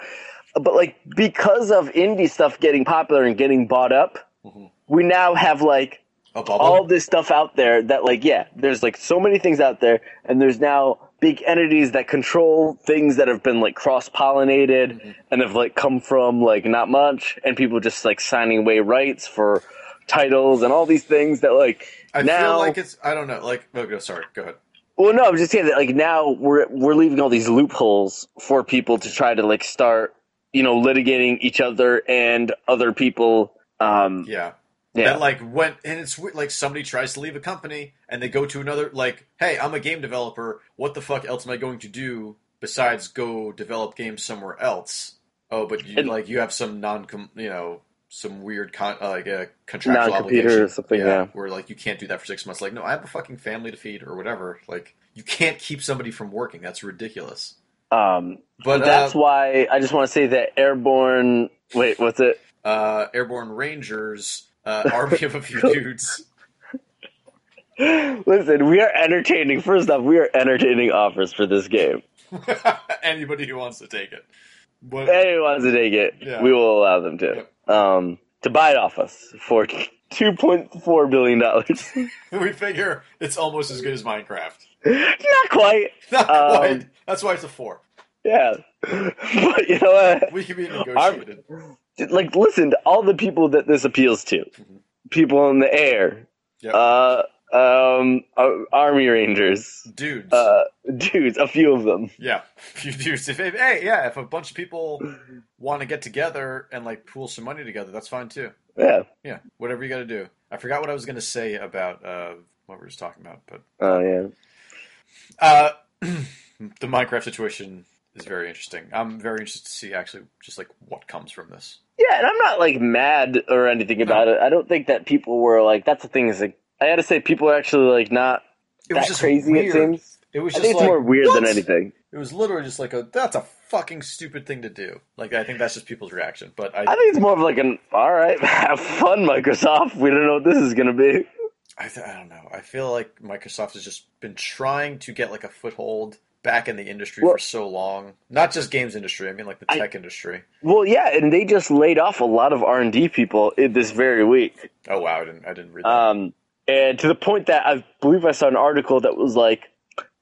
but like because of indie stuff getting popular and getting bought up, Mhm. we now have like A bubble. all this stuff out there that like yeah there's like so many things out there and there's now big entities that control things that have been like cross-pollinated Mm-hmm. and have like come from like not much and people just like signing away rights for titles and all these things that like I now feel like it's. I don't know. Like, oh, go. Sorry. Go ahead. well no i'm just saying that like now we're we're leaving all these loopholes for people to try to like start you know litigating each other and other people um Yeah. yeah. That like went and it's weird, like somebody tries to leave a company and they go to another like, hey, I'm a game developer. What the fuck else am I going to do besides go develop games somewhere else? Oh, but you And- like you have some non you know some weird con- uh, like a contractual non-compete obligation or something yeah. where like you can't do that for six months. Like, no, I have a fucking family to feed or whatever. Like, you can't keep somebody from working. That's ridiculous. um But that's uh, why I just want to say that airborne. Wait, what's it? uh, airborne rangers, uh, army of a few dudes. Listen, we are entertaining. First off, we are entertaining offers for this game. Anybody who wants to take it. But Anyone wants to take it, Yeah. we will allow them to. Um, to buy it off us for two point four billion dollars. we figure it's almost as good as Minecraft. Not quite. Not Um, quite. That's why it's a four. Yeah, but you know what? We can be negotiated. like listen to all the people that this appeals to people in the air Mm-hmm. Yep. uh um ar- army rangers dudes. uh dudes a few of them yeah. Few dudes. If, if, hey, yeah, if a bunch of people want to get together and like pool some money together, that's fine too. yeah Yeah. Whatever you got to do. I forgot what I was going to say about uh, what we were just talking about, but oh yeah Uh, the Minecraft situation is very interesting. I'm very interested to see actually just like what comes from this. yeah and i'm not like mad or anything about it i don't think that people were like that's the thing is like i gotta say people are actually like not It was that just crazy weird. it seems It was i just think it's like, more weird than "What?" anything It was literally just like a that's a fucking stupid thing to do. Like I think that's just people's reaction. But I, i think it's more of like an all right have fun microsoft we don't know what this is gonna be I, th- I don't know. I feel like Microsoft has just been trying to get like a foothold back in the industry Well- for so long. Not just games industry. I mean like the I- tech industry. well yeah and they just laid off a lot of r&d people in this very week Oh wow, I didn't I didn't read that. Um, and to the point that I believe I saw an article that was like,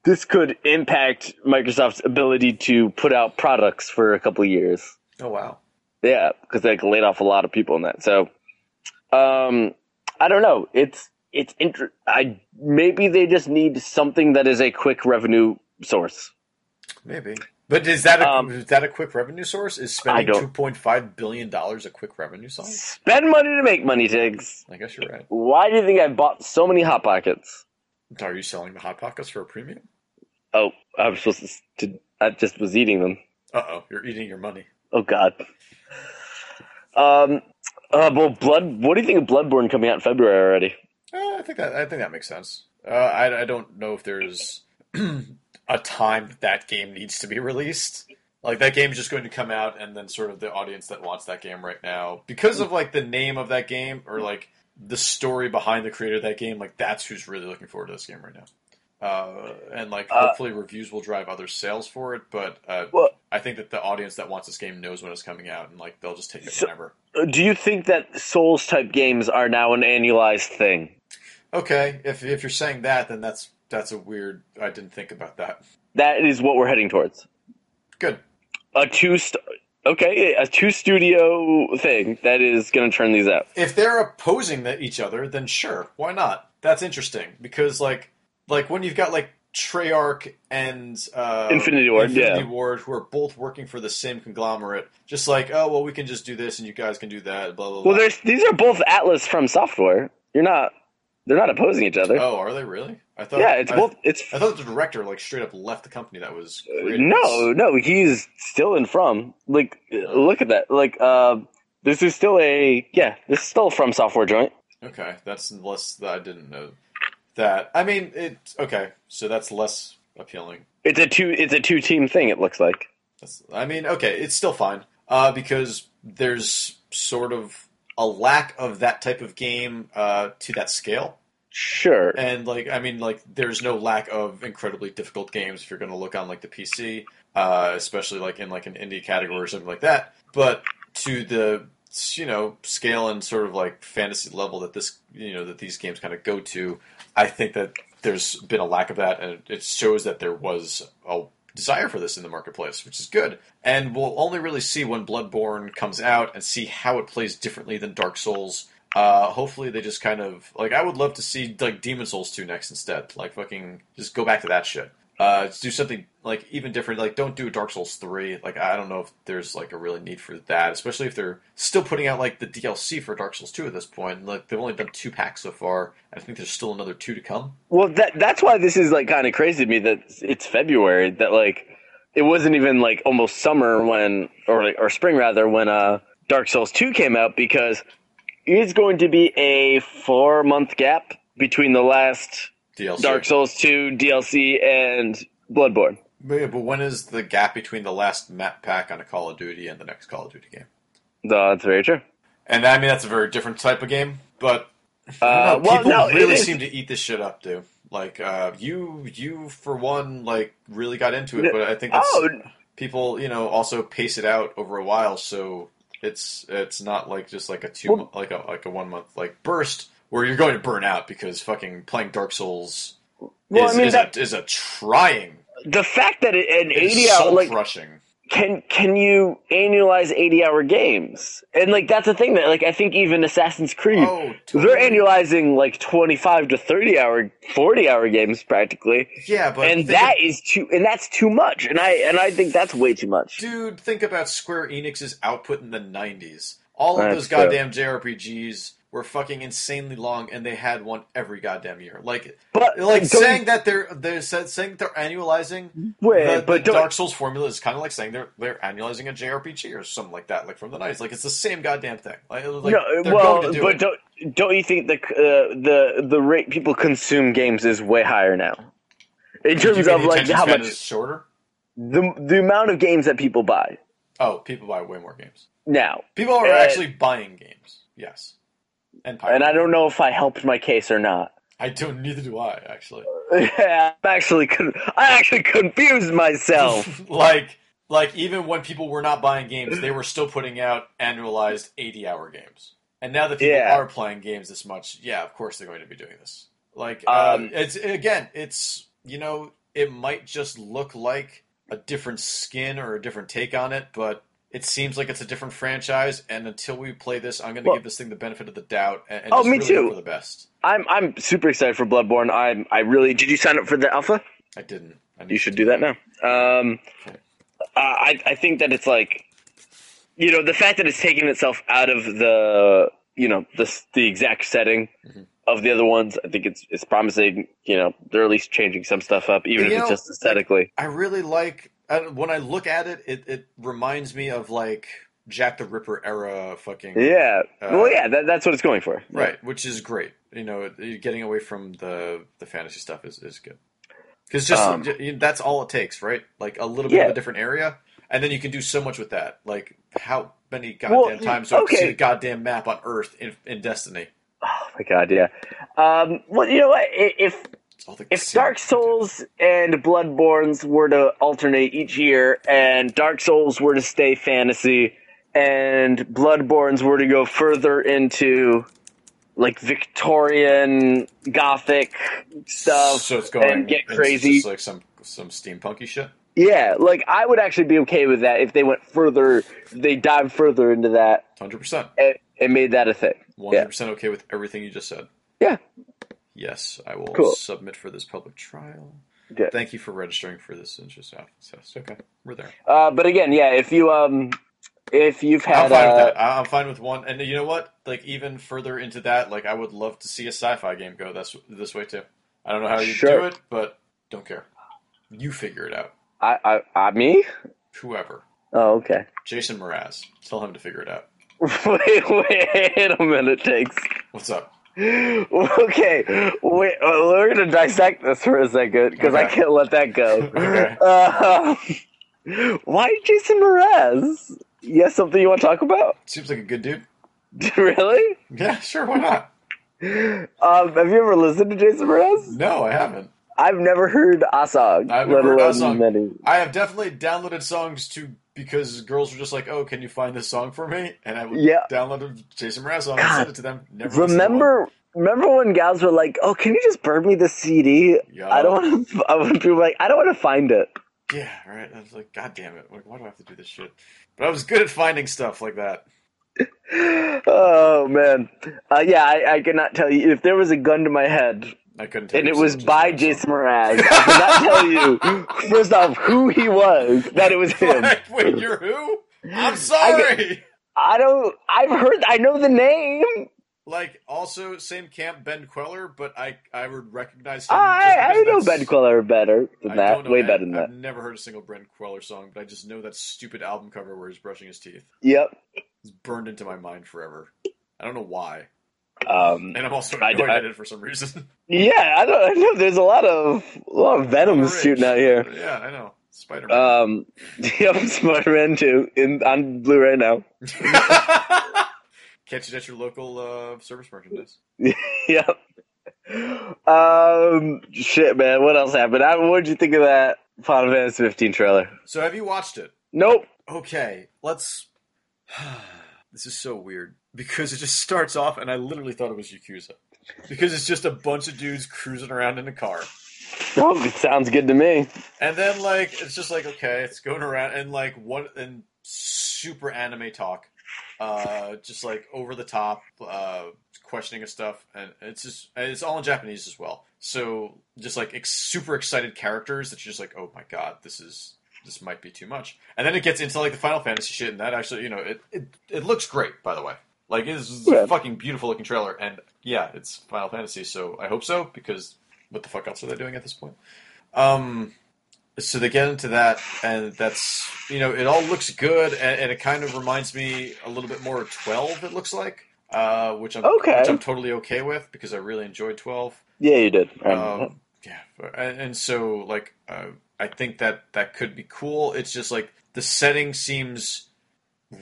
this could impact Microsoft's ability to put out products for a couple of years. oh wow. Yeah, because they like, laid off a lot of people in that. So, um, I don't know. It's it's inter- I maybe they just need something that is a quick revenue source. Maybe. But is that a, Um, is that a quick revenue source? Is I spending don't- two point five billion dollars a quick revenue source? Spend money to make money, Tiggs. I guess you're right. Why do you think I bought so many hot pockets? Are you selling the hot pockets for a premium? Oh, I was supposed to. to I just was eating them. Uh oh, you're eating your money. Oh God. Um. Uh, well, blood. What do you think of Bloodborne coming out in February already? Uh, I think that I think that makes sense. Uh, I I don't know if there's a time that that game needs to be released. Like that game's just going to come out, and then sort of the audience that wants that game right now, because of like the name of that game or like the story behind the creator of that game, like that's who's really looking forward to this game right now. Uh, and like Uh, hopefully reviews will drive other sales for it, but uh, Well- I think that the audience that wants this game knows when it's coming out, and like they'll just take it So- whenever. Uh, Do you think that Souls type games are now an annualized thing? Okay, if if you're saying that, then that's that's a weird. I didn't think about that. That is what we're heading towards. Good. A two. St- okay, a two studio thing that is going to turn these out. If they're opposing the, each other, then sure, why not? That's interesting because like like when you've got like Treyarch and uh, Infinity Ward, Infinity yeah. Ward, who are both working for the same conglomerate, just like oh well, we can just do this and you guys can do that. Blah blah. Well, blah. there's these are both Atlas from software. You're not. They're not opposing each other. oh, are they really? I thought yeah, it's I, both. It's I thought the director like straight up left the company that was creating No, this. no, he's still in From. Like, uh, look at that. Like, uh, this is still a yeah. This is still a From Software joint. Okay, that's less that I didn't know that. I mean, it okay, so that's less appealing. It's a two. It's a two team thing. It looks like. That's, I mean, okay, it's still fine uh, because there's sort of a lack of that type of game uh, to that scale. Sure. And like, I mean, like, there's no lack of incredibly difficult games if you're going to look on like the PC, uh, especially like in like an indie category or something like that. But to the you know scale and sort of like fantasy level that this you know that these games kind of go to, I think that there's been a lack of that, and it shows that there was a desire for this in the marketplace, which is good. And we'll only really see when Bloodborne comes out and see how it plays differently than Dark Souls. Uh, hopefully they just kind of like I would love to see like Demon Souls 2 next instead. Like fucking just go back to that shit. Uh, do something like even different. Like don't do Dark Souls 3. Like I don't know if there's like a really need for that, especially if they're still putting out like the DLC for Dark Souls 2 at this point. Like they've only done two packs so far. I think there's still another two to come. Well, that that's why this is like kind of crazy to me that it's February. That like it wasn't even like almost summer when or like, or spring rather when uh Dark Souls two came out because it's going to be a four month gap between the last DLC. Dark Souls two DLC and Bloodborne. Yeah, but when is the gap between the last map pack on a Call of Duty and the next Call of Duty game? No, that's very true. And I mean that's a very different type of game, but I Uh, don't know, well, people no, it really is- seem to eat this shit up, dude. Like uh, you, you for one, like really got into No- it, but I think that's, Oh people, you know, also pace it out over a while, so it's it's not like just like a two Well- mo- like a like a one month like burst where you're going to burn out because fucking playing Dark Souls well, is, I mean is, that, a, is a trying, the fact that it, an it is eighty hour soul like crushing. can can you annualize 80 hour games and like that's the thing that like i think even assassin's creed Oh, totally. they're annualizing like 25 to 30 hour 40 hour games practically Yeah, but and think that is too and that's too much and i and i think that's way too much dude, think about Square Enix's output in the '90s. All of That's those true. goddamn JRPGs were fucking insanely long, and they had one every goddamn year. Like, but like don't- saying that they're they're sa- saying that they're annualizing wait, the, but the don't, Dark Souls formula is kind of like saying they're they're annualizing a JRPG or something like that, like from the '90s. Like it's the same goddamn thing. Like, like no they're well going to do but it. don't don't you think the uh, the the rate people consume games is way higher now in Do you terms mean of the like attention how span much is shorter. the, the amount of games that people buy Oh, people buy way more games. now People are Uh, actually buying games. Yes, and and I pirating. don't know if I helped my case or not. I don't. Neither do I actually. Yeah, I'm actually con- I actually confused myself. like like even when people were not buying games, they were still putting out annualized eighty hour games. And now that people Yeah. are playing games this much, yeah, of course they're going to be doing this. Like Um, uh, it's again, it's you know, it might just look like a different skin or a different take on it, but it seems like it's a different franchise. And until we play this, I'm going to Well- give this thing the benefit of the doubt and, and Oh, just me really hope too. for the best. I'm I'm super excited for Bloodborne. I'm I really did you sign up for the alpha? I didn't. I need You should do that now. Um, I I think that it's like, you know, the fact that it's taking itself out of the you know the s- the exact setting. Mm-hmm. Of the other ones, I think it's it's promising. You know, they're at least changing some stuff up, even You if know, it's just aesthetically. I really like I, don't- when I look at it, it. It reminds me of like Jack the Ripper era fucking yeah. uh, well, yeah. That, that's what it's going for. right, which is great. You know, it- getting away from the the fantasy stuff is is good because just Um, j- that's all it takes, right? Like a little bit of Yeah. a different area, and then you can do so much with that. Like how many goddamn Well, times do I have to see okay. the goddamn map on Earth in, in Destiny? Oh my god, yeah. Um, well, you know what? I- If It's all the if same Dark goddamn- Souls and Bloodborne's were to alternate each year, and Dark Souls were to stay fantasy, and Bloodborne's were to go further into like Victorian Gothic stuff, so it's going and get it's crazy. just like some some steampunky shit. yeah, like I would actually be okay with that if they went further, they dived further into that Hundred percent. and, and made that a thing. 100% okay with everything you just said. Yeah. Yes, I will Cool. submit for this public trial. Yeah. Thank you for registering for this interest test. Okay, we're there. Uh, but again, yeah, if you um, if you've I'm had fine uh, with that. I- I'm fine with one. And you know what? Like even further into that, like I would love to see a sci-fi game go that's this way too. I don't know how you do Sure. it, but don't care. You figure it out. I, I, I, me? Whoever. Oh, okay. Jason Mraz. Tell him to figure it out. Wait, wait a minute, takes. What's up? Okay, wait. uh, We're gonna dissect this for a second because I Okay. can't let that go. Okay. Uh, why Jason Mraz? Yes, something you want to talk about? Seems like a good dude. really? Yeah, sure. Why not? Um, have you ever listened to Jason Mraz? No, I haven't. I've never heard Asog, I've never let heard alone Asog. many. I have definitely downloaded songs to because girls were just like, "Oh, can you find this song for me?" And I would Yeah. download a Jason Mraz song and God. send it to them. Never listened to one. Remember, remember when gals were like, "Oh, can you just burn me the CD? Yeah. I don't want to." I would be like, "I don't want to find it." Yeah, right. I was like, "God damn it! Like, why do I have to do this shit?" But I was good at finding stuff like that. Oh man, uh, yeah, I, I cannot tell you if there was a gun to my head I couldn't. Tell and you it a was single by Mraz Jason song. Mraz. I cannot tell you first off who he was that it was him. like, wait, you're who? I'm sorry. I don't. I've heard. I know the name. Like also same camp Ben Queller, but I I would recognize him. I just I because know that's- Ben Queller better than I that. don't know Way any- better than I've that. never heard a single Ben Queller song, but I just know that stupid album cover where he's brushing his teeth. Yep. It's burned into my mind forever. I don't know why, Um. and I'm also I- annoyed I- at it for some reason. Yeah. I don't. I know. There's a lot of a lot of venoms Rich. shooting out here. Yeah, I know Spider Man. Um, yep, Spider-Man 2 in on Blu-ray now. Catch it at your local uh, service merchandise. Yep. Um, shit, man. What else happened? I, what did you think of that Final Fantasy 15 trailer? So have you watched it? Nope. okay, let's. this is so weird because it just starts off, and I literally thought it was Yakuza because it's just a bunch of dudes cruising around in a car, Nope. It sounds good to me. and then like it's just like okay, it's going around, and like one and super anime talk, uh, just like over the top, uh, questioning of stuff, and it's just and it's all in Japanese as well. So just like ex- super excited characters that you're just like, oh my god, this is this might be too much. And then it gets into like the Final Fantasy shit, and that actually, you know, it it, it looks great. By the way, like it's, it's Yeah. a fucking beautiful looking trailer, and yeah, it's Final Fantasy, so I hope so because what the fuck else are they doing at this point? Um, so they get into that, and that's you know, it all looks good, and, and it kind of reminds me a little bit more of Twelve. It looks like. Uh, which I'm Okay. which I'm totally okay with because I really enjoyed Twelve. Yeah, you did. Um, Um, yeah, and, and so like uh, I think that that could be cool. It's just like the setting seems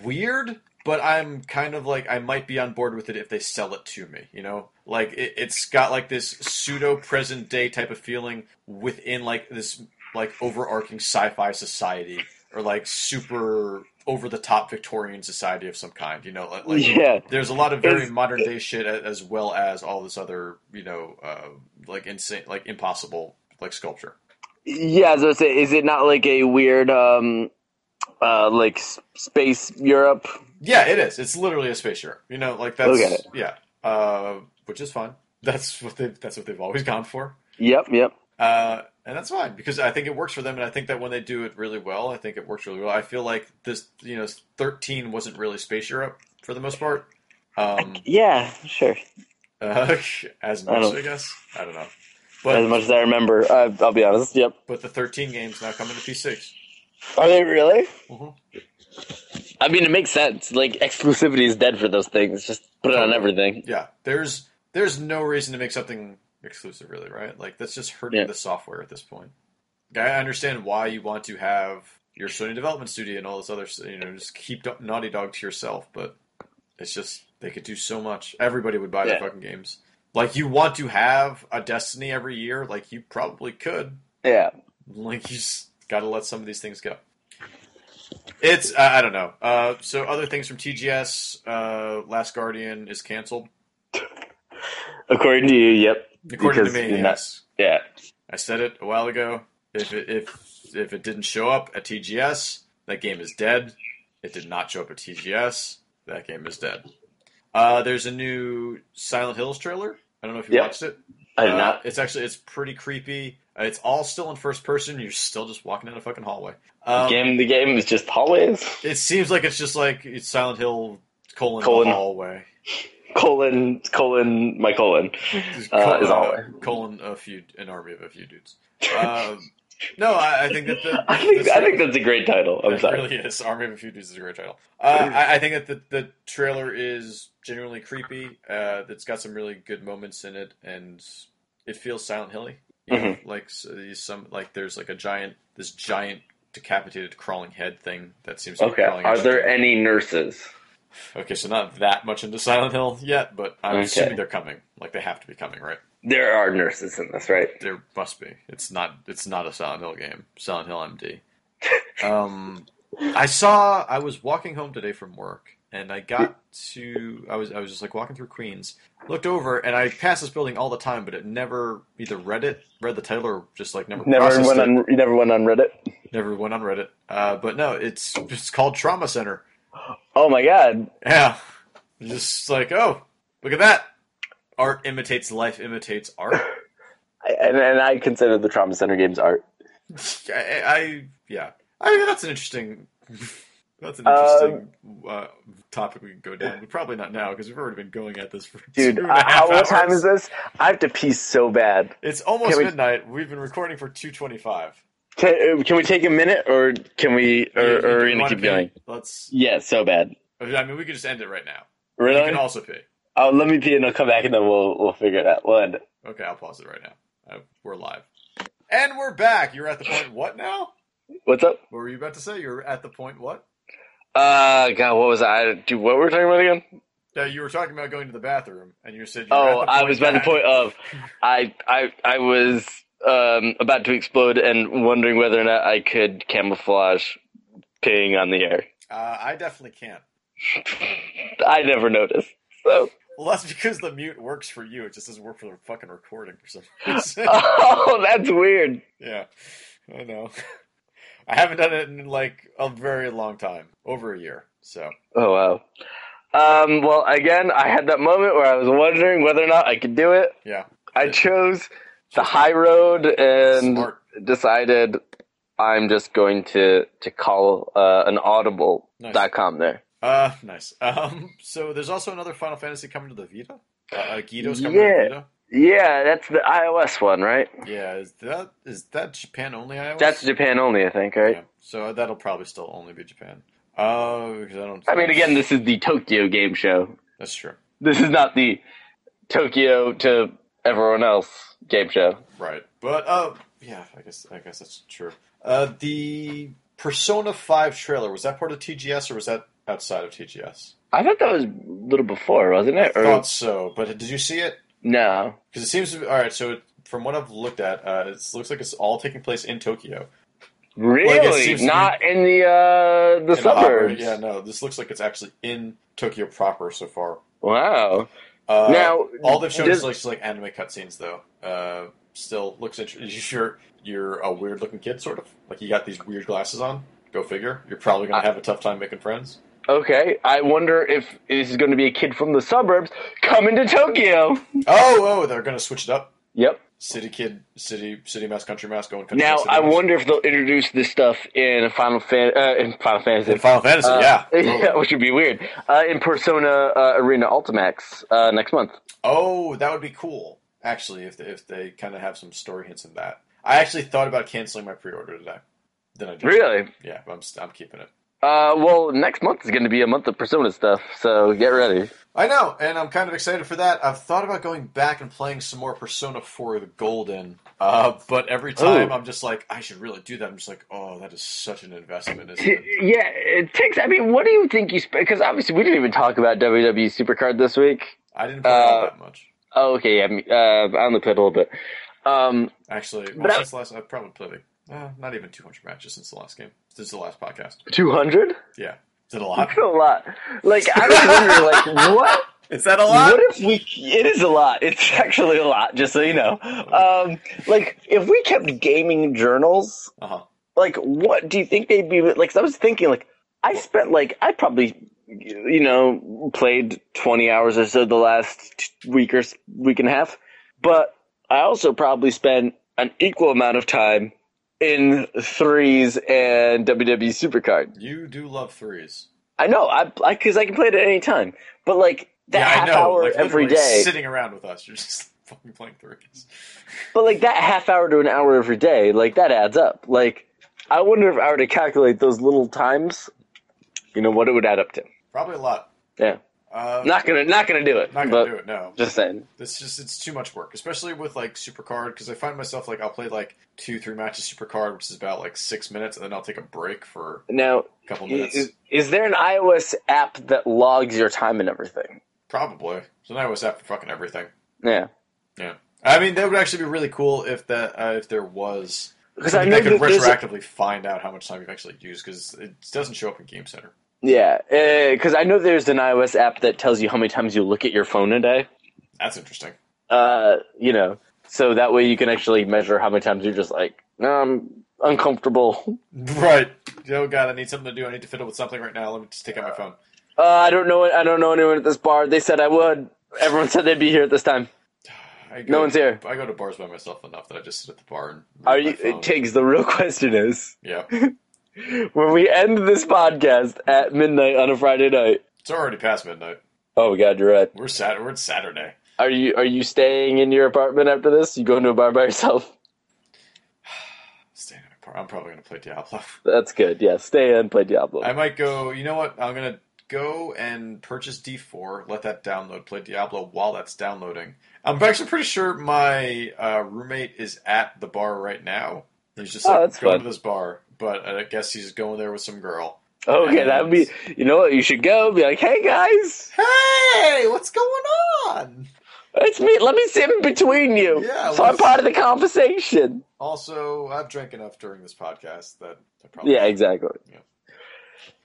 weird, but I'm kind of like I might be on board with it if they sell it to me. You know, like it, it's got like this pseudo present day type of feeling within like this like overarching sci-fi society or like super over the top Victorian society of some kind. You know, like, like yeah. there's a lot of very It's- modern day shit a- as well as all this other you know uh, like insane like impossible like sculpture Yeah, as I was saying, is it not like a weird, um, uh, like s- space Europe? yeah it is it's literally a space ship you know like that's Look at it. yeah uh, which is fine that's what they that's what they've always gone for Yep, yep. uh, and that's fine because I think it works for them and I think that when they do it really well I think it works really well I feel like this you know 13 wasn't really space Europe for the most part um, Yeah, sure. uh, as I much don't- I, guess I don't know As much but as I remember, I, I'll be honest. Yep. but the 13 games now coming to P6 Are they really? Mhm. Mm-hmm. I mean, it makes sense. Like exclusivity is dead for those things. Just put it on Totally. everything. Yeah, there's there's no reason to make something exclusive, really, right? Like that's just hurting Yeah. the software at this point. I understand why you want to have your Sony development studio and all this other, s- you know, just keep Do- Naughty Dog to yourself, but it's just they could do so much. Everybody would buy Yeah. their fucking games. Like you want to have a Destiny every year, like you probably could. Yeah. Like you just got to let some of these things go. It's I, I don't know. Uh, so other things from TGS, uh, Last Guardian is canceled. According to you, yep. According Because to me, you're not- yes. Yeah. I said it a while ago. If it, if if it didn't show up at TGS, that game is dead. It did not show up at TGS. That game is dead. Uh, there's a new Silent Hills trailer. I don't know if you Yep. watched it. I did Uh, not. It's actually it's pretty creepy. Uh, It's all still in first person. You're still just walking down a fucking hallway. Um, game. The game is just hallways. It seems like it's just like it's Silent Hill colon, Colon. the hallway. Colon colon my colon. Uh, is hallway. colon a few an army of a few dudes. Um, no, I, I think that the, I think the- I think that's a great title. I'm It sorry. really is. Army of a Few Dudes is a great title. Uh, I, I think that the, the trailer is genuinely creepy. Uh, it's got some really good moments in it, and it feels Silent Hilly. You know, Mm-hmm. Like s- these some like there's like a giant this giant decapitated crawling head thing that seems to be Okay. crawling Are out there your- any nurses? Okay, so not that much into Silent Hill yet, but I'm Okay. assuming they're coming. Like they have to be coming, right? There are nurses in this, right? There must be. It's not. It's not a Silent Hill game. Silent Hill MD. Um, I saw. I was walking home today from work, and I got to. I was. I was just like walking through Queens. Looked over, and I pass this building all the time, but it never either read it, read the title, or just like never Never processed went it. on. You never went on Reddit. Never went on Reddit. Uh, but no, it's it's called Trauma Center. Oh my god. Yeah, just like oh, look at that. Art imitates life, imitates art. I, and, and I consider the Trauma Center games art. I, I- I- yeah. I mean, that's an interesting. That's an Um, interesting uh, topic we can go down. But probably not now because we've already been going at this for Dude, two and a uh, half how, what hours. time is this? I have to pee so bad. It's almost Can we- midnight. We've been recording for two twenty-five. Can, uh, can we take a minute, or can we, or, or are we gonna keep going? Let's. Yeah, so bad. I mean, we could just end it right now. You Really? can also pee. oh, let me pee, and I'll come back, and then we'll we'll figure it out. We'll end it. Okay, I'll pause it right now. Uh, we're live, and we're back. You're at the point. What now? What's up? What were you about to say? You're at the point. What? Uh, God, what was I? Dude, what were we talking about again? Yeah, Uh, you were talking about going to the bathroom, and you said. You're Oh, at the I was about the that- point of I I I was um, about to explode and wondering whether or not I could camouflage peeing on the air. Uh, I definitely can't. I never noticed. So, Well, that's because the mute works for you. It just doesn't work for the fucking recording for some reason. oh, that's weird. yeah, I know. I haven't done it in like a very long time, over a year. So Oh wow. Um, well, again, I had that moment where I was wondering whether or not I could do it. yeah, I chose the high road and smart. decided I'm just going to to call uh, an audible Nice. dot com there. Uh, nice. Um, so there's also another Final Fantasy coming to the Vita. Uh, Uh, Guido's coming Yeah. to the Vita. Yeah, that's the iOS one, right? Yeah, is that is that Japan only? iOS. That's Japan only, I think, right? Yeah, so that'll probably still only be Japan. Oh, because I don't. I mean, again, this is the Tokyo Game Show. that's true. This is not the Tokyo to everyone else game show. Right. But uh yeah, I guess I guess that's true. Uh the Persona 5 trailer, was that part of TGS or was that outside of TGS? I thought that was a little before, wasn't it? Or- Thought so, but did you see it? no. Cuz it seems to be, all right, so it, from what I've looked at, uh it looks like it's all taking place in Tokyo. Really? seems to not in the uh the In Ahara. suburbs. Yeah, no, this looks like it's actually in Tokyo proper so far. Wow. Uh now all they've shown does- is like, just like anime cutscenes though. Uh still looks interesting. You're you're a weird looking kid sort of. Like you got these weird glasses on. Go figure. You're probably going I- to have a tough time making friends. Okay, I wonder if this is going to be a kid from the suburbs coming to Tokyo. Oh, oh, they're gonna switch it up. Yep. City kid, city, city mask, country mask, going country. Now mask, city I mask. wonder if they'll introduce this stuff in Final Fan uh, in Final Fantasy. in Final Fantasy, Uh, yeah. totally. which would be weird. Uh, in Persona uh, Arena Ultimax uh, next month. Oh, that would be cool. Actually, if they, if they kind of have some story hints in that, I actually thought about canceling my pre-order today. Then I did. Really? Yeah, but I'm st- I'm keeping it. Uh, well, next month is going to be a month of Persona stuff, so get ready. I know, and I'm kind of excited for that. I've thought about going back and playing some more Persona 4 the Golden, uh, but every time Ooh. I'm just like, I should really do that. I'm just like, oh, that is such an investment, isn't Yeah, it? it takes. I mean, what do you think you? Because obviously, we didn't even talk about WWE Supercard this week. I didn't play it all Uh, that much. Oh, okay, yeah, m- uh, I only played a little bit. Um, Actually, But well, I- since the last, I've probably played uh, not even 200 matches since the last game, since the last podcast. two hundred. Yeah. Is it a lot? That's a lot. Like I was wondering, like what? Is that a What if we? It is a lot. It's actually a lot. Just so you know, um, like if we kept gaming journals, Uh huh. like what do you think they'd be like? 'cause I was thinking, like I spent like I probably, you know, played twenty hours or so the last t- week or s- week and a half, but I also probably spent an equal amount of time in threes and WWE Supercard. You do love threes. I know, I because I, can play it at any time, but like that yeah, half I know. hour like, every literally day. sitting around with us, you're just fucking playing threes. But like that half hour to an hour every day, like that adds up. Like I wonder if I were to calculate those little times, you know what it would add up to. Probably a lot. Yeah, Uh, not gonna not gonna do it. not but gonna do it. No, Just saying. It's just it's too much work, especially with like Supercard, because I find myself like I'll play like two, three matches Supercard, which is about like six minutes, and then I'll take a break for Now, a couple i- minutes. is, is there an iOS app that logs your time and everything? Probably. So now it's after fucking everything. Yeah. I mean, that would actually be really cool if that uh, if there was Because I I mean, know they could that there's a- retroactively find out how much time you've actually used because it doesn't show up in Game Center. yeah, because I know there's an iOS app that tells you how many times you look at your phone a day. That's interesting. Uh, you know, so that way you can actually measure how many times you're just like, no, I'm uncomfortable. Right. Oh God, I need something to do. I need to fiddle with something right now. Let me just take out my phone. Uh, I don't know. I don't know anyone at this bar. They said I would. Everyone said they'd be here at this time. I go, No one's here. I go to bars by myself enough that I just sit at the bar and. read Are my you? phone. Tiggs, the real question is: yeah. when we end this podcast at midnight on a Friday night? It's already past midnight. Oh God, you're right. We're sat. We're at Saturday. Are you? Are you staying in your apartment after this? You going to a bar by yourself? Staying in my par- I'm probably gonna play Diablo. That's good. Yeah, stay in, play Diablo. I might go. You know what? I'm gonna go and purchase D4. Let that download. Play Diablo while that's downloading. I'm actually pretty sure my uh, roommate is at the bar right now. He's just Oh, like, that's going fun. to this bar, but I guess he's going there with some girl. okay, that would be. You know what? You should go. Be like, hey guys, Hey, what's going on? it's me. Let me sit in between you. Yeah, so I'm let's- part of the conversation. Also, I've drank enough during this podcast that I probably Yeah, exactly.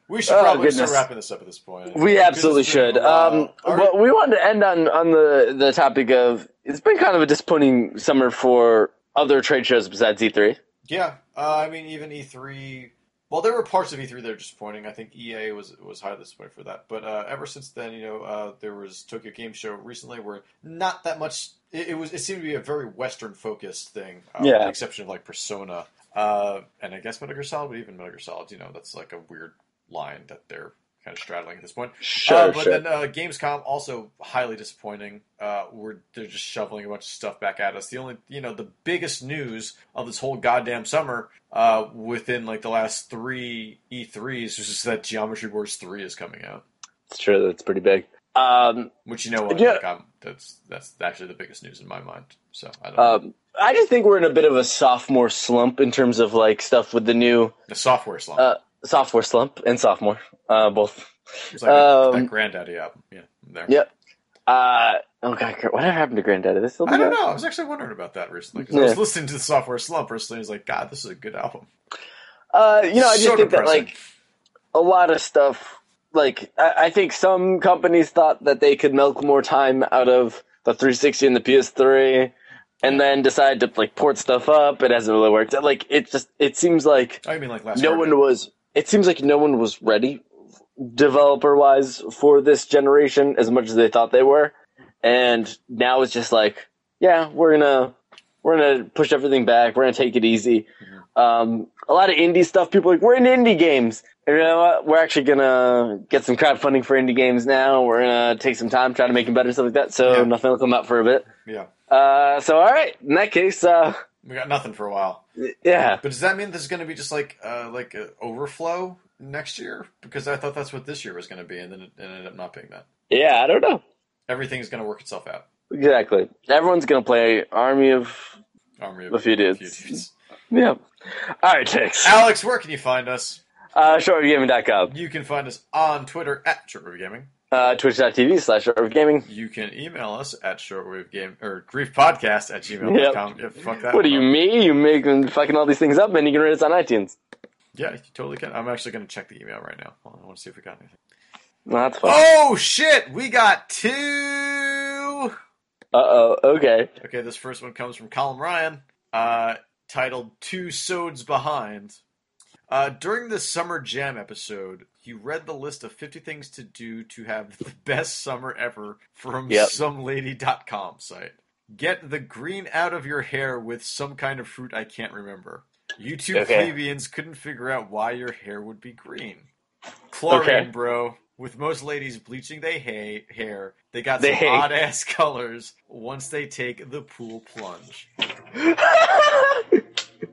we should Oh, probably start goodness. wrapping this up at this point. We absolutely Because it's should. been a while. Um, All right. Well, we wanted to end on on the the topic of it's been kind of a disappointing summer for other trade shows besides E E3. Yeah, uh, I mean, even E3. Well, there were parts of E3 that were disappointing. I think EA was was highly disappointed for that. But uh, ever since then, you know, uh, there was Tokyo Game Show recently, where not that much. It, it was. It seemed to be a very Western focused thing, uh, with Yeah. the exception of like Persona, uh, and I guess Metal Gear Solid. But even Metal Gear Solid, you know, that's like a weird line that they're kind of straddling at this point. Sure, Uh, but sure. then uh, Gamescom also highly disappointing. Uh, we're they're just shoveling a bunch of stuff back at us. The only you know the biggest news of this whole goddamn summer uh, within like the last three E3s was just that Geometry Wars three is coming out, it's true. That's pretty big. Um, which you know what Yeah. like, I'm, that's that's actually the biggest news in my mind. So I don't know. um, I just think we're in a bit of a sophomore slump in terms of like stuff with the new the software slump. uh, sophomore slump and sophomore uh, both. it's like that- um, that Granddaddy album. Yeah, there. Yeah. Uh, oh god, whatever happened to Granddaddy? They still do I don't that? know. I was actually wondering about that recently because I was Yeah. listening to the Software Slump recently. I was like, God, this is a good album. Uh, you know, I just So think that depressing. like a lot of stuff. Like I, I think some companies thought that they could milk more time out of the 360 and the PS3, and then decided to like port stuff up. It hasn't really worked. Like it just it seems like I mean, like last. no Guardian. one was. It seems like no one was ready, developer wise, for this generation as much as they thought they were, and now it's just like, yeah, we're gonna we're gonna push everything back. We're gonna take it easy. Um, a lot of indie stuff. People are like we're in indie games. And you know what? We're actually gonna get some crowdfunding for indie games now. We're gonna take some time trying to make them better and stuff like that. So Yeah. nothing will come out for a bit. Yeah, Uh, so all right, in that case, uh, we got nothing for a while. yeah. But does that mean there's going to be just like uh, like a overflow next year? Because I thought that's what this year was going to be, and then it ended up not being that. Yeah, I don't know. Everything's going to work itself out. Exactly. Everyone's gonna play Army of Army of A few dudes. Yeah. All right, Chicks. Alex, where can you find us? Uh, shortwavegaming.com. You can find us on Twitter at Shortwave Gaming. Uh, twitch.tv slash shortwavegaming. You can email us at shortwave game or griefpodcast at gmail.com. Yeah, fuck that. What do one you up. mean? You making fucking all these things up, and you can rate us on iTunes. Yeah, you totally can. I'm actually going to check the email right now. Hold on, I want to see if we got anything. No, that's fine. Oh shit, we got two. Uh oh. Okay. Okay, this first one comes from Colin Ryan, uh, titled Two Sods Behind. Uh, during the summer jam episode, he read the list of 50 things to do to have the best summer ever from Yep. somelady.com site. Get the green out of your hair with some kind of fruit I can't remember. You two Okay. plebeians couldn't figure out why your hair would be green. Chlorine, Okay. bro. With most ladies bleaching their hay- hair, they got They some hate. odd ass colors once they take the pool plunge.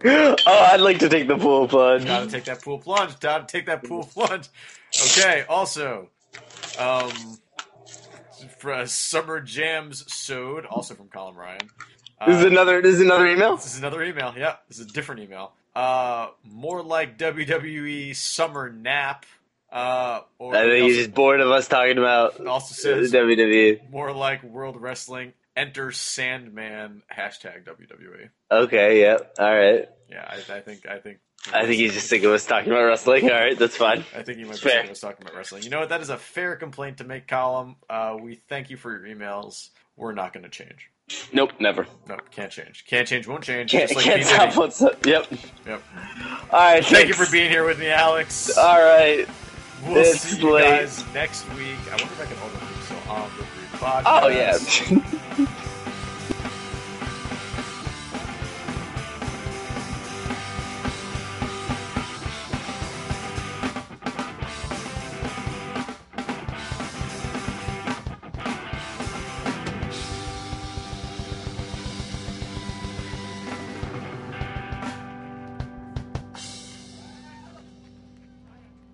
oh, I'd like to take the pool plunge. Gotta take that pool plunge. Gotta take that pool plunge. Okay. Also, um, for uh, summer jams sewed, also from Colin Ryan. Uh, This is another. This is another email. this is another email. Yeah, this is a different email. Uh, more like WWE summer nap. Uh, or I he think also, he's just bored of us talking about uh, also says WWE. more like World Wrestling. Enter Sandman. Hashtag E. WWE. Okay. Yep. All right. Yeah, I, I think I think I think he's just thinking of us talking about wrestling. All right, that's fine. I think you might Fair. be was talking about wrestling. You know what? That is a fair complaint to make, Column. Uh, we thank you for your emails. We're not going to change. Nope, never. No, can't change. Can't change. Won't change. Can't, just like can't P. stop Diddy. what's up. Yep. Yep. All right. Thank you thanks. for being here with me, Alex. All right. we'll it's see you late. guys next week. I wonder if I can hold the so on the free podcast. Oh yeah.